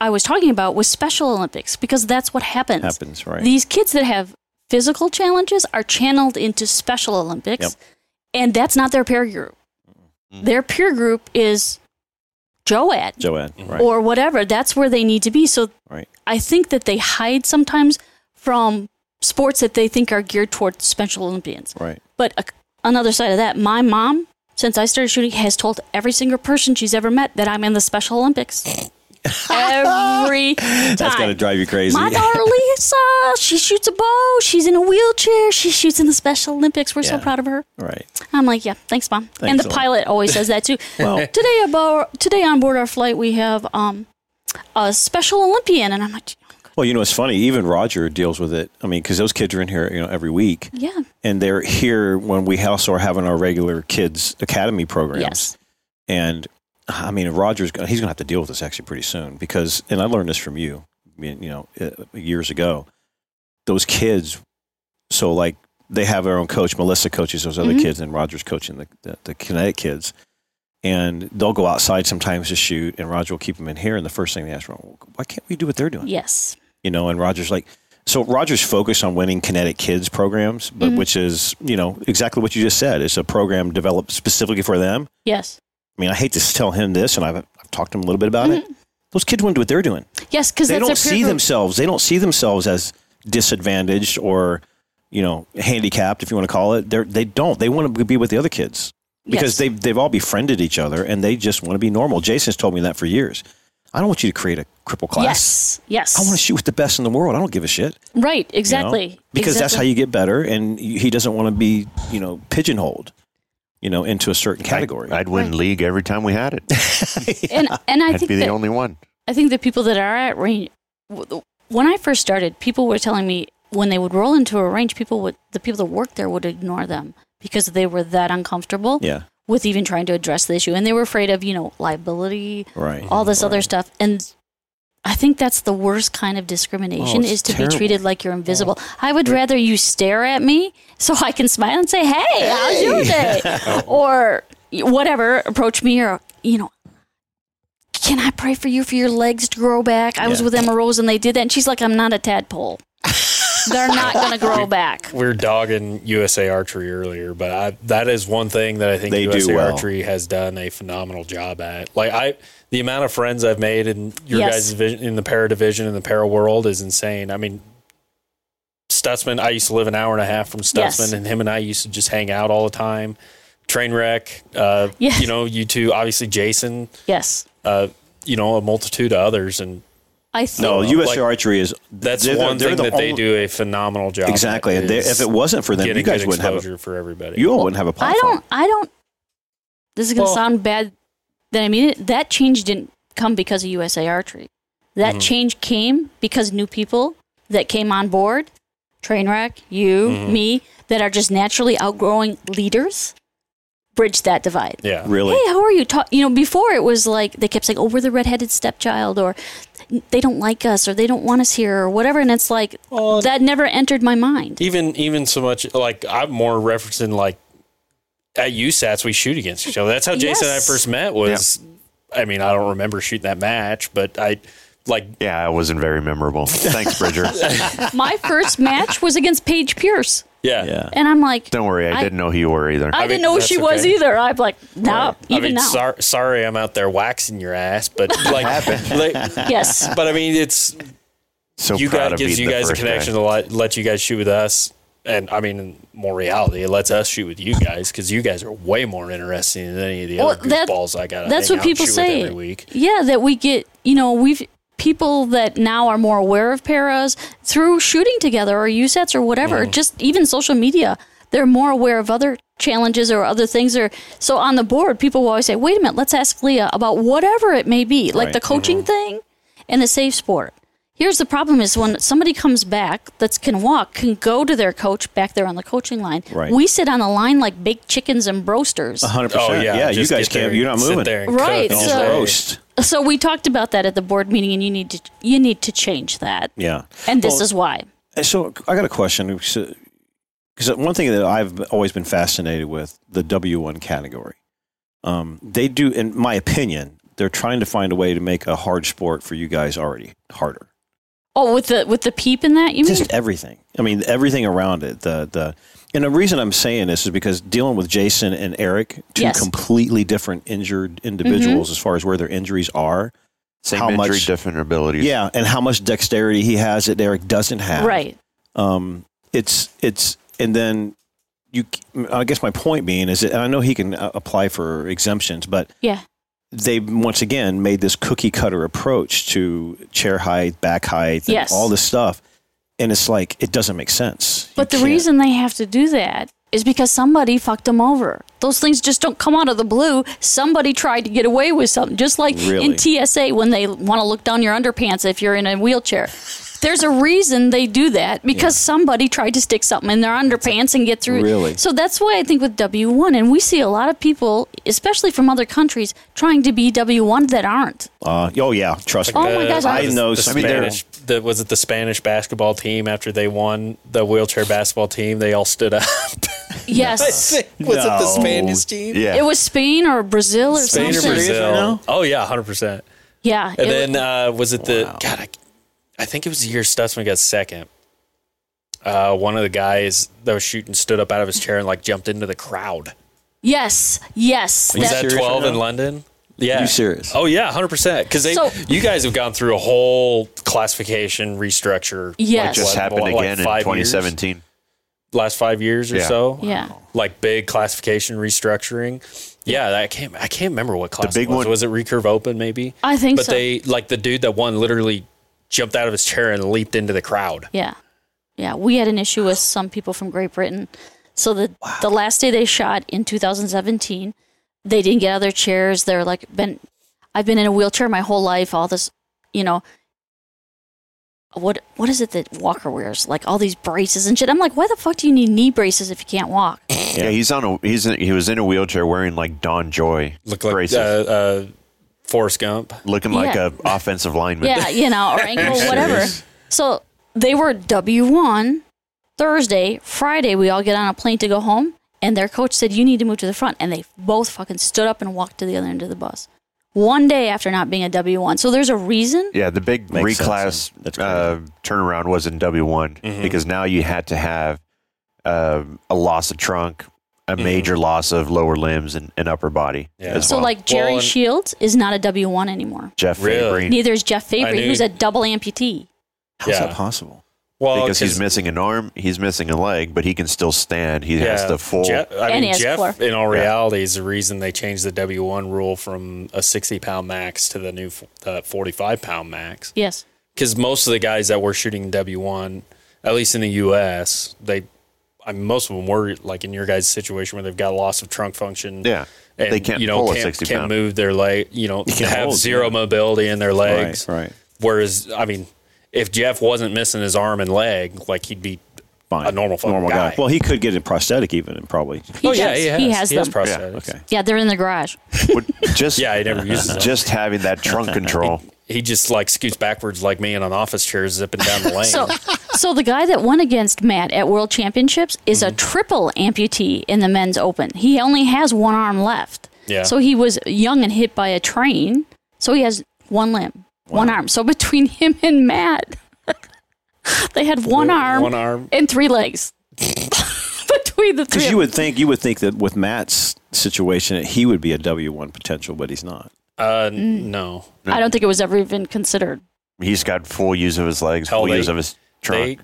S3: I was talking about was Special Olympics because that's what happens.
S1: Happens, right?
S3: These kids that have physical challenges are channeled into Special Olympics,
S1: Yep. Mm-hmm.
S3: and that's not their peer group. Their peer group is Joad
S1: Joanne, right?
S3: or whatever. That's where they need to be. So
S1: right.
S3: I think that they hide sometimes from sports that they think are geared toward Special Olympians.
S1: Right.
S3: But uh, a, another side of that, my mom, since I started shooting, has told every single person she's ever met that I'm in the Special Olympics. every time.
S1: That's got to drive you crazy.
S3: My daughter Lisa, she shoots a bow. She's in a wheelchair. She shoots in the Special Olympics. We're so
S1: Yeah.
S3: proud of her.
S1: right.
S3: I'm like, yeah, thanks, mom. and
S1: Thanks
S3: the
S1: a lot.
S3: pilot always says that too. well, today about today on board our flight, we have um, a Special Olympian, and I'm like,
S1: Well, you know, it's funny. Even Roger deals with it. I mean, because those kids are in here, you know, every week.
S3: yeah,
S1: and they're here when we also are having our regular kids academy programs.
S3: yes,
S1: And I mean, Roger's gonna, he's going to have to deal with this actually pretty soon because, and I learned this from you, I mean, you know, uh, years ago. Those kids, so like they have their own coach. Melissa coaches those other kids, and Roger's coaching the, the, the Kinetic kids. And they'll go outside sometimes to shoot, and Roger will keep them in here. And the first thing they ask, well, why can't we do what they're doing?
S3: Yes.
S1: you know, and Rogers like so Rogers focused on winning kinetic kids programs, but which is, you know, exactly what you just said. It's a program developed specifically for them.
S3: Yes.
S1: I mean, I hate to s- tell him this and I've, I've talked to him a little bit about it. Those kids want to do what they're doing.
S3: Mm-hmm. Yes, because
S1: They
S3: that's
S1: don't
S3: a peer
S1: see
S3: group.
S1: themselves. They don't see themselves as disadvantaged or, you know, handicapped if you want to call it. They are they don't. They want to be with the other kids because
S3: Yes.
S1: they've they've all befriended each other and they just want to be normal. Jason's told me that for years. I don't want you to create a cripple class.
S3: Yes. Yes.
S1: I want to shoot with the best in the world. I don't give a shit.
S3: right.
S1: you know?
S3: Exactly.
S1: Because that's how
S3: Exactly.
S1: you get better, and y- he doesn't want to be, you know, pigeonholed, you know, into a certain category.
S2: I'd win league every time we had it.
S3: And and I
S2: I'd
S3: think
S2: be the
S3: that,
S2: only one.
S3: I think the people that are at range. w- When I first started, people were telling me when they would roll into a range, people would the people that worked there would ignore them because they were that uncomfortable
S1: yeah,
S3: with even trying to address the issue, and they were afraid of you know liability,
S1: right.
S3: all this other stuff, and. I think that's the worst kind of discrimination
S1: Oh, it's
S3: is to
S1: terrible. Oh.
S3: be treated like you're invisible. I would rather you stare at me so I can smile and say, "Hey, how's your day?" or whatever, approach me or you know, "Can I pray for you for your legs to grow back?" I was
S1: Yeah.
S3: with Emma Rose and they did that, and she's like, "I'm not a tadpole. They're not going to grow back."
S4: We were dogging USA Archery earlier, but I, that is one thing that I think
S1: They do
S4: USA
S1: well.
S4: Archery has done a phenomenal job at. Like I, the amount of friends I've made in your
S3: Yes.
S4: guys' division, in the para division and the para world is insane. I mean, Stutzman. I used to live an hour and a half from Stutzman,
S3: Yes.
S4: and him and I used to just hang out all the time. Train wreck. Uh,
S3: Yes.
S4: You know, you two, obviously Jason.
S3: Yes,
S4: Uh, you know, a multitude of others, and
S3: I think.
S1: No, USA
S4: Like,
S1: Archery is
S4: that's
S1: they're the-
S4: one
S1: they're
S4: thing
S1: the
S4: that they
S1: only-
S4: do a phenomenal job. at
S1: exactly. And they-
S4: is
S1: if it wasn't for them,
S4: getting
S1: you guys
S4: good
S1: wouldn't have
S4: exposure
S1: a,
S4: for everybody.
S1: you all wouldn't have a
S3: I
S1: platform.
S3: don't. I don't. This is going to
S4: Well-
S3: sound bad. That I mean it. That change didn't come because of USA Archery. That
S1: Mm-hmm.
S3: change came because new people that came on board, Trainwreck, you,
S1: Mm-hmm.
S3: me, that are just naturally outgrowing leaders, bridge that divide.
S4: yeah.
S1: really.
S3: Hey, how are you? Ta- you know, before it was like they kept saying, "Oh, we're the redheaded stepchild," or "They don't like us," or "They don't want us here," or whatever, and it's like that never entered my mind.
S4: even even so much like I'm more referencing like at USATs we shoot against each other. That's how Jason and I
S3: Yes.
S4: first met was I mean, I don't remember shooting that match, but I like
S2: Yeah, it wasn't very memorable. Thanks, Bridger.
S3: my first match was against Paige Pierce,
S4: yeah.
S1: Yeah.
S3: and I'm like,
S2: Don't worry, I,
S3: I-
S2: didn't know who you were either.
S3: I,
S4: mean,
S3: didn't know who
S4: that's
S3: she was
S4: okay.
S3: either. I'm like, no,
S4: I
S3: even
S4: mean,
S3: now.
S4: sor- sorry I'm out there waxing your ass, but like, like-
S3: Yes.
S4: but I mean it's
S2: so
S4: you
S2: proud
S4: guys
S2: of you.
S4: gives you guys a connection to let, let you guys shoot with us and I mean more reality. It lets us shoot with you guys because you goys are way more interesting than any of the
S3: Well,
S4: other
S3: that-
S4: goofballs I got.
S3: that's what people say.
S4: every week.
S3: Yeah, that we get, you know, we've people that now are more aware of paras through shooting together or USETs or whatever, just even social media. They're more aware of other challenges or other things. Or so on the board, people will always say, "Wait a minute, let's ask Leah about whatever it may be, like
S1: Right.
S3: the coaching thing and the safe sport." Here's the problem: is when somebody comes back that can walk, can go to their coach back there on the coaching line.
S1: Right.
S3: We sit on the line like baked chickens and broasters.
S1: hundred
S4: Oh
S1: percent.
S4: yeah,
S1: Yeah, you
S4: just
S1: guys
S4: get there
S1: can't.
S4: and
S1: You're not
S4: sit
S1: moving. Oh,
S4: there and
S3: Right,
S4: cook all
S3: so-
S1: Just
S4: day.
S1: roast.
S3: So we talked about that at the board meeting, and you need to you need to change that.
S1: Yeah.
S3: And this
S1: Well,
S3: is why.
S1: And so I got a question because one thing that I've always been fascinated with the W one category. Um, they do, in my opinion, they're trying to find a way to make a hard sport for you guys already harder.
S3: Oh, with the with the peep in that, you mean?
S1: Just everything. I mean, everything around it. The the and the reason I'm saying this is because dealing with Jason and Eric, two
S3: Yes. Mm-hmm.
S1: completely different injured individuals as far as where their injuries are.
S2: Same
S1: how
S2: injury,
S1: much-
S2: different abilities.
S1: Yeah, and how much dexterity he has that Eric doesn't have.
S3: Right.
S1: um, it's it's and then you i guess my point being is that and i know he can uh, apply for exemptions but
S3: Yeah.
S1: they once again made this cookie cutter approach to chair height back height and
S3: Yes.
S1: all this stuff and it's like it doesn't make sense You
S3: But the
S1: can't-
S3: reason they have to do that is because somebody fucked them over. Those things just don't come out of the blue. Somebody tried to get away with something, just like
S1: Really?
S3: in TSA when they want to look down your underpants if you're in a wheelchair. There's a reason they do that because somebody tried to stick something in their underpants and get through.
S1: Really?
S3: So that's why I think with W1, and we see a lot of people, especially from other countries, trying to be W1 that aren't.
S1: Uh, oh yeah, trust
S3: Oh
S1: me.
S3: my gosh,
S1: I
S3: I-
S1: know
S4: the
S1: some- I mean, they're-
S4: Spanish. the, was it the Spanish basketball team after they won the wheelchair basketball team? They all stood up.
S3: Yes.
S4: was it the
S1: No.
S4: Spanish team?
S2: Yeah.
S3: It was Spain or Brazil or
S4: Spain or
S3: something.
S4: Brazil?
S1: now?
S4: Oh yeah, hundred percent.
S3: Yeah.
S4: And
S3: it-
S4: then uh, was it the God? I, I think it was the year Stutzman got second. Uh, one of the guys that was shooting stood up out of his chair and like jumped into the crowd.
S3: yes. Yes.
S1: you
S4: Was
S3: That-
S4: that
S1: serious right
S4: twelve in
S1: now?
S4: London? Yeah.
S1: You serious?
S4: Oh yeah, hundred percent. Because they,
S3: So-
S4: you guys have gone through a whole classification restructure.
S3: Yes.
S4: like,
S2: just
S4: what,
S2: happened
S4: like,
S2: again
S4: five
S2: in
S4: years?
S2: 2017.
S4: last five years or
S2: Yeah.
S4: so.
S3: Yeah.
S4: Like big classification restructuring. Yeah, I can't. I can't remember what class.
S2: big
S4: it was.
S2: one-
S4: was it recurve open? Maybe.
S3: I think
S4: But
S3: so.
S4: they like the dude that won literally jumped out of his chair and leaped into the crowd.
S3: Yeah. Yeah. We had an issue with some people from Great Britain. So the the last day they shot in 2017, they didn't get out of their chairs. They're like, been, I've been in a wheelchair my whole life. All this, you know, what what is it that Walker wears? Like all these braces and shit. I'm like, why the fuck do you need knee braces if you can't walk?
S2: Yeah, he's on a he's in, he was in a wheelchair wearing like Don Joy
S4: Looked like
S2: braces,
S4: uh, uh, Forrest Gump.
S2: looking like
S3: yeah.
S2: a offensive lineman.
S3: yeah, you know, or ankle,
S2: Serious.
S3: whatever. So they were W one Thursday, Friday. We all get on a plane to go home, and their coach said, "You need to move to the front." And they both fucking stood up and walked to the other end of the bus. One day after not being a W one, so there's a reason.
S2: Yeah, the big
S1: Makes
S2: reclass
S1: sense, yeah. That's
S2: uh, turnaround was in W one
S4: Mm-hmm.
S2: because now you had to have uh, a loss of trunk, a major loss of lower limbs and, and upper body.
S4: Mm-hmm. Yeah.
S2: as
S3: So
S2: well.
S3: like Jerry
S4: and-
S3: Shields is not a W one anymore.
S2: Jeff
S4: Really?
S2: Fabrine,
S3: Neither is Jeff Fabry,
S4: knew-
S3: who's a double amputee.
S1: How is
S4: Yeah.
S1: that possible?
S4: Well,
S2: because he's
S4: 'cause-
S2: missing an arm, he's missing a leg, but he can still stand. He has the full.
S4: Jeff, I
S3: And he
S4: mean,
S3: has
S4: Jeff,
S3: four.
S4: in all reality, is the reason they changed the W1 rule from a 60 pound max to the new f- uh, 45 pound max.
S3: Yes.
S4: because most of the guys that were shooting W1, at least in the U.S., they, I mean, most of them were like in your guys' situation where they've got loss of trunk function.
S2: Yeah.
S4: and,
S2: They can't
S4: you know
S2: pull a
S4: can't,
S2: 60
S4: can't
S2: pound.
S4: move their leg. You know,
S1: can't
S4: have
S1: hold,
S4: zero
S1: yeah.
S4: mobility in their legs.
S1: Right, right.
S4: Whereas, I mean, if Jeff wasn't missing his arm and leg, like he'd be
S1: Fine.
S4: a normal fucking guy. Oh,
S1: Well, he could get a prosthetic even, and probably.
S3: He does. He has
S4: he has
S3: them.
S4: prosthetics. Yeah,
S1: Okay.
S3: yeah, they're in the garage.
S2: But just
S4: he never uses them.
S2: just having that trunk control.
S4: He just like scoots backwards like me in an office chair, zipping down the lane.
S3: So, so the guy that won against Matt at World Championships is
S4: Mm-hmm.
S3: a triple amputee in the men's open. He only has one arm left.
S4: Yeah.
S3: So he was young and hit by a train. So he has one limb, one arm. So between him and Matt, they had one arm,
S4: one arm.
S3: and three legs. between the three,
S1: Because
S3: of
S1: you
S3: them.
S1: would think you would think that with Matt's situation, he would be a W one potential, but he's not.
S4: Uh,
S3: Mm.
S4: n- no.
S3: I don't think it was ever even considered.
S2: He's got full use of his legs, full
S4: Hell, they-
S2: use of his trunk.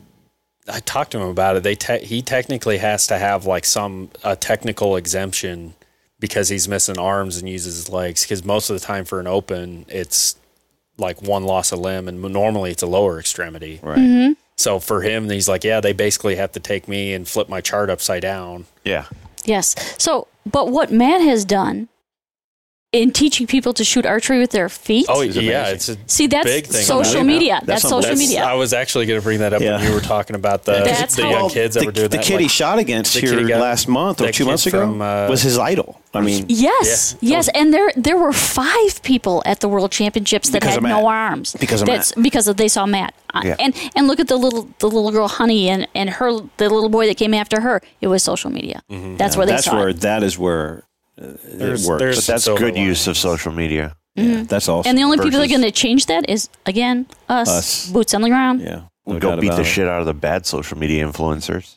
S4: They, I talked to him about it. They te- he technically has to have like some a technical exemption because he's missing arms and uses his legs. Because most of the time for an open, it's like one loss of limb, and normally it's a lower extremity.
S1: Right.
S3: Mm-hmm.
S4: So for him, he's like, yeah, they basically have to take me and flip my chart upside down.
S2: yeah.
S3: Yes. So, but what Matt has done in teaching people to shoot archery with their feet.
S4: Oh
S1: It's
S4: yeah,
S1: amazing.
S4: it's a
S3: See,
S4: big
S3: that's
S4: thing
S3: social
S1: on that.
S3: media.
S1: That's
S3: That's,
S1: on-
S3: social
S1: that's-
S3: media.
S4: I was actually going to bring that up
S1: Yeah.
S4: when you were talking about the,
S3: That's
S4: the
S3: how-
S4: young kids that
S1: the,
S4: were doing
S1: the
S4: that.
S1: kid he
S4: like-
S1: shot against
S4: the kid
S1: here
S4: he got-
S1: last month or
S4: that
S1: two
S4: kid
S1: months ago
S4: from, uh,
S1: was his idol. I mean,
S3: Yes,
S4: Yeah.
S3: yes, and there there were five people at the World Championships that
S1: Because
S3: had
S1: of
S3: no
S1: Matt.
S3: arms
S1: Because of
S3: That's because of, they saw Matt. Uh,
S2: Yeah.
S3: And and look at the little the little girl Honey and and her the little boy that came after her. It was social media. That's where they
S1: Mm-hmm. that's
S3: saw.
S1: where
S3: it.
S1: that is where uh,
S4: There's-
S1: it works.
S4: there's
S2: But
S4: some
S2: that's
S4: silver
S2: good
S4: lining.
S2: use of social media.
S1: yeah, that's also
S3: And the only people that are
S2: versus-
S3: going to change that is again us,
S1: Us.
S3: boots on the ground.
S1: yeah.
S2: We'll
S1: no
S2: go
S1: doubt
S2: beat
S1: about
S2: the
S1: it.
S2: shit out of the bad social media influencers.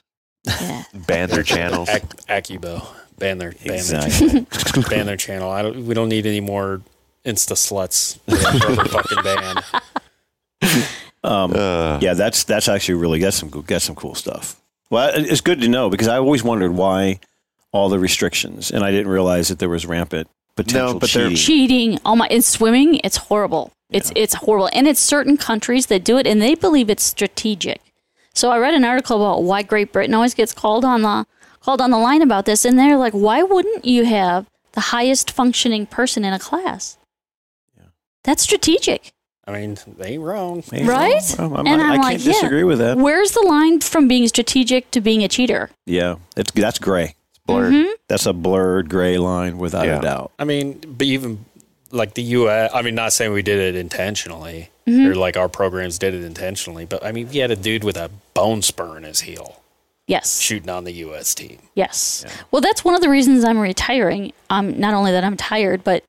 S3: Yeah.
S2: Ban their channels.
S4: Ac- Acubo. Ban their ban
S1: Exactly.
S4: their channel. ban their channel. I don't, we don't need any more Insta sluts. Rubber fucking ban.
S1: Um,
S2: Uh,
S1: yeah, that's that's actually really that's some cool- that's some cool stuff. Well, it- it's good to know because I always wondered why all the restrictions, and I didn't realize that there was rampant potential
S2: but they're-
S1: cheating.
S3: Cheating, oh my! In swimming, it's horrible. It's it's horrible, and it's certain countries that do it, and they believe it's strategic. So I read an article about why Great Britain always gets called on the called on the line about this, and they're like, "Why wouldn't you have the highest functioning person in a class? That's strategic.
S4: I mean, they ain't wrong.
S1: Hey,
S3: Right?
S1: well, I'm
S3: And
S1: not- I
S3: I'm
S1: can't
S3: like, yeah.
S1: disagree with that.
S3: Where's the line from being strategic to being a cheater?
S1: Yeah, it's that's gray.
S2: Blurred.
S3: Mm-hmm.
S1: That's a blurred gray line without
S2: Yeah.
S1: a doubt.
S4: I mean, but even like the U.S. I mean, not saying we did it intentionally or like our programs did it intentionally, but I mean, you had a dude with a bone spur in his heel
S3: Yes.
S4: shooting on the U.S. team.
S3: Yes. Well, that's one of the reasons I'm retiring. Um, not only that I'm tired, but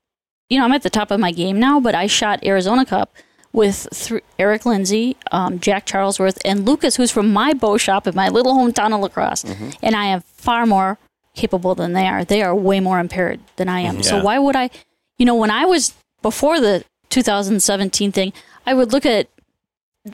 S3: you know I'm at the top of my game now. But I shot Arizona Cup with thr Eric Lindsay, um, Jack Charlesworth, and Lucas, who's from my bow shop in my little hometown of Lacrosse, and I am far more capable than they are. They are way more impaired than I am. So
S1: Yeah.
S3: why would I? You know, when I was before the 2017 thing, I would look at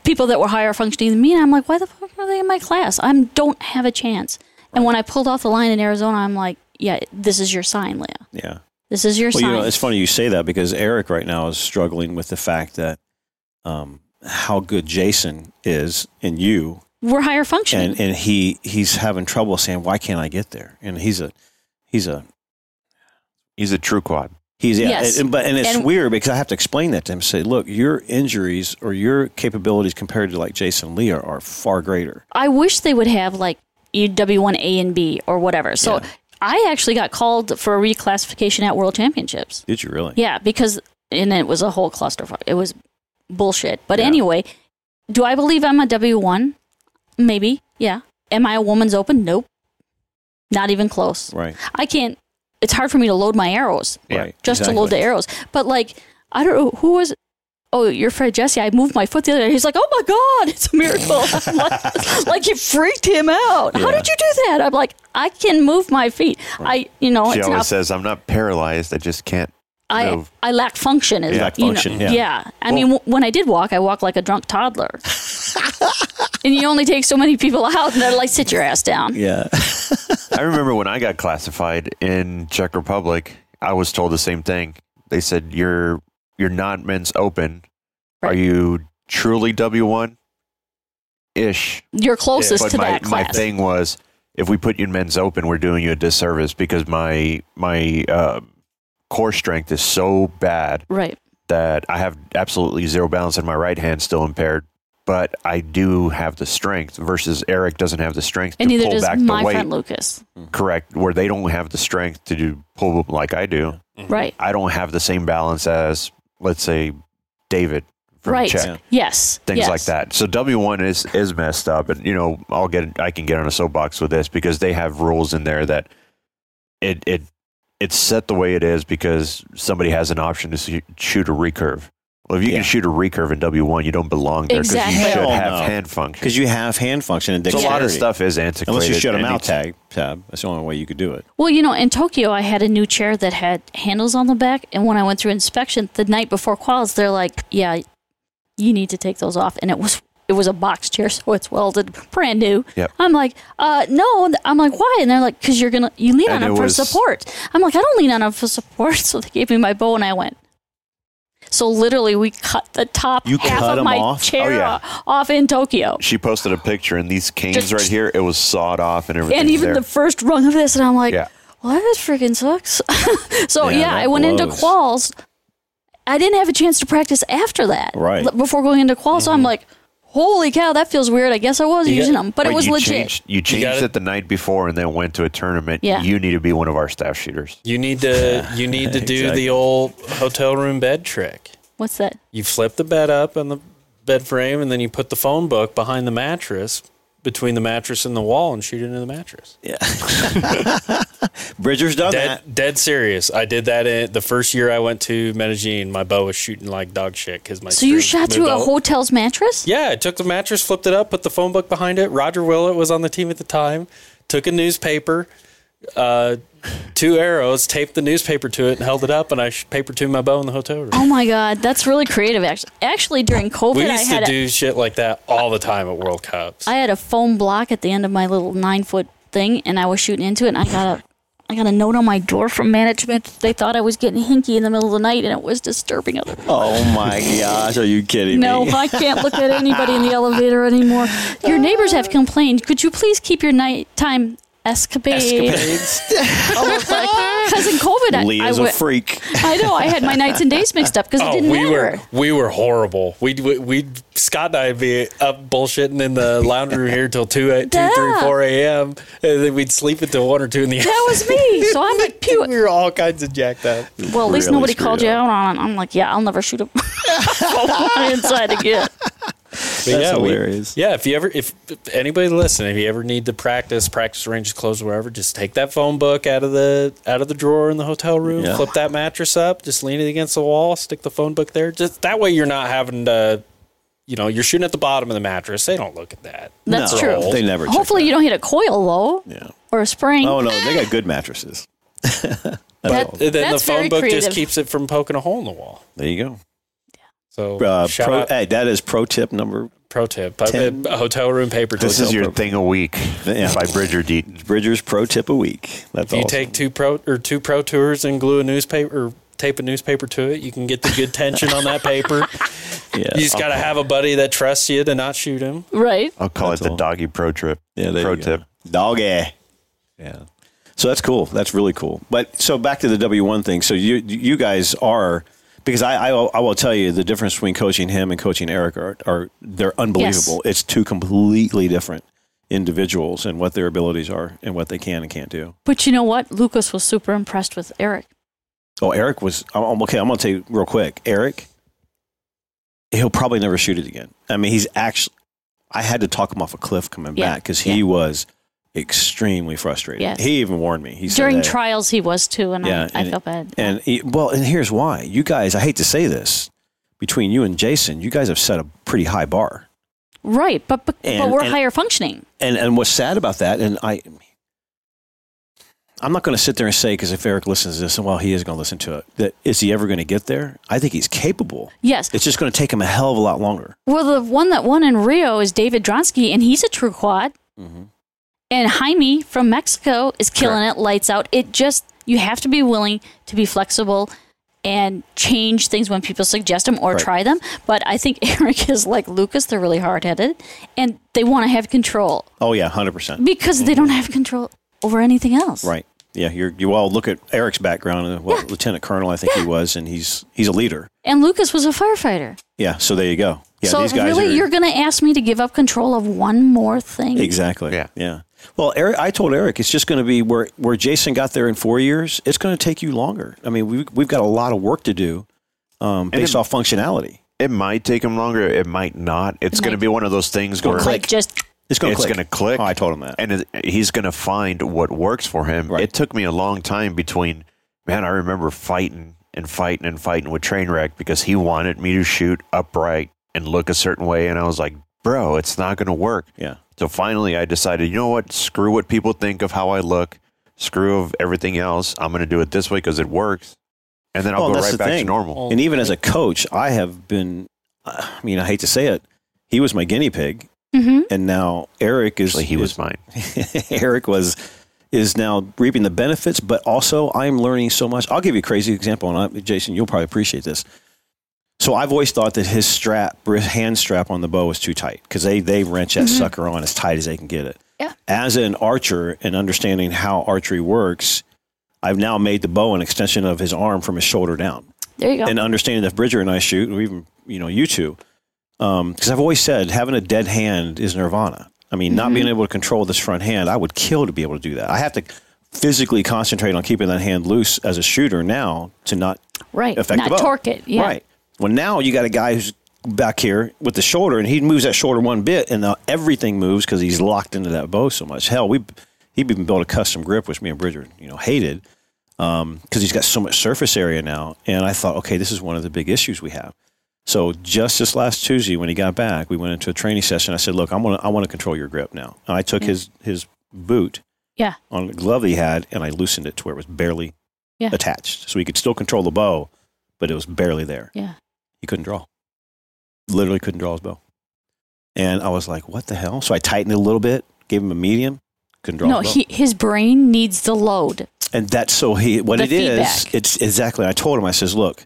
S3: people that were higher functioning than me, and I'm like, why the fuck are they in my class? I am don't have a chance. And when I pulled off the line in Arizona, I'm like, yeah, this is your sign, Leah.
S1: Yeah.
S3: This is your
S1: Well,
S3: sign.
S1: you know, it's funny you say that because Eric right now is struggling with the fact that um, how good Jason is and you
S3: we're higher functioning.
S1: and and he he's having trouble saying why can't I get there? And he's a he's a
S2: He's a true quad.
S1: he's yeah.
S3: Yes.
S1: And, but and it's
S3: And-
S1: weird because I have to explain that to him. Say, look, your injuries or your capabilities compared to like Jason Lee are, are far greater.
S3: I wish they would have like E EW1A and B or whatever. So
S1: Yeah.
S3: I actually got called for a reclassification at World Championships.
S1: Did you really?
S3: Yeah, because, and it was a whole clusterfuck. It was bullshit. But
S1: Yeah.
S3: anyway, do I believe I'm a W1? Maybe. Yeah. Am I a woman's open? Nope. Not even close.
S1: Right.
S3: I can't, it's hard for me to load my arrows.
S1: Right.
S3: just to load the
S1: Exactly.
S3: arrows. But like, I don't know who was. Oh, your friend Jesse. I moved my foot the other day. He's like, "Oh my god, it's a miracle!" I'm like, like it freaked him out. How
S1: Yeah.
S3: did you do that? I'm like, I can move my feet. I, you know,
S2: She
S3: Oh, it's
S2: always
S3: not,
S2: says, "I'm not paralyzed. I just can't."
S3: I,
S2: move.
S3: I lack function. Is
S1: You lack
S3: you know-
S1: function, yeah.
S3: I mean, w- when I did walk, I walked like a drunk toddler. and you only take so many people out, and they're like, "Sit your ass down."
S1: Yeah.
S2: I remember when I got classified in Czech Republic, I was told the same thing. They said, "You're you're not men's open. Are
S3: Right.
S2: you truly W one ish?"
S3: You're closest
S2: But
S3: to
S2: my
S3: that
S2: my
S3: class.
S2: thing was, if we put you in men's open, we're doing you a disservice because my my uh, core strength is so bad
S3: Right.
S2: that I have absolutely zero balance in my right hand, still impaired. But I do have the strength versus Eric doesn't have the strength
S3: And
S2: to
S3: neither
S2: pull
S3: does
S2: back
S3: my
S2: the weight.
S3: friend Lucas.
S2: correct, where they don't have the strength to do pull like I do.
S4: Mm-hmm.
S3: Right.
S2: I don't have the same balance as, let's say, David from
S3: Right.
S2: Czech.
S1: Yeah.
S3: Yes.
S2: Things
S3: yes.
S2: like that. So W one is is messed up, and you know I'll get I can get on a soapbox with this because they have rules in there that it it it's set the way it is because somebody has an option to sh- shoot a recurve. Well, if you
S1: Yeah.
S2: can shoot a recurve in W one, you don't belong there because
S3: Exactly.
S2: you should
S1: Hell
S2: have
S1: no.
S2: hand function.
S1: Because you have hand function and
S2: So a
S1: dexterity.
S2: lot of stuff is antiquated.
S1: Unless you shut a
S2: and
S1: mouth
S2: it's-
S1: tag tab, that's the only way you could do it.
S3: Well, you know, in Tokyo, I had a new chair that had handles on the back, and when I went through inspection the night before quals, they're like, "Yeah, you need to take those off," and it was it was a box chair, so it's welded, brand new.
S2: Yep.
S3: I'm like, uh, no. And I'm like, why? And they're like, because you're gonna you lean
S2: And
S3: on
S2: it
S3: them for
S2: was-
S3: support. I'm like, I don't lean on them for support. So they gave me my bow, and I went. So literally, we cut the top
S1: You
S3: half
S1: cut
S3: of
S1: 'em
S3: my
S1: off?
S3: chair
S2: Oh, yeah.
S3: o- off in Tokyo.
S2: She posted a picture, and these canes
S3: Just-
S2: right here, it was sawed off and everything.
S3: and
S2: there.
S3: even the first rung of this, and I'm like,
S2: Yeah.
S3: well, that freaking sucks. so
S1: Yeah,
S3: yeah,
S1: that
S3: I went into
S1: blows.
S3: quals. I didn't have a chance to practice after that,
S1: Right.
S3: l- Before going into quals, so I'm like, holy cow, that feels weird. I guess I was
S4: You
S3: using
S4: got-
S3: them, but
S2: Wait,
S3: it was
S2: you
S3: legit.
S2: Changed, you changed
S4: gotta-
S2: it the night before, and then went to a tournament.
S3: Yeah.
S2: you need to be one of our staff shooters.
S4: You need to you need to do
S1: Exactly.
S4: the old hotel room bed trick.
S3: What's that?
S4: You flip the bed up on the bed frame, and then you put the phone book behind the mattress, between the mattress and the wall, and shoot into the mattress.
S1: Bridger's done that.
S4: Dead, dead serious. I did that in the first year I went to Medellin. My bow was shooting like dog shit because my.
S3: So you
S4: string
S3: shot
S4: moved
S3: through a
S4: all-
S3: hotel's mattress?
S4: Yeah, I took the mattress, flipped it up, put the phone book behind it. Roger Willett was on the team at the time. Took a newspaper, uh, two arrows, taped the newspaper to it, and held it up, and I sh- paper to my bow in the hotel room.
S3: Oh my god, that's really creative. Actually, actually during COVID,
S4: we
S3: I
S4: used to
S3: had a,
S4: do shit like that all the time at World Cups.
S3: I had a foam block at the end of my little nine foot thing, and I was shooting into it, and I got a I got a note on my door from management. They thought I was getting hinky in the middle of the night, and it was disturbing other
S1: Oh my gosh, are you kidding
S3: No,
S1: me?
S3: I can't look at anybody in the elevator anymore. Your neighbors have complained. Could you please keep your nighttime escapade. Almost like because in COVID, I,
S1: Lee
S3: I
S1: is a
S3: went-
S1: freak.
S3: I know I had my nights and days mixed up because it
S4: Oh,
S3: didn't
S4: we
S3: matter.
S4: were we were horrible. We we we'd, Scott and I'd be up bullshitting in the laundry room here till 2, 8, 2, 3,
S3: Yeah.
S4: 4 a.m. and then we'd sleep until one or two in the
S3: That was me. So I'm like, pew.
S4: we were all kinds of jacked up.
S3: Well, at least
S1: Really
S3: nobody
S1: screwed
S3: called you
S1: up.
S3: out on it. I'm like, yeah, I'll never shoot a inside again.
S4: But
S1: That's
S4: yeah, we-
S1: hilarious.
S4: yeah, if you ever, if if anybody listen, if you ever need to practice, practice ranges, clothes, wherever, just take that phone book out of the out of the drawer in the hotel room,
S1: Yeah.
S4: flip that mattress up, just lean it against the wall, stick the phone book there. Just that way, you're not having to, you know, you're shooting at the bottom of the mattress. They don't look at that.
S3: That's
S1: No,
S3: true.
S1: They never. check
S3: Hopefully, you don't hit a coil though,
S1: that. Yeah.
S3: or a spring.
S1: Oh no, they got good mattresses.
S3: That-
S4: And then
S3: that's
S4: the phone
S3: very
S4: book
S3: creative.
S4: just keeps it from poking a hole in the wall.
S1: There you go.
S4: So
S1: Uh,
S4: shout
S1: pro,
S4: out-
S1: hey, that is pro tip number.
S4: pro tip: But,
S1: Ten-
S4: uh, hotel room paper.
S2: This
S4: towel.
S2: is your
S1: program.
S2: thing a week
S1: Yeah.
S2: by Bridger Deaton.
S1: Bridger's pro tip a week. That's
S4: If you
S1: awesome.
S4: take two pro or two pro tours and glue a newspaper or tape a newspaper to it, you can get the good tension on that paper.
S1: yeah.
S4: You just got to have a buddy that trusts you to not shoot him.
S3: Right?
S2: I'll call
S1: That's
S2: it the
S1: all.
S2: doggy pro trip.
S1: Yeah, there
S2: pro
S1: you go.
S2: tip.
S1: Doggy. Yeah. So that's cool. That's really cool. But so back to the W one thing. So you you guys are because I I, will- I will tell you the difference between coaching him and coaching Eric are, are they're unbelievable. It's two completely different individuals and what their abilities are and what they can and can't do.
S3: But you know what? Lucas was super impressed with Eric.
S1: Oh, Eric was I'm- I'm okay. I'm gonna tell you real quick. Eric, he'll probably never shoot it again. I mean, he's actually. I had to talk him off a cliff coming
S3: Yeah,
S1: back because he
S3: yeah.
S1: was extremely frustrated.
S3: Yes.
S1: He even warned me. He said,
S3: During
S1: "Hey,
S3: trials, he was too, and
S1: Yeah,
S3: I,
S1: and-
S3: I felt bad.
S1: And he- well, and here's why. You guys, I hate to say this, between you and Jason, you guys have set a pretty high bar.
S3: Right, but but, but
S1: And-
S3: we're
S1: and-
S3: higher functioning.
S1: And and what's sad about that, and I, I'm not going to sit there and say because if Eric listens to this, and well, he is going to listen to it, that is he ever going to get there? I think he's capable.
S3: Yes.
S1: It's just going to take him a hell of a lot longer.
S3: Well, the one that won in Rio is David Dronsky, and he's a true quad.
S1: Mm-hmm.
S3: And Jaime from Mexico is killing it, lights out. It just, you have to be willing to be flexible and change things when people suggest them or
S1: Right.
S3: try them. But I think Eric is like Lucas, they're really hard headed and they want to have control
S1: Oh yeah, hundred percent.
S3: because they don't have control over anything else.
S1: Right. Yeah. You're, you all look at Eric's background, and what
S3: Yeah.
S1: lieutenant colonel I think he was, and he's he's a leader.
S3: And Lucas was a firefighter.
S1: Yeah. So there you go. Yeah.
S3: so,
S1: these guys
S3: really,
S1: are,
S3: you're going to ask me to give up control of one more thing?
S1: Exactly.
S2: Yeah.
S1: Yeah. Well, Eric, I told Eric it's just going to be where where Jason got there in four years. It's going to take you longer. I mean, we we've got a lot of work to do um, based
S2: it-
S1: off functionality.
S2: It might take him longer. It might not. It's going to
S3: might.
S2: be one of those things where
S3: Like, just
S1: It's going to
S2: it's
S1: click.
S2: going to click.
S1: Oh, I told him that.
S2: and it, he's going to find what works for him.
S1: Right.
S2: It took me a long time between, man, I remember fighting and fighting and fighting with Trainwreck because he wanted me to shoot upright and look a certain way. And I was like, bro, it's not going to work.
S1: yeah.
S2: So finally, I decided, you know what? Screw what people think of how I look. Screw of everything else. I'm going to do it this way because it works. And then I'll
S1: Well,
S2: go
S1: that's
S2: right
S1: the
S2: back
S1: thing.
S2: to normal.
S1: And even as a coach, I have been. I mean, I hate to say it. He was my guinea pig,
S3: mhm.
S1: and now Eric is.
S2: Actually, he
S1: is-
S2: was mine.
S1: Eric was is now reaping the benefits, but also I'm learning so much. I'll give you a crazy example, and I, Jason, you'll probably appreciate this. So I've always thought that his strap, or his hand strap on the bow, was too tight because they they wrench that sucker on as tight as they can get it.
S3: Yeah.
S1: As an archer and understanding how archery works, I've now made the bow an extension of his arm from his shoulder down
S3: there you go.
S1: and uh, understanding that if Bridger and I shoot, or even you know you two, because I've always said having a dead hand is nirvana. I mean, not being able to control this front hand, I would kill to be able to do that. I have to physically concentrate on keeping that hand loose as a shooter now to not
S3: right.
S1: affect
S3: Not
S1: the bow.
S3: torque it. Yeah.
S1: Right. Well, now you got a guy who's back here with the shoulder, and he moves that shoulder one bit, and now everything moves because he's locked into that bow so much. Hell, we he even built a custom grip, which me and Bridger, you know, hated because he's got so much surface area now. And I thought, okay, this is one of the big issues we have. So just this last Tuesday, when he got back, we went into a training session. I said, look, I'm gonna, I want to control your grip now. And I took his his boot
S3: Yeah.
S1: on a glove he had, and I loosened it to where it was barely
S3: Yeah.
S1: attached, so he could still control the bow, but it was barely there.
S3: Yeah.
S1: He couldn't draw. Literally couldn't draw his bow. And I was like, what the hell? So I tightened it a little bit, gave him a medium, couldn't draw
S3: No,
S1: his bow.
S3: he, his brain needs the load.
S1: and that's so he, what
S3: The
S1: it is,
S3: feedback.
S1: it's exactly, I told him, I says, look,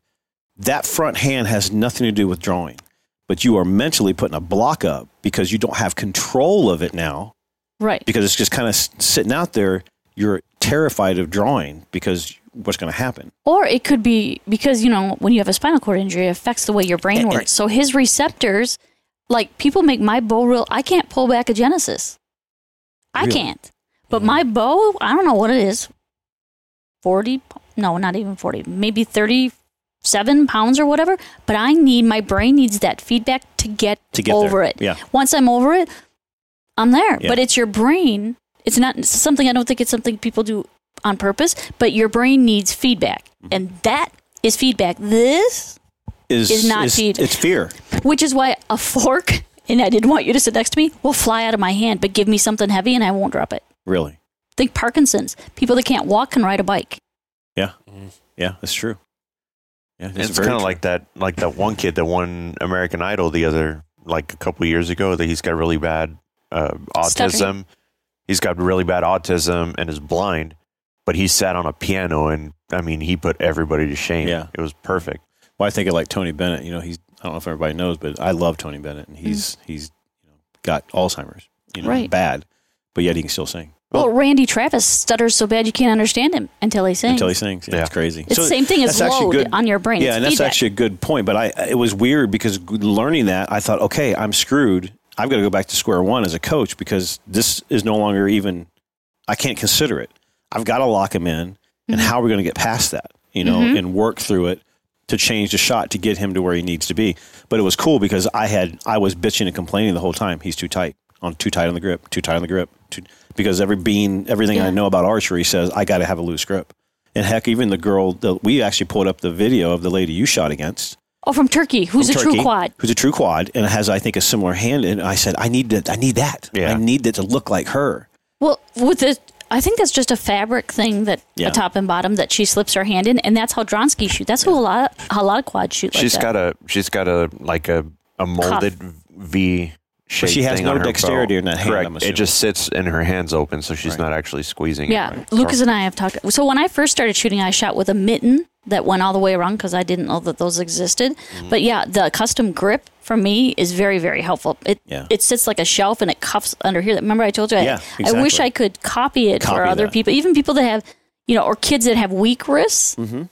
S1: that front hand has nothing to do with drawing, but you are mentally putting a block up because you don't have control of it now.
S3: Right.
S1: because it's just kind of sitting out there. You're terrified of drawing because what's going to happen?
S3: Or it could be because, you know, when you have a spinal cord injury, it affects the way your brain
S1: And- and-
S3: works. So his receptors, like people make my bow reel, I can't pull back a Genesis. I
S1: Really? Mm-hmm.
S3: can't. But my bow, I don't know what it is 40, p- no, not even 40, maybe 37 pounds or whatever. But I need, my brain needs that feedback to get,
S1: To get
S3: over
S1: there.
S3: it.
S1: Yeah.
S3: Once I'm over it, I'm there.
S1: Yeah.
S3: But it's your brain. It's not it's something I don't think it's something people do on purpose, but your brain needs feedback.
S1: Mm-hmm.
S3: And that is feedback. This,
S1: Is
S3: Is not feed-
S1: It's fear.
S3: which is why a fork, and I didn't want you to sit next to me, will fly out of my hand, but give me something heavy and I won't drop it.
S1: Really?
S3: Think Parkinson's. People that can't walk can ride a bike.
S1: Yeah. Yeah, that's true. Yeah,
S2: It's,
S1: very
S2: kind of
S1: true.
S2: like that, like that one kid that won American Idol the other, like a couple years ago. That he's got really bad uh, autism.
S3: Stuttering.
S2: He's got really bad autism and is blind, but he sat on a piano and I mean he put everybody to shame.
S1: Yeah.
S2: it was perfect.
S1: Well, I think of like Tony Bennett. You know, he's I don't know if everybody knows, but I love Tony Bennett, and he's he's you know got Alzheimer's. You know,
S3: Mm. Right.
S1: bad, but yet he can still sing
S3: Well, Randy Travis stutters so bad you can't understand him until he sings.
S1: until he sings. Yeah,
S2: Yeah.
S1: It's crazy.
S3: it's the same thing as
S1: that's actually
S3: load
S1: good-
S3: on your brain.
S1: yeah,
S3: it's
S1: and that's
S3: feedback.
S1: actually a good point. But I it was weird because g- learning that I thought, okay, I'm screwed. I've got to go back to square one as a coach because this is no longer even. I can't consider it. I've got to lock him in,
S3: Mm-hmm.
S1: and how are we going to get past that? You know, and work through it to change the shot to get him to where he needs to be. But it was cool because I had I was bitching and complaining the whole time. He's too tight on too tight on the grip, too tight on the grip. Too, because every bean, everything I know about archery says I got to have a loose grip. And heck, even the girl that we actually pulled up the video of the lady you shot against,
S3: Oh, from Turkey, who's
S1: from
S3: a
S1: Turkey,
S3: true quad.
S1: who's a true quad, and has I think a similar hand. And I said, I need to, I need that.
S2: Yeah.
S1: I need that to look like her.
S3: Well, with the, I think that's just a fabric thing that
S1: Yeah.
S3: a top and bottom that she slips her hand in, and that's how Dronsky shoot. That's who a lot, how a lot of quads shoot. Like
S2: She's
S3: that.
S2: got a she's got a like a a molded V shape.
S1: she has
S2: thing
S1: no
S2: on her
S1: dexterity
S2: bow.
S1: in that hand,
S2: Correct.
S1: I'm
S2: it
S1: assuming.
S2: just sits and her hands open, so she's not actually squeezing.
S3: yeah.
S2: it. right.
S3: Lucas and I have talked. So when I first started shooting, I shot with a mitten that went all the way around because I didn't know that those existed.
S1: Mm.
S3: But yeah, the custom grip for me is very, very helpful. It
S1: Yeah.
S3: it sits like a shelf and it cuffs under here. Remember I told you? I,
S1: Yeah,
S3: I wish
S1: exactly.
S3: I could copy it for
S1: Copy
S3: other
S1: that.
S3: people, even people that have, you know, or kids that have weak wrists.
S1: Mm-hmm.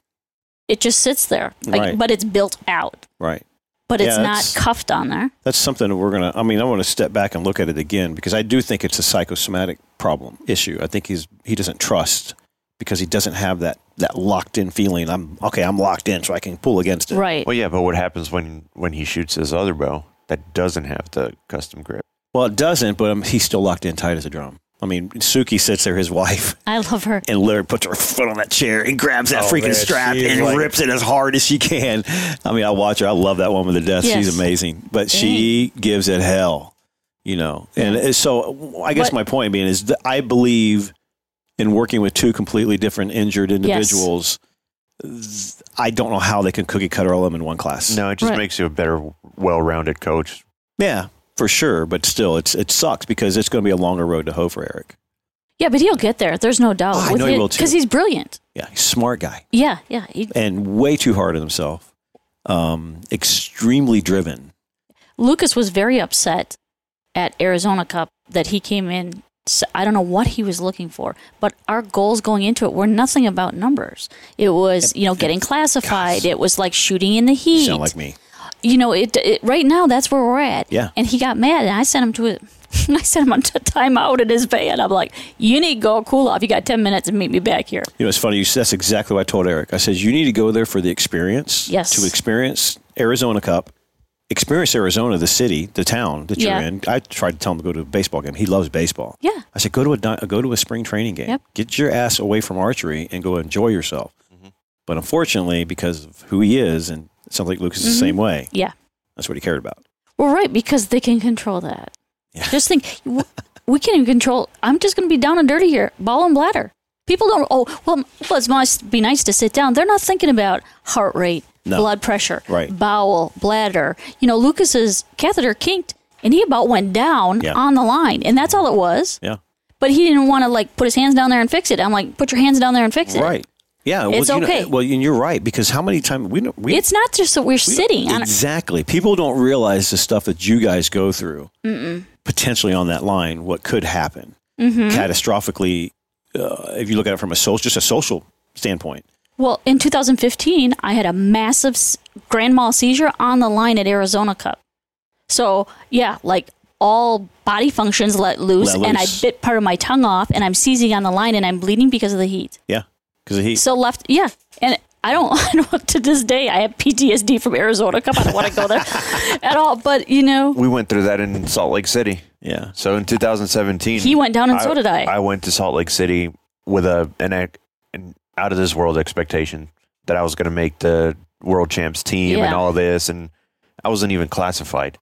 S3: It just sits there, like,
S1: Right.
S3: but it's built out.
S1: Right.
S3: but it's
S1: Yeah,
S3: not
S1: that's-
S3: cuffed on there.
S1: That's something that we're gonna. I mean, I want to step back and look at it again because I do think it's a psychosomatic problem issue. I think he's he doesn't trust because he doesn't have that that locked in feeling. I'm okay. I'm locked in, so I can pull against it.
S3: Right.
S2: Well, yeah, but what happens when when he shoots his other bow that doesn't have the custom grip?
S1: Well, it doesn't, but um, he's still locked in tight as a drum. I mean, Suki sits there, his wife,
S3: I love her.
S1: and Larry puts her foot on that chair and grabs that
S4: Oh,
S1: freaking
S4: man,
S1: strap
S4: she is
S1: and
S4: like-
S1: rips it as hard as she can. I mean, I watch her. I love that woman to death.
S3: Yes.
S1: She's amazing, but she gives it hell, you know. And it's- so, I guess
S3: But-
S1: my point being is that I believe in working with two completely different injured individuals. I don't know how they can cookie cutter all of them in one class.
S2: No, it just
S3: Right.
S2: makes you a better, well-rounded coach.
S1: Yeah, for sure. But still, it's it sucks because it's going to be a longer road to hoe for Eric.
S3: Yeah, but he'll get there. There's no doubt.
S1: Oh, I know he will, too.
S3: Because he's brilliant.
S1: Yeah, he's a smart guy
S3: Yeah, yeah. He,
S1: and way too hard on himself. Um, extremely driven.
S3: Lucas was very upset at Arizona Cup that he came in. s I don't know what he was looking for, but our goals going into it were nothing about numbers. It was, you know, getting classified. It was like shooting in the
S1: You
S3: heat.
S1: sound like me.
S3: you know, it, it right now that's where we're at.
S1: Yeah.
S3: And he got mad, and I sent him to a, I sent him on to timeout in his van. I'm like, you need to go cool off. You got ten minutes and meet me back here.
S1: You know, it's funny. You, that's exactly what I told Eric. I said, you need to go there for the experience.
S3: Yes.
S1: To experience Arizona Cup, experience Arizona, the city, the town that
S3: Yeah.
S1: you're in. I tried to tell him to go to a baseball game. He loves baseball.
S3: Yeah.
S1: I said, go to a di- go to a spring training game.
S3: Yep.
S1: Get your ass away from archery and go enjoy yourself. But unfortunately, because of who he is, and it sounds like Lucas
S3: Mm-hmm.
S1: is the same way.
S3: Yeah.
S1: That's what he cared about.
S3: Well, right, because they can control that.
S1: Yeah.
S3: Just think, w- we can't even control. I'm just going to be down and dirty here, ball and bladder. People don't. Oh, well, m- well, it must be nice to sit down. They're not thinking about heart rate,
S1: No.
S3: blood pressure,
S1: Right.
S3: bowel, bladder. You know, Lucas's catheter kinked, and he about went down
S1: Yeah.
S3: on the line, and that's all it was.
S1: Yeah.
S3: But he didn't want to like put his hands down there and fix it. I'm like, put your hands down there and fix it.
S1: Right. Yeah,
S3: It's
S1: well, you know-
S3: okay.
S1: well, and you're right because how many times we don't we
S3: It's not just that we're
S1: we don't-
S3: sitting on it.
S1: exactly. People don't realize the stuff that you guys go through potentially on that line. What could happen
S3: Mm-hmm.
S1: catastrophically uh, if you look at it from a social, just a social standpoint.
S3: Well, in 2015, I had a massive s- grand mal seizure on the line at Arizona Cup. So, yeah, like all body functions let loose,
S1: Let
S3: and I
S1: loose.
S3: bit part of my tongue off, and I'm seizing on the line, and I'm bleeding because of the heat.
S1: Yeah, because he
S3: So left, yeah, and I don't, I don't. To this day, I have PTSD from Arizona Cup. I don't want to go there at all. But you know,
S2: We went through that in Salt Lake City.
S1: yeah.
S2: So in 2017,
S3: he went down, and so did I.
S2: I went to Salt Lake City with a an, ec- an out of this world expectation that I was going to make the world champs team and
S3: Yeah.
S2: all this, and I wasn't even classified.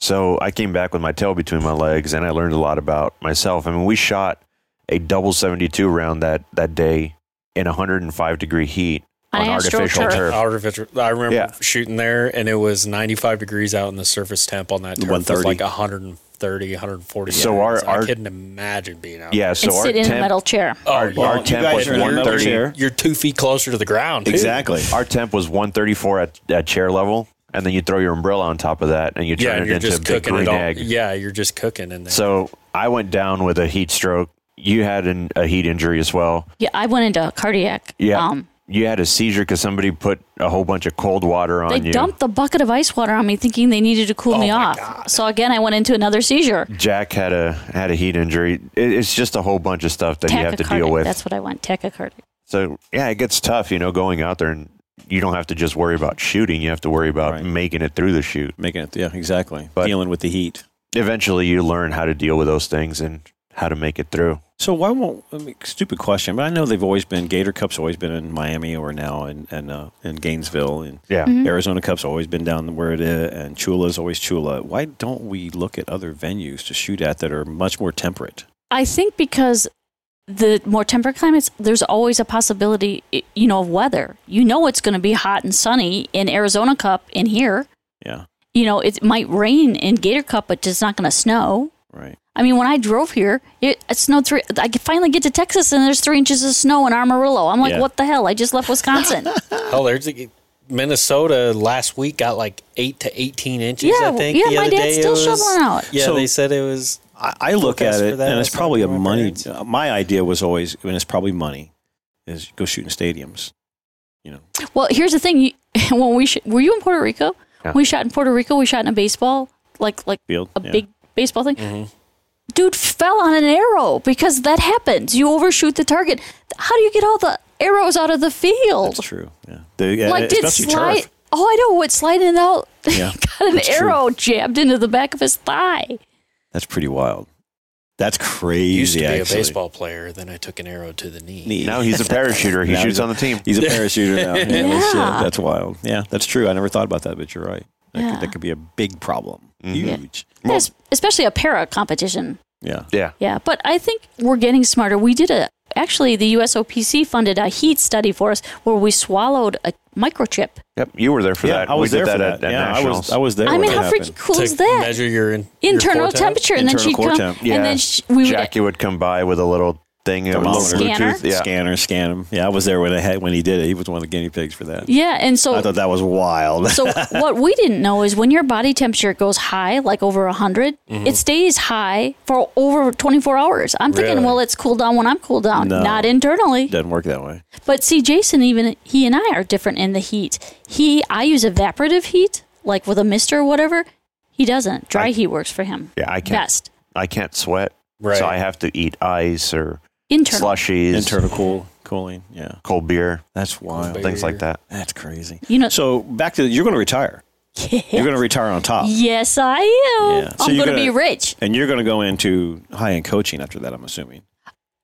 S2: So I came back with my tail between my legs, and I learned a lot about myself. I mean, we shot a double seventy-two round that that day in 105 degree heat
S3: On
S2: on
S3: astral
S2: artificial
S3: turf.
S2: turf.
S4: Artificial. I remember
S2: Yeah.
S4: shooting there, and it was 95 degrees out, and the surface temp on that turf was
S1: 130.
S4: like 130, 140.
S2: So our-
S4: degrees.
S2: our-
S4: I couldn't imagine being out.
S2: Yeah,
S3: and
S2: so our
S3: sit in a
S2: temp,
S3: metal chair.
S4: there.
S2: our-
S4: Oh,
S2: our
S4: you
S2: temp
S4: guys
S2: was
S4: are in a metal
S2: 130.
S4: chair. You're two feet closer to the ground. too.
S1: Exactly.
S2: our temp was 134 at, at chair level, and then you throw your umbrella on top of that, and you turn
S4: Yeah, and
S2: it
S4: you're
S2: into
S4: just
S2: a big
S4: cooking
S2: green
S4: it all.
S2: egg.
S4: Yeah, you're just cooking in there.
S2: So I went down with a heat stroke. You had an, a heat injury as well.
S3: Yeah, I went into cardiac.
S2: Yeah.
S3: Um,
S2: you had a seizure because somebody put a whole bunch of cold water on
S3: they
S2: you. Oh
S3: dumped the bucket of ice water on me, thinking they needed to cool me
S4: my
S3: off. So again, I went into another seizure.
S2: Jack had a had a heat injury. It, it's just a whole bunch of stuff that you have to deal
S3: Tachycardic,
S2: with.
S3: That's what I want. Tachycardic.
S2: So yeah, it gets tough, you know, going out there and you don't have to just worry about shooting. You have to worry about
S1: Right.
S2: making it through the shoot.
S1: Making it, yeah, exactly.
S2: But-
S1: Dealing with the heat.
S2: Eventually, you learn how to deal with those things and how to make it through.
S1: So why won't? I mean, stupid question, but I know they've always been Gator Cup's always been in Miami or now in and uh, in Gainesville and
S2: Yeah.
S3: Mm-hmm.
S1: Arizona Cup's always been down where it is and Chula's always Chula. Why don't we look at other venues to shoot at that are much more temperate?
S3: I think because the more temperate climates, there's always a possibility, i- you know, of weather. You know, it's going to be hot and sunny in Arizona Cup in here.
S1: Yeah,
S3: You know, it might rain in Gator Cup, but it's not going to snow.
S1: right.
S3: I mean, when I drove here, it, it snowed three. I could finally get to Texas, and there's three inches of snow in Amarillo. I'm like,
S1: Yeah.
S3: what the hell? I just left Wisconsin.
S4: Oh, there's a, Minnesota last week got like eight to eighteen inches.
S3: Yeah,
S4: I think.
S3: yeah,
S4: the
S3: my
S4: other
S3: dad's
S4: day it
S3: still
S4: was-
S3: shoveling out.
S4: Yeah,
S1: So-
S4: they said it was.
S1: I, I look at
S4: Forecast
S1: it
S4: for that,
S1: and it's
S4: that's
S1: probably a
S4: not gonna
S1: money. uh,
S4: work,
S1: My idea was always, and it's probably money, is go shoot in stadiums. You know,
S3: well, here's the thing. You, when we sh- were you in Puerto Rico?
S2: Yeah.
S3: We shot in Puerto Rico. We shot in a baseball, like like
S1: field
S3: a
S1: yeah.
S3: big baseball thing.
S4: mm-hmm.
S3: Dude fell on an arrow because that happens. You overshoot the target. How do you get all the arrows out of the field?
S1: That's true. Yeah, the, uh,
S3: like did
S1: especially
S3: slide.
S1: turf.
S3: Oh, I know. It sliding out.
S1: Yeah,
S3: got an
S1: that's true.
S3: arrow jabbed into the back of his thigh.
S1: That's pretty wild. That's crazy.
S4: Used to be
S1: actually.
S4: a baseball player. Then I took an arrow to the knee.
S1: Neat.
S2: Now he's a parachuter. He
S1: Now
S2: shoots
S1: he's a-
S2: on the team.
S1: He's a parachuter now. yeah. that's-
S3: Yeah.
S1: that's wild. Yeah, that's true. I never thought about that, but you're right. That,
S3: Yeah.
S1: could, that could be a big problem.
S4: Mm-hmm.
S1: Huge.
S3: Yes, especially a para competition.
S1: Yeah.
S2: Yeah.
S3: Yeah, but I think we're getting smarter. We did a actually the USOPC funded a heat study for us where we swallowed a microchip.
S2: Yep. You were there for
S1: yeah,
S2: that.
S1: I was
S2: we
S1: there
S2: did
S1: for
S2: that,
S1: that.
S2: At, at
S1: yeah, I
S2: nationals.
S1: was. I was there.
S3: I mean,
S1: when
S3: how
S1: that
S3: freaking
S1: happened.
S3: cool
S4: to
S3: is that?
S4: measure your in, your
S3: Internal
S4: core temp.
S3: temperature, and then
S1: Internal
S3: she'd
S1: core
S3: come,
S1: temp.
S2: Yeah.
S3: and then she, we would
S2: Jackie would come by with a little thing, a little
S1: Thermometer.
S3: Scanner?
S2: Bluetooth. Yeah.
S1: Scanner, scan him. Yeah, I was there when I had when he did it. He was one of the guinea pigs for that.
S3: yeah, and
S1: I
S3: so
S1: thought that was wild.
S3: so what we didn't know is when your body temperature goes high, like over 100,
S1: Mm-hmm.
S3: it stays high for over 24 hours. I'm thinking,
S4: Really?
S3: well, it's cooled down when I'm cooled down,
S1: No.
S3: not internally.
S1: Doesn't work that way.
S3: But see, Jason, even he and I are different in the heat. He, I use evaporative heat, like with a mist or whatever. He doesn't. Dry
S2: I-
S3: heat works for him.
S2: Yeah, I can't.
S3: Best
S2: I can't sweat,
S4: Right.
S2: so I have to eat ice or
S3: internal.
S2: slushies,
S1: Internal cool cooling. Yeah,
S2: cold beer,
S1: that's wild.
S4: beer.
S2: things like that.
S1: That's crazy.
S3: You know.
S1: So back to you're going to retire. You're going to retire on top,
S3: yes, I am.
S1: Yeah. So
S3: I'm
S1: you're
S3: going to be
S1: gonna-
S3: rich.
S1: and you're going to go into high end coaching after that. I'm assuming.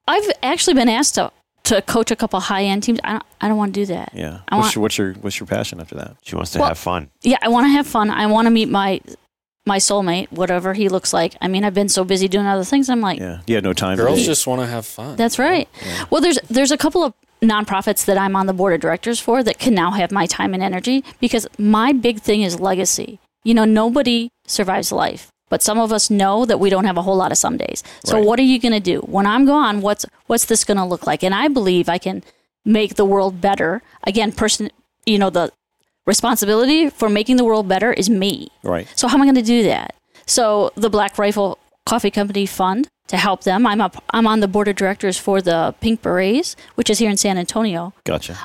S3: I've actually been asked to, to coach a couple high end teams. I don't. I don't want to do that.
S1: Yeah.
S3: I
S1: what's,
S3: want.
S1: your, what's your what's your passion after that?
S2: She wants to
S3: Well-
S2: have fun.
S3: Yeah, I want to have fun. I want to meet my my soulmate, whatever he looks like. I mean, I've been so busy doing other things. I'm like,
S1: Yeah. You had no time.
S4: Girls
S1: for
S4: just want to have fun.
S3: That's right. Well, there's there's a couple of nonprofits that I'm on the board of directors for that can now have my time and energy because my big thing is legacy. You know, nobody survives life, but some of us know that we don't have a whole lot of some days. So
S1: Right.
S3: what are you going to do when I'm gone? What's what's this going to look like? And I believe I can make the world better. Again, person, you know, the responsibility for making the world better is me.
S1: Right.
S3: So how am I going to do that? So the Black Rifle Coffee Company Fund to help them. I'm up. I'm on the board of directors for the Pink Berets, which is here in San Antonio. Um,
S1: Gotcha.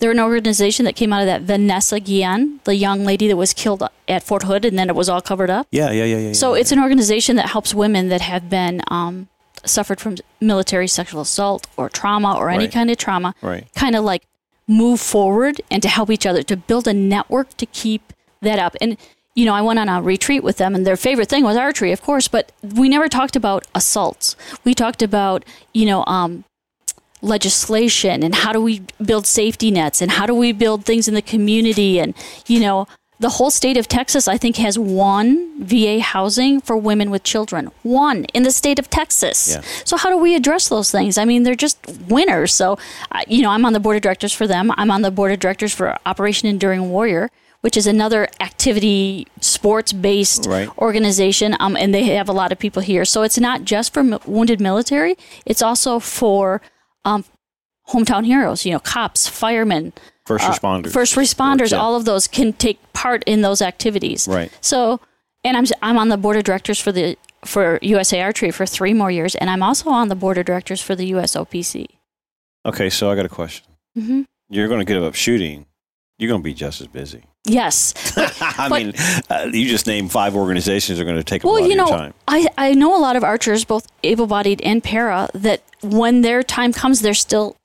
S3: They're an organization that came out of that Vanessa Guillen, the young lady that was killed at Fort Hood, and then it was all covered up.
S1: yeah, yeah, yeah, yeah. yeah.
S3: So it's an organization that helps women that have been um, suffered from military sexual assault or trauma or any
S1: Right.
S3: kind of trauma,
S1: Right.
S3: kind of like move forward and to help each other to build a network to keep that up. And you know, I went on a retreat with them, and their favorite thing was archery, of course. But we never talked about assaults. We talked about you know um, legislation and how do we build safety nets and how do we build things in the community and you know the whole state of Texas I think has one VA housing for women with children one in the state of Texas
S1: Yeah.
S3: so how do we address those things I mean they're just winners so I- you know I'm on the board of directors for them I'm on the board of directors for Operation Enduring Warrior which is another activity sports based
S1: Right.
S3: organization, um, and they have a lot of people here. So it's not just for m- wounded military; it's also for um, hometown heroes. You know, cops, firemen,
S1: first
S3: uh,
S1: responders.
S3: first responders.
S1: Yeah.
S3: All of those can take part in those activities.
S1: Right.
S3: So, and I'm s- I'm on the board of directors for the for USA Archery for three more years, and I'm also on the board of directors for the USOPC.
S1: Okay, so I got a question.
S3: Mm-hmm.
S1: You're going to give up shooting. You're going to be just as busy.
S3: Yes.
S1: I
S3: But-
S1: mean, uh, you just named five organizations that are going to take up a
S3: well,
S1: lot
S3: you
S1: of
S3: know,
S1: your time.
S3: I, I know a lot of archers, both able bodied and para, that when their time comes, they're still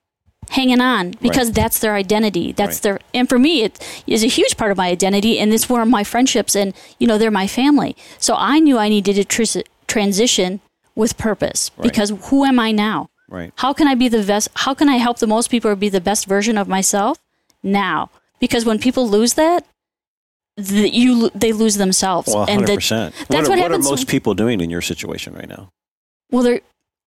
S3: hanging on because that's their identity. That's
S1: Right.
S3: their, and for me, it is a huge part of my identity, and it's where my friendships and, you know, they're my family. So I knew I needed to tris- transition with purpose because who am I now?
S1: Right.
S3: How can I be the best? How can I help the most people or be the best version of myself now? Because when people lose that, th- you lo- they lose themselves,
S1: Well,
S3: and
S1: hundred
S3: the
S1: percent.
S3: what
S1: what, are-
S3: happens
S1: What are
S3: when-
S1: most people doing in your situation right now?
S3: well, they're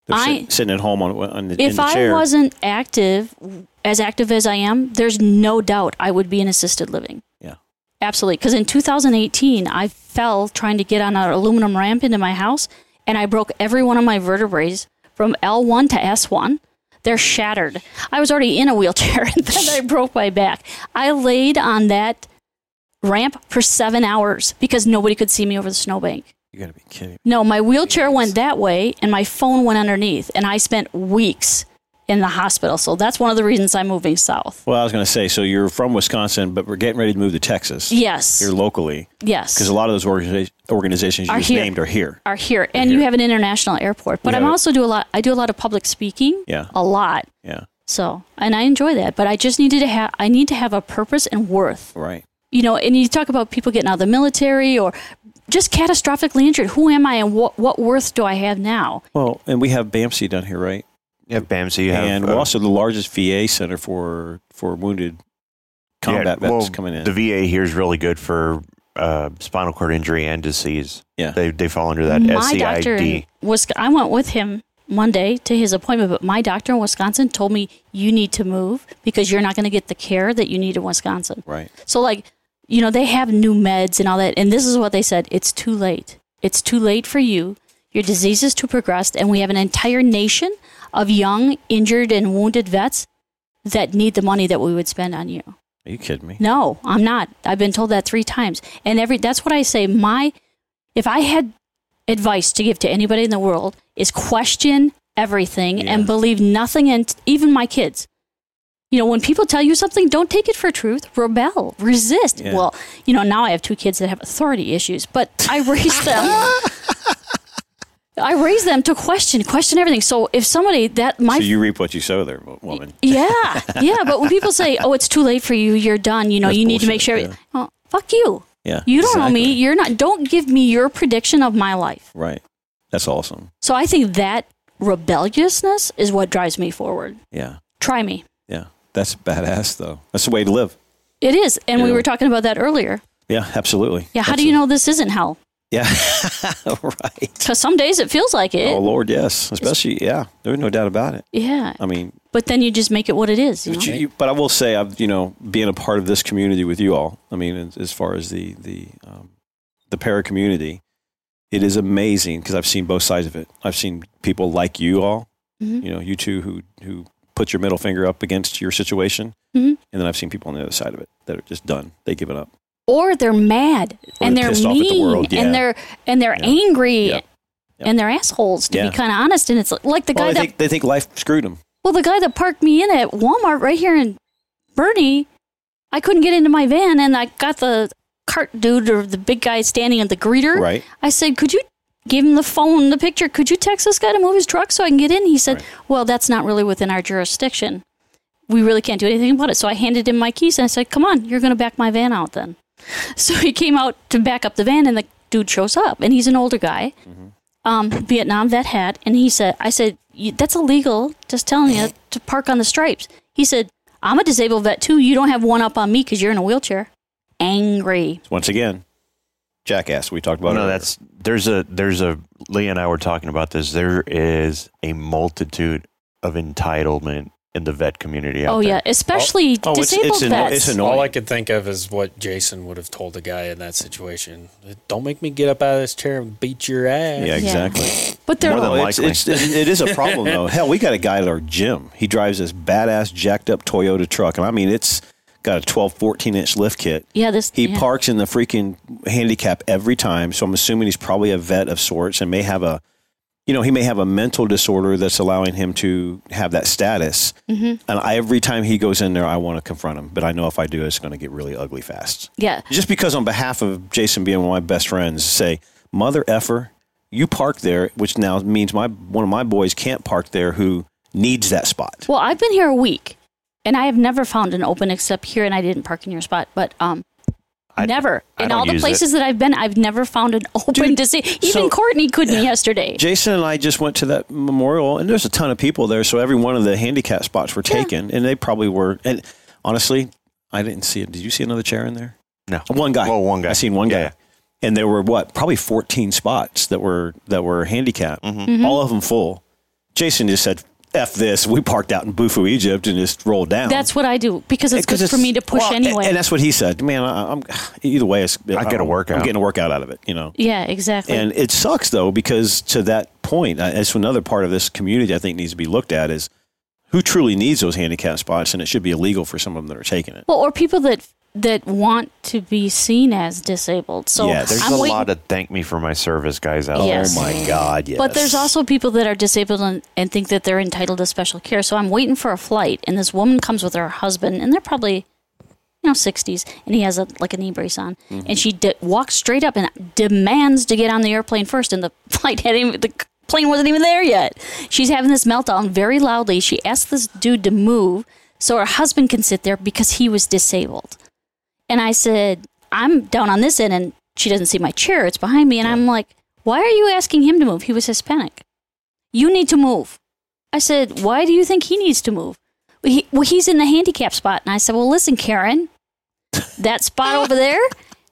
S1: They're sit-
S3: I-
S1: sitting, at home on, on the, in
S3: if
S1: the
S3: I
S1: chair.
S3: wasn't active, as active as I am, there's no doubt I would be in assisted living.
S1: Yeah.
S3: Absolutely. Because in 2018, I fell trying to get on an aluminum ramp into my house and I broke every one of my vertebrae from L1 to S1. They're shattered. I was already in a wheelchair and then I broke my back. I laid on that ramp for seven hours because nobody could see me over the snowbank.
S1: you got to be kidding. me.
S3: No, my wheelchair went that way and my phone went underneath, and I spent weeks in the hospital. So that's one of the reasons I'm moving south.
S1: Well, I was going to say, so you're from Wisconsin, but we're getting ready to move to Texas.
S3: Yes.
S1: Here locally,
S3: yes.
S1: because a lot of those organiza- organizations you
S3: Are
S1: just
S3: here.
S1: named are here.
S3: are here and you have an international airport but
S1: We
S3: i'm
S1: have it.
S3: also do a lot i do a lot of public speaking
S1: Yeah.
S3: a lot
S1: Yeah.
S3: so and i enjoy that but i just needed to have i need to have a purpose and worth
S1: Right.
S3: you know and you talk about people getting out of the military or just catastrophically injured who am i and what, what worth do i have now
S1: Well, and we have BAMSI down here, right?
S2: You have BAMSI. You have,
S1: and
S2: uh,
S1: we're also the largest VA center for for wounded combat
S2: yeah,
S1: vets
S2: well,
S1: coming in.
S2: The VA here is really good for uh, spinal cord injury and disease.
S1: Yeah.
S2: They, they fall under that E
S3: my
S2: SCID.
S3: doctor in was I went with him Monday to his appointment, but my doctor in Wisconsin told me you need to move because you're not going to get the care that you need in Wisconsin.
S1: right.
S3: So like, you know, they have new meds and all that, and this is what they said: it's too late. It's too late for you. Your disease is too progressed, and we have an entire nation of young, injured, and wounded vets that need the money that we would spend on you.
S1: Are you kidding me?
S3: No, I'm not. I've been told that three times. And every that's what I say. My if I had advice to give to anybody in the world is question everything
S1: Yeah.
S3: and believe nothing and even my kids. You know, when people tell you something, don't take it for truth. Rebel, resist.
S1: Yeah.
S3: Well, you know, now I have two kids that have authority issues, but I raised them. I raised them to question, question everything. So if somebody that my
S1: so you reap what you sow, there, wo- woman.
S3: yeah, yeah. But when people say, "Oh, it's too late for you. You're done. You know,
S1: That's
S3: you need to make sure."
S1: bullshit,
S3: Oh, fuck you.
S1: Yeah.
S3: You don't know me.
S1: exactly.
S3: You're not. Don't give me your prediction of my life.
S1: Right. That's awesome.
S3: So I think that rebelliousness is what drives me forward.
S1: Yeah.
S3: Try me.
S1: Yeah. That's badass, though. That's the way to live.
S3: It is, and we
S1: Yeah.
S3: were talking about that earlier.
S1: Yeah. Absolutely.
S3: Yeah. How do you know this isn't hell?
S1: Yeah. right.
S3: Because some days it feels like it.
S1: Oh Lord, yes. Especially, yeah. There's no doubt about it.
S3: Yeah.
S1: I mean,
S3: But then you just make it what it is. You know?
S1: But, you, you- but I will say, I've you know being a part of this community with you all. I mean, as, as far as the the um, the para community, it is amazing because I've seen both sides of it. I've seen people like you all,
S3: Mhm.
S1: you know, you two who who put your middle finger up against your situation.
S3: Mhm.
S1: And then I've seen people on the other side of it that are just done. They give it up.
S3: or they're mad
S1: Or
S3: and
S1: they're
S3: they're
S1: pissed
S3: mean
S1: off at the world, yeah.
S3: and they're and they're
S1: Yeah.
S3: angry
S1: Yeah. Yeah.
S3: and they're assholes to
S1: Yeah.
S3: be kind of honest and it's like, like the
S1: Well,
S3: guy
S1: they
S3: that
S1: think, they think life screwed them.
S3: well the guy that parked me in at Walmart right here in Bernie I couldn't get into my van and I got the cart dude or the big guy standing at the greeter
S1: Right.
S3: I said could you give him the phone the picture could you text this guy to move his truck so I can get in he said
S1: Right.
S3: well that's not really within our jurisdiction we really can't do anything about it so I handed him my keys and I said come on you're going to back my van out then so he came out to back up the van, and the dude shows up, and he's an older guy, um, Vietnam vet hat, and he said, "I said "You- that's illegal. Just telling you to park on the stripes." He said, "I'm a disabled vet too. You don't have one up on me because you're in a wheelchair." Angry.
S1: Once again, jackass. We talked about
S2: no,
S1: earlier.
S2: that's there's a there's a Lee and I were talking about this. There is a multitude of entitlement in the vet community. Out
S3: Oh
S2: there.
S3: yeah, especially
S1: Oh, it's-
S3: disabled
S1: it's anno-
S3: vets.
S1: it's anno-
S4: All
S1: Annoying.
S4: I could think of is what Jason would have told a guy in that situation. Don't make me get up out of this chair and beat your ass.
S1: yeah, exactly.
S3: but they're
S2: More than
S1: No, it's,
S2: likely.
S1: it's, it is a problem though. Hell, we got a guy at our gym. He drives this badass jacked up Toyota truck, and I mean it's got a 12, 14 inch lift kit.
S3: yeah this
S1: He
S3: yeah.
S1: parks in the freaking handicap every time, so I'm assuming he's probably a vet of sorts and may have a, you know, he may have a mental disorder that's allowing him to have that status. Mm-hmm. And I, every time he goes in there, I want to confront him, but I know if I do, it's going to get really ugly fast.
S3: yeah
S1: Just because on behalf of Jason being one of my best friends, say, mother effer, you park there, which now means my one of my boys can't park there who needs that spot.
S3: Well, I've been here a week, and I have never found an open except here, and I didn't park in your spot. But um,
S2: I-
S3: never
S2: I
S3: in
S2: don't
S3: all the
S2: use it.
S3: places that I've been, I've never found an open
S1: Dude,
S3: to see. Even
S1: so-
S3: Courtney couldn't yesterday.
S1: Jason and I just went to that memorial, and there's a ton of people there, so every one of the handicap spots were taken, and they probably were. And honestly, I didn't see it. Did you see another chair in there?
S2: No.
S1: One guy.
S2: Well, one guy.
S1: I seen one guy.
S2: Yeah.
S1: And there were what, probably 14 spots that were that were handicapped,
S3: Mm-hmm.
S1: all of them full. Jason just said, "F this." We parked out in Bufu, Egypt, and just rolled down.
S3: That's what I do because it's good
S1: Because
S3: for me to push
S1: well, and-
S3: anyway.
S1: And that's what he said. Man, I, I'm either way. It's,
S2: I get a workout.
S1: I'm getting a workout out of it. You know.
S3: yeah, exactly.
S1: And it sucks though because to that point, uh, it's another part of this community I think needs to be looked at is who truly needs those handicap spots, and it should be illegal for some of them that are taking it.
S3: well, or people that that want to be seen as disabled. So
S1: Yeah,
S2: There's
S3: I'm
S2: a
S3: waiting,
S2: lot of thank me for my service guys out
S3: Oh,
S2: there.
S3: Yes.
S1: Oh my God! Yes.
S3: but there's also people that are disabled and, and think that they're entitled to special care. So I'm waiting for a flight, and this woman comes with her husband, and they're probably you know 60s, and he has a like a knee brace on, and she de- walks straight up and demands to get on the airplane first, and the flight hadn't even, the plane wasn't even there yet. She's having this meltdown very loudly. She asked this dude to move so her husband can sit there because he was disabled, and I said I'm down on this end, and she doesn't see my chair; it's behind me, and I'm like. Why are you asking him to move? He was Hispanic. You need to move. I said, Why do you think he needs to move? Well, he, well he's in the handicap spot. And I said, Well, listen, Karen, that spot over there,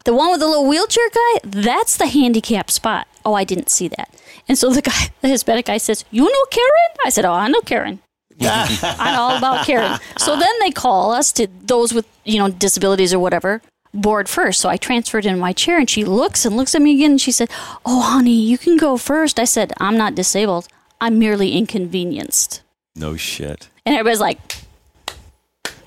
S3: the one with the little wheelchair guy, that's the handicap spot. Oh, I didn't see that. And so the guy, the Hispanic guy says, You know Karen? I said, Oh, I know Karen. I'm all about Karen. So then they call us to those with, you know, disabilities or whatever board first. So I transferred in my chair and she looks and looks at me again and she said, Oh, honey, you can go first. I said, I'm not disabled. I'm merely inconvenienced.
S1: no shit.
S3: And everybody's like,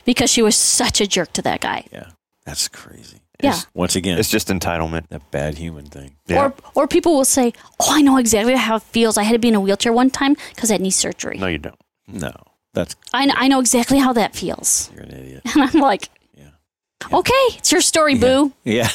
S3: because she was such a jerk to that guy.
S1: Yeah, that's crazy.
S3: Yeah.
S1: It's- once again,
S2: It's just entitlement.
S1: that bad human thing.
S2: Yeah.
S3: Or, or people will say, Oh, I know exactly how it feels. I had to be in a wheelchair one time because I had knee surgery.
S2: no, you don't.
S1: No, that's
S3: I, kn- I know exactly how that feels.
S1: you're an idiot.
S3: And I'm like,
S1: Yeah.
S3: Okay, it's your story, boo.
S1: Yeah.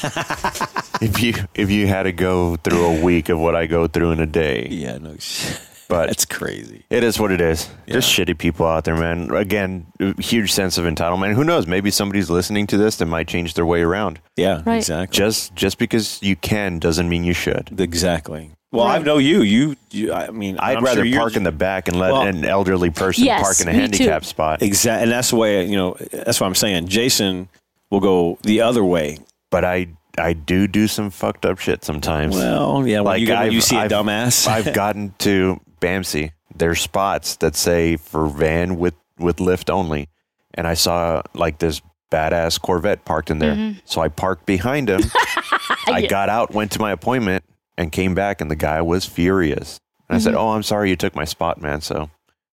S2: If you if you had to go through a week of what I go through in a day,
S1: yeah. No shit.
S2: but
S1: That's crazy.
S2: It is what it is. There's shitty people out there, man. Again, a huge sense of entitlement. Who knows? Maybe somebody's listening to this that might change their way around.
S1: Yeah.
S3: Right.
S1: Exactly.
S2: Just just because you can doesn't mean you should.
S1: exactly. Well, I know you. You. you I mean,
S2: I'd
S1: I'm
S2: rather
S1: sure you're-
S2: park in the back and let
S1: Well-
S2: an elderly person
S3: Yes,
S2: park in a
S3: me
S2: handicap
S3: too.
S2: spot.
S1: Exactly, and that's the way you know. That's what I'm saying. Jason will go the other way.
S2: But I I do do some fucked up shit sometimes.
S1: Well, yeah, like
S2: Like
S1: you, go-
S2: I've-
S1: you see a
S2: I've-
S1: dumbass.
S2: I've gotten to Bamsey. There's spots that say for van with with lift only, and I saw like this badass Corvette parked in there.
S3: Mm-hmm.
S2: So I parked behind him. I got out, went to my appointment,
S3: Mm-hmm.
S2: and came back, and the guy was furious. And I said, "Oh, I'm sorry, you took my spot, man." So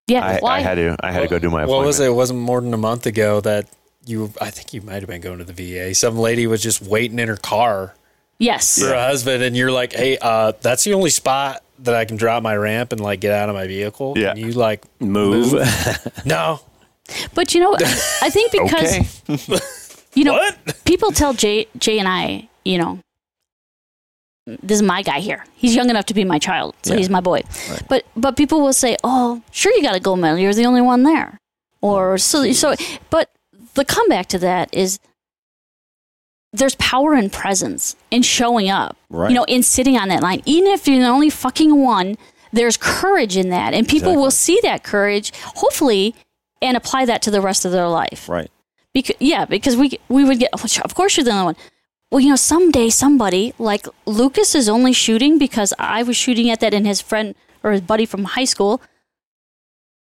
S3: Yeah,
S2: I,
S3: why?
S2: I had to. I had to go do my. appointment.
S4: What was it? It wasn't more than a month ago that you. I think you might have been going to the VA. Some lady was just waiting in her car
S3: yes.
S4: for a husband, and you're like, "Hey, uh, that's the only spot that I can drop my ramp and like get out of my vehicle."
S2: Yeah.
S4: And you like,
S1: Move.
S4: no,
S3: But you know, I think because
S2: Okay.
S3: you know,
S4: what?
S3: people tell Jay, Jay and I, you know, this is my guy here. He's young enough to be my child, so
S1: Yeah.
S3: he's my boy.
S1: Right.
S3: But but people will say, "Oh, sure, you got a gold medal. You're the only one there."
S1: Oh,
S3: Or so so. But the comeback to that is there's power in presence in showing up.
S1: Right.
S3: You know, in sitting on that line, even if you're the only fucking one. There's courage in that, and people will see that courage, hopefully, and apply that to the rest of their life.
S1: right.
S3: Because yeah, because we we would get. "Oh, sh- Of course, you're the only one. Well, you know, someday somebody like Lucas is only shooting because I was shooting at that, and his friend or his buddy from high school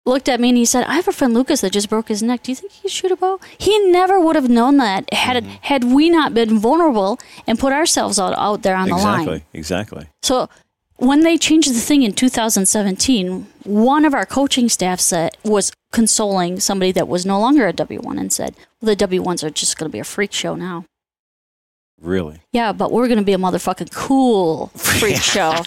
S3: looked at me and he said, "I have a friend Lucas that just broke his neck. Do you think he could shoot a bow?" He never would have known that had it had we not been vulnerable and put ourselves out out there on
S1: exactly.
S3: the line.
S1: Exactly.
S3: So when they changed the thing in 2017, one of our coaching staff said was consoling somebody that was no longer a W1 and said, "Well, the W1s are just going to be a freak show now."
S1: Really.
S3: Yeah, but we're going to be a motherfucking cool freak show.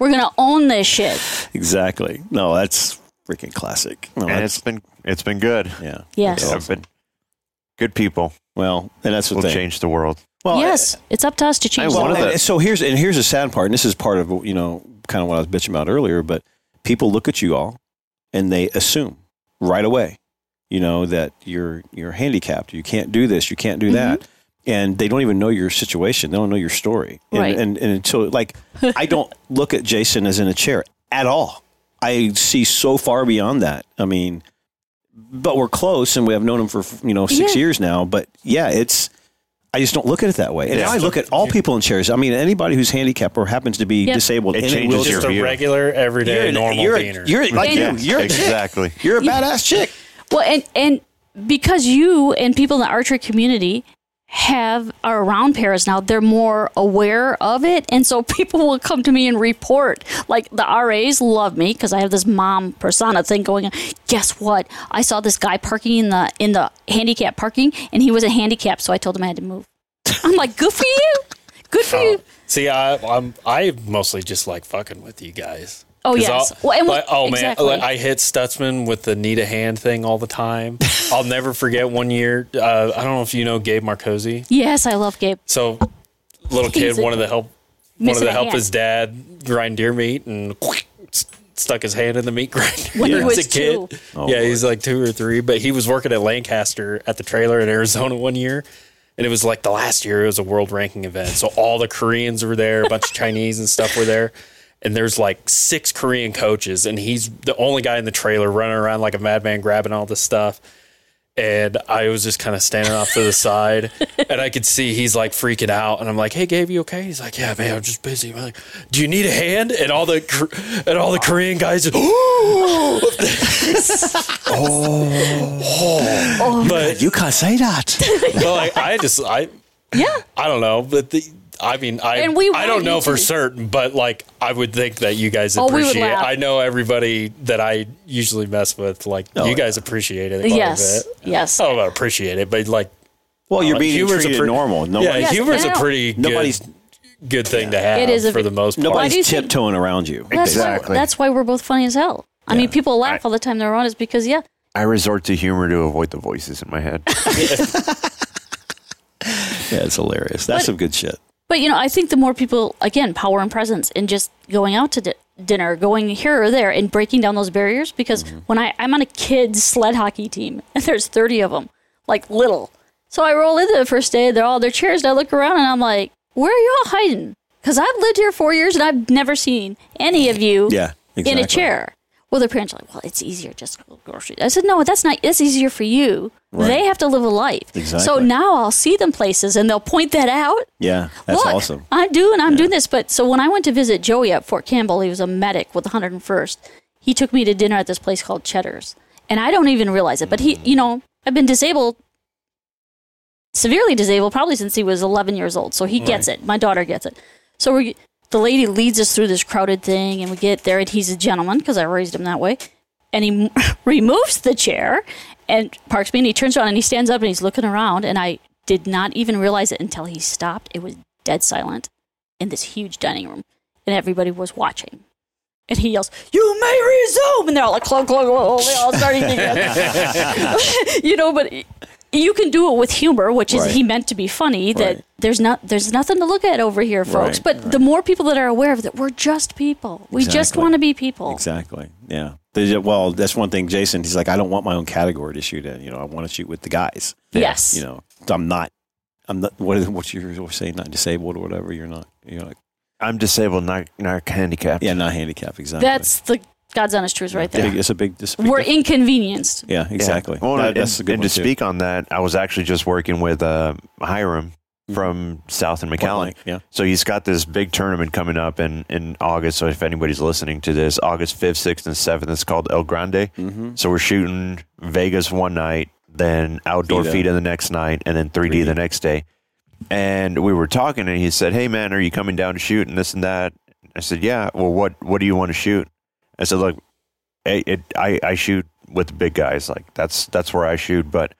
S3: we're going to own this shit.
S1: Exactly. No, that's freaking classic. No,
S2: And
S1: that's-
S2: it's been it's been good.
S1: yeah.
S3: Yes.
S1: That's
S2: I've
S1: awesome.
S2: been good people.
S1: Well, and that's the
S2: will
S1: thing.
S2: change the world.
S1: Well,
S3: yes, it's up to us to change.
S2: I
S3: the
S2: wanted
S3: world.
S1: Well,
S2: that.
S1: and so here's and here's the sad part, and this is part of you know kind of what I was bitching about earlier. But people look at you all, and they assume right away, you know, that you're you're handicapped, you can't do this, you can't do that,
S3: Mm-hmm.
S1: and they don't even know your situation, they don't know your story, and
S3: Right.
S1: and, and until like I don't look at Jason as in a chair at all. I see so far beyond that. I mean, but we're close, and we have known him for you know six
S3: Yeah.
S1: years now. But yeah, it's. I just don't look at it that way. And now I look at all people in chairs. I mean, anybody who's handicapped or happens to be
S3: Yep.
S1: disabled.
S2: It
S1: in a
S2: changes
S1: wheelchair-
S2: your
S4: Just a
S2: view.
S4: regular, everyday,
S1: an-
S4: normal
S1: you're,
S4: beaner.
S1: a, you're a- like
S3: Yeah,
S1: you. You're a chick.
S2: exactly.
S1: You're a badass chick.
S3: Well, and and because you and people in the archery community have are around paras now, they're more aware of it, and so people will come to me and report. Like the RAs love me because I have this mom persona thing going on. Guess what? I saw this guy parking in the in the handicap parking, and he was a handicap, so I told him I had to move. I'm like, good for you, good
S4: Oh.
S3: for you.
S4: See, I, I'm I mostly just like fucking with you guys.
S3: Oh,
S4: 'Cause
S3: yes.
S4: I'll-
S3: Well, and we-
S4: like, oh
S3: exactly.
S4: man, like, I hit Stutzman with the need a hand thing all the time. I'll never forget one year. Uh, I don't know if you know Gabe Marcosi.
S3: Yes, I love Gabe.
S4: So little kid
S3: He's a-
S4: wanted to help wanted
S3: missing
S4: to
S3: a
S4: help
S3: hand.
S4: his dad grind deer meat and quick, s- stuck his hand in the meat grinder
S3: When he
S4: as
S3: was
S4: a kid.
S3: two.
S1: Oh,
S4: yeah,
S1: Lord.
S4: he's like two or three, but he was working at Lancaster at the trailer in Arizona one year. And it was like the last year it was a world ranking event. So all the Koreans were there, a bunch of Chinese and stuff were there. And there's like six Korean coaches, and he's the only guy in the trailer running around like a madman grabbing all this stuff and I was just kind of standing off to the side, and I could see he's like freaking out, and I'm like, "Hey, Gabe, you okay?" He's like, "Yeah, man, I'm just busy." I'm like, "Do you need a hand?" And all the Kor- and all the Korean guys, just, oh, oh, but
S1: You can't say that.
S4: but, like I just I
S3: Yeah.
S4: I don't know, but the. I mean, I
S3: And we
S4: I
S3: want
S4: don't know
S3: you
S4: for
S3: to-
S4: certain, but like I would think that you guys
S3: Oh, we would
S4: appreciate.
S3: laugh.
S4: I know everybody that I usually mess with, like
S1: Oh,
S4: you guys appreciate it. Quite
S3: Yes.
S4: a bit.
S3: Yes.
S4: I don't know about appreciate it, but like
S1: Well, you're
S4: Uh,
S1: being
S4: humor's a
S1: treated
S4: pre-
S1: normal.
S4: yeah,
S1: Nobody,
S3: Yes,
S4: humor's
S3: and I
S4: a
S3: don't-
S4: pretty
S1: Nobody's-
S4: good, good thing to have
S3: It is a-
S4: for the most
S3: Why do
S4: part.
S3: you
S1: nobody's
S3: think-
S1: tiptoeing around you.
S3: That's
S2: Exactly.
S3: Why, that's why we're both funny as hell. I mean, people laugh all the time they're on us because yeah,
S2: I resort to humor to avoid the voices in my head.
S1: Yeah, it's hilarious. That's some good shit.
S3: But you know, I think the more people, again, power and presence, and just going out to di- dinner, going here or there, and breaking down those barriers. Because when I I'm on a kids sled hockey team, and there's 30 of them, like little. So I roll into the first day, they're all on their chairs, and I look around, and I'm like, "Where are y'all hiding?" Because I've lived here four years, and I've never seen any of you
S1: Yeah,
S3: in
S1: exactly.
S3: a chair. Well, their parents are like, "Well, it's easier just to go grocery." I said, "No, that's not. That's easier for you. They have to live a life. So
S1: Exactly.
S3: now I'll see them places, and they'll point that out."
S1: Yeah, that's
S3: Look,
S1: awesome.
S3: I'm doing, I'm doing this. But so when I went to visit Joey at Fort Campbell, he was a medic with the 101st. He took me to dinner at this place called Cheddar's, and I don't even realize it. But he, you know, I've been disabled, severely disabled, probably since he was 11 years old. So he gets it. My daughter gets it. So we, the lady leads us through this crowded thing, and we get there, and he's a gentleman because I raised him that way. and he removes the chair and parks me and he turns around and he stands up and he's looking around and I did not even realize it until he stopped. It was dead silent in this huge dining room and everybody was watching. And he yells, "You may resume!" And they're all like, "Clug, clug, clug!" They all start eating again. you know, but you can do it with humor, which is
S1: Right.
S3: he meant to be funny. That
S1: Right.
S3: there's not there's nothing to look at over here, folks.
S1: Right,
S3: but the more people that are aware of that, we're just people. We just
S1: Exactly.
S3: want to be people.
S1: Exactly. Yeah. They ju- well, that's one thing, Jason. He's like, I don't want my own category to shoot in. You know, I want to shoot with the guys.
S3: Yes.
S1: You know, I'm not. I'm not. What is what you're always saying? Not disabled or whatever. You're not. You're not.
S2: I'm disabled, not not handicapped.
S1: Yeah, not handicapped. Exactly.
S3: That's the God's honest truth right there.
S1: Big, it's a big. It's a big
S3: We're
S1: difference.
S3: inconvenienced.
S1: yeah. Exactly.
S2: Well,
S1: That-
S2: and,
S1: that's a good
S2: and
S1: one
S2: to
S1: too.
S2: speak on that, I was actually just working with uh, Hiram
S1: Mm-hmm.
S2: from South and
S1: Point
S2: McAllen.
S1: blank, Yeah.
S2: So he's got this big tournament coming up in, in August. So if anybody's listening to this, August 5th, 6th, and 7th, it's called El Grande.
S1: Mm-hmm.
S2: So we're shooting Vegas one night, then outdoor
S1: Fida.
S2: FIDA the next night, and then 3D, the next day. And we were talking, and he said, "Hey man, are you coming down to shoot and this and that?" I said, "Yeah." Well, what what do you want to shoot? I said, "Look, it, it, I I shoot with the big guys. Like that's that's where I shoot, but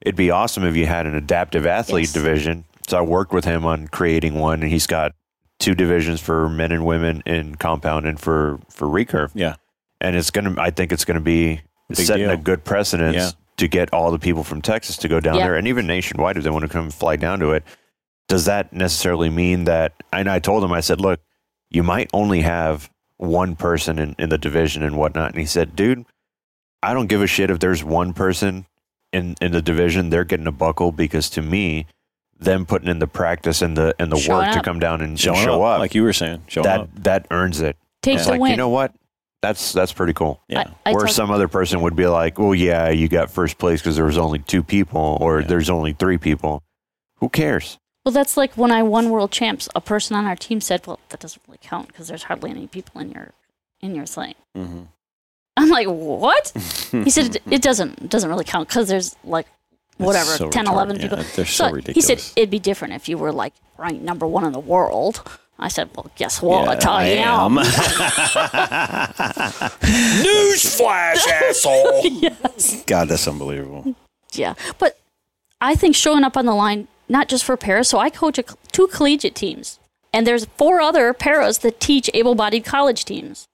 S2: it'd be awesome if you had an adaptive athlete
S3: Yes.
S2: division." So I worked with him on creating one, and he's got two divisions for men and women in compound and for for recurve
S1: Yeah.
S2: and it's gonna. I think it's gonna be
S1: Big
S2: setting
S1: deal.
S2: a good precedence
S1: Yeah.
S2: to get all the people from Texas to go down
S3: Yeah.
S2: there, and even nationwide if they want to come fly down to it. Does that necessarily mean that? And I told him, I said, look, you might only have one person in, in the division and whatnot. And he said, dude, I don't give a shit if there's one person in in the division. They're getting a buckle because to me, them putting in the practice and the and the
S3: Showing
S2: work to
S3: up.
S2: come down and and
S1: Showing
S2: show up,
S1: like you were saying. Showing
S2: that
S1: up.
S2: that earns it.
S3: Takes
S2: It's
S3: the
S2: like
S3: win.
S2: you know what? That's that's pretty cool.
S1: Yeah.
S3: I, I
S2: Where
S3: tell-
S2: some other person would be like, "Well, yeah, you got first place because there was only two people, or
S1: Yeah.
S2: there's only three people. Who cares?"
S3: well, that's like when I won world champs. A person on our team said, "Well, that doesn't really count because there's hardly any people in your in your thing."
S1: Mhm.
S3: I'm like, "What?" he said, "It- "It doesn't doesn't really count because there's like
S1: That's
S3: whatever
S1: so
S3: 10,
S1: retarded.
S3: 11
S1: Yeah,
S3: people."
S1: they're so, ridiculous.
S3: He said it'd be different if you were like ranked number one in the world. I said, "Well, guess what?
S1: Yeah,
S3: I, am."
S4: Newsflash, asshole.
S1: God, that's unbelievable.
S3: Yeah, but I think showing up on the line, not just for paras. So I coach a, two collegiate teams, and there's four other paras that teach able-bodied college teams.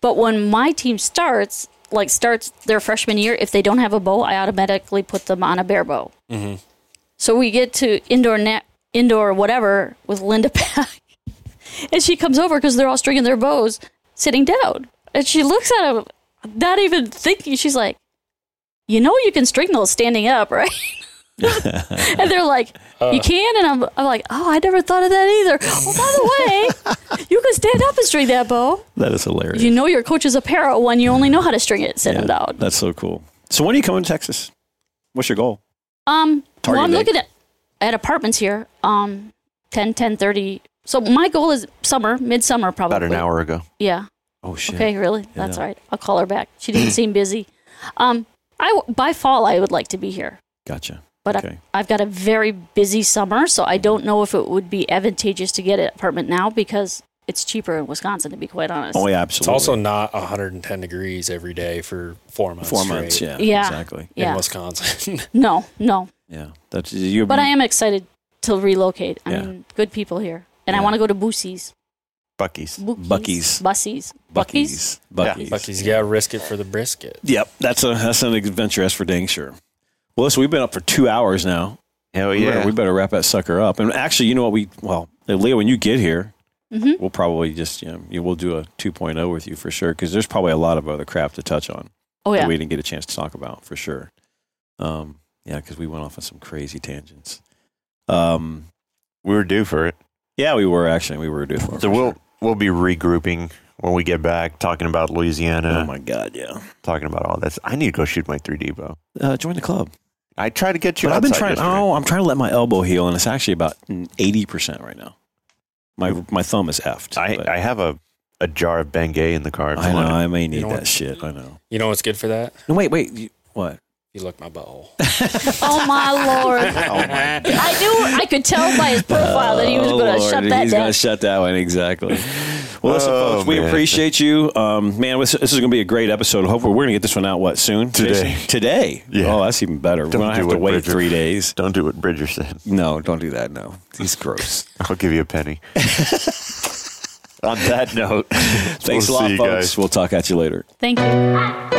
S3: But when my team starts, like starts their freshman year, if they don't have a bow, I automatically put them on a bear bow. So we get to indoor net, indoor whatever with Linda Pack, and she comes over because they're all stringing their bows, sitting down, and she looks at him, not even thinking. She's like, "You know, you can string those standing up, right?" and they're like,
S4: Uh,
S1: Uh.
S3: "You can," and I'm, I'm like, "Oh, I never thought of that either." Oh, by the way, you can stand up and string that bow.
S1: That is hilarious.
S3: You know your coach is a para when you only know how to string it sitting
S1: Yeah,
S3: down.
S1: That's so cool. So when are you coming to Texas? What's your goal?
S3: Um,
S1: Target
S3: well, I'm
S1: date.
S3: looking at, at apartments here. Um, 10, 10, 30. So my goal is summer, midsummer probably.
S2: About an hour ago,
S3: Yeah.
S1: Oh shit.
S3: Okay, really? That's
S1: Yeah.
S3: all right. I'll call her back. She didn't seem busy. Um, I w- by fall I would like to be here,
S1: Gotcha.
S3: but
S1: Okay.
S3: I, I've got a very busy summer, so I don't know if it would be advantageous to get an apartment now because it's cheaper in Wisconsin. To be quite honest.
S1: Oh yeah,
S4: It's
S1: absolutely.
S4: also not 110 degrees every day for four months.
S1: four
S4: straight
S1: months. Yeah.
S3: Yeah.
S1: Exactly.
S4: In
S3: yeah.
S4: Wisconsin.
S3: No, no.
S1: Yeah. That's you.
S3: But I am excited to relocate. I
S1: Yeah.
S3: mean, good people here, and I
S1: Yeah.
S3: want to go to Boosie's.
S2: Bucky's.
S1: Buc-ee's.
S3: Buckies. Bussies. Buckies.
S1: Bucky's. Bucky's.
S4: Bucky's, you got to risk it for the brisket.
S1: Yep. That's a that's an adventure. That's for dang sure. Well, listen, we've been up for two hours now.
S2: Hell
S1: We better,
S2: Oh, yeah!
S1: we better wrap that sucker up. And actually, you know what? We well, Leo, when you get here,
S3: Mhm.
S1: we'll probably just you know, you- we'll do a 2.0 with you for sure because there's probably a lot of other crap to touch on
S3: Oh
S1: that
S3: yeah.
S1: we didn't get a chance to talk about for sure. Um, yeah, because we went off on some crazy tangents. Um,
S2: We were due for it,
S1: yeah, we were actually we were due for. it,
S2: so
S1: for
S2: we'll
S1: sure.
S2: we'll be regrouping when we get back, talking about
S1: Oh
S2: Louisiana,
S1: my god, yeah.
S2: talking about all this. I need to go shoot my 3D bow.
S1: Uh, join the club.
S2: I tried to get you.
S1: But I've been
S2: outside
S1: trying.
S2: yesterday.
S1: Oh, I'm trying to let my elbow heal, and it's actually about eighty percent right now. My my thumb is effed. but
S2: I I have a a jar of Bengay in the car. if
S1: I
S2: you
S1: know
S2: want it.
S1: I may need
S4: know
S1: that
S4: what?
S1: shit. I know.
S4: You know what's good for that?
S1: No, wait, wait. You, what?
S4: You look my butthole.
S3: Oh my lord.
S2: Oh my
S3: I knew I could tell by his profile that he was
S1: Oh,
S3: going to
S1: Lord,
S3: shut that
S1: He's
S3: down.
S1: gonna shut that one exactly. Well, listen,
S2: Oh,
S1: folks, we
S2: man.
S1: appreciate you, um, man. This, this is going to be a great episode. Hopefully, we're going to get this one out what soon
S2: Today.
S1: Jason? Today.
S2: Yeah.
S1: Oh, that's even better.
S2: Don't
S1: we don't
S2: do
S1: have to
S2: what
S1: wait
S2: Bridger-
S1: three days.
S2: Don't do what Bridger said.
S1: No, don't do that. No, he's gross.
S2: I'll give you a penny. On that note,
S1: Thanks a
S2: we'll
S1: lot,
S2: see you
S1: folks.
S2: guys.
S1: We'll talk at you later.
S3: Thank you.
S6: Hot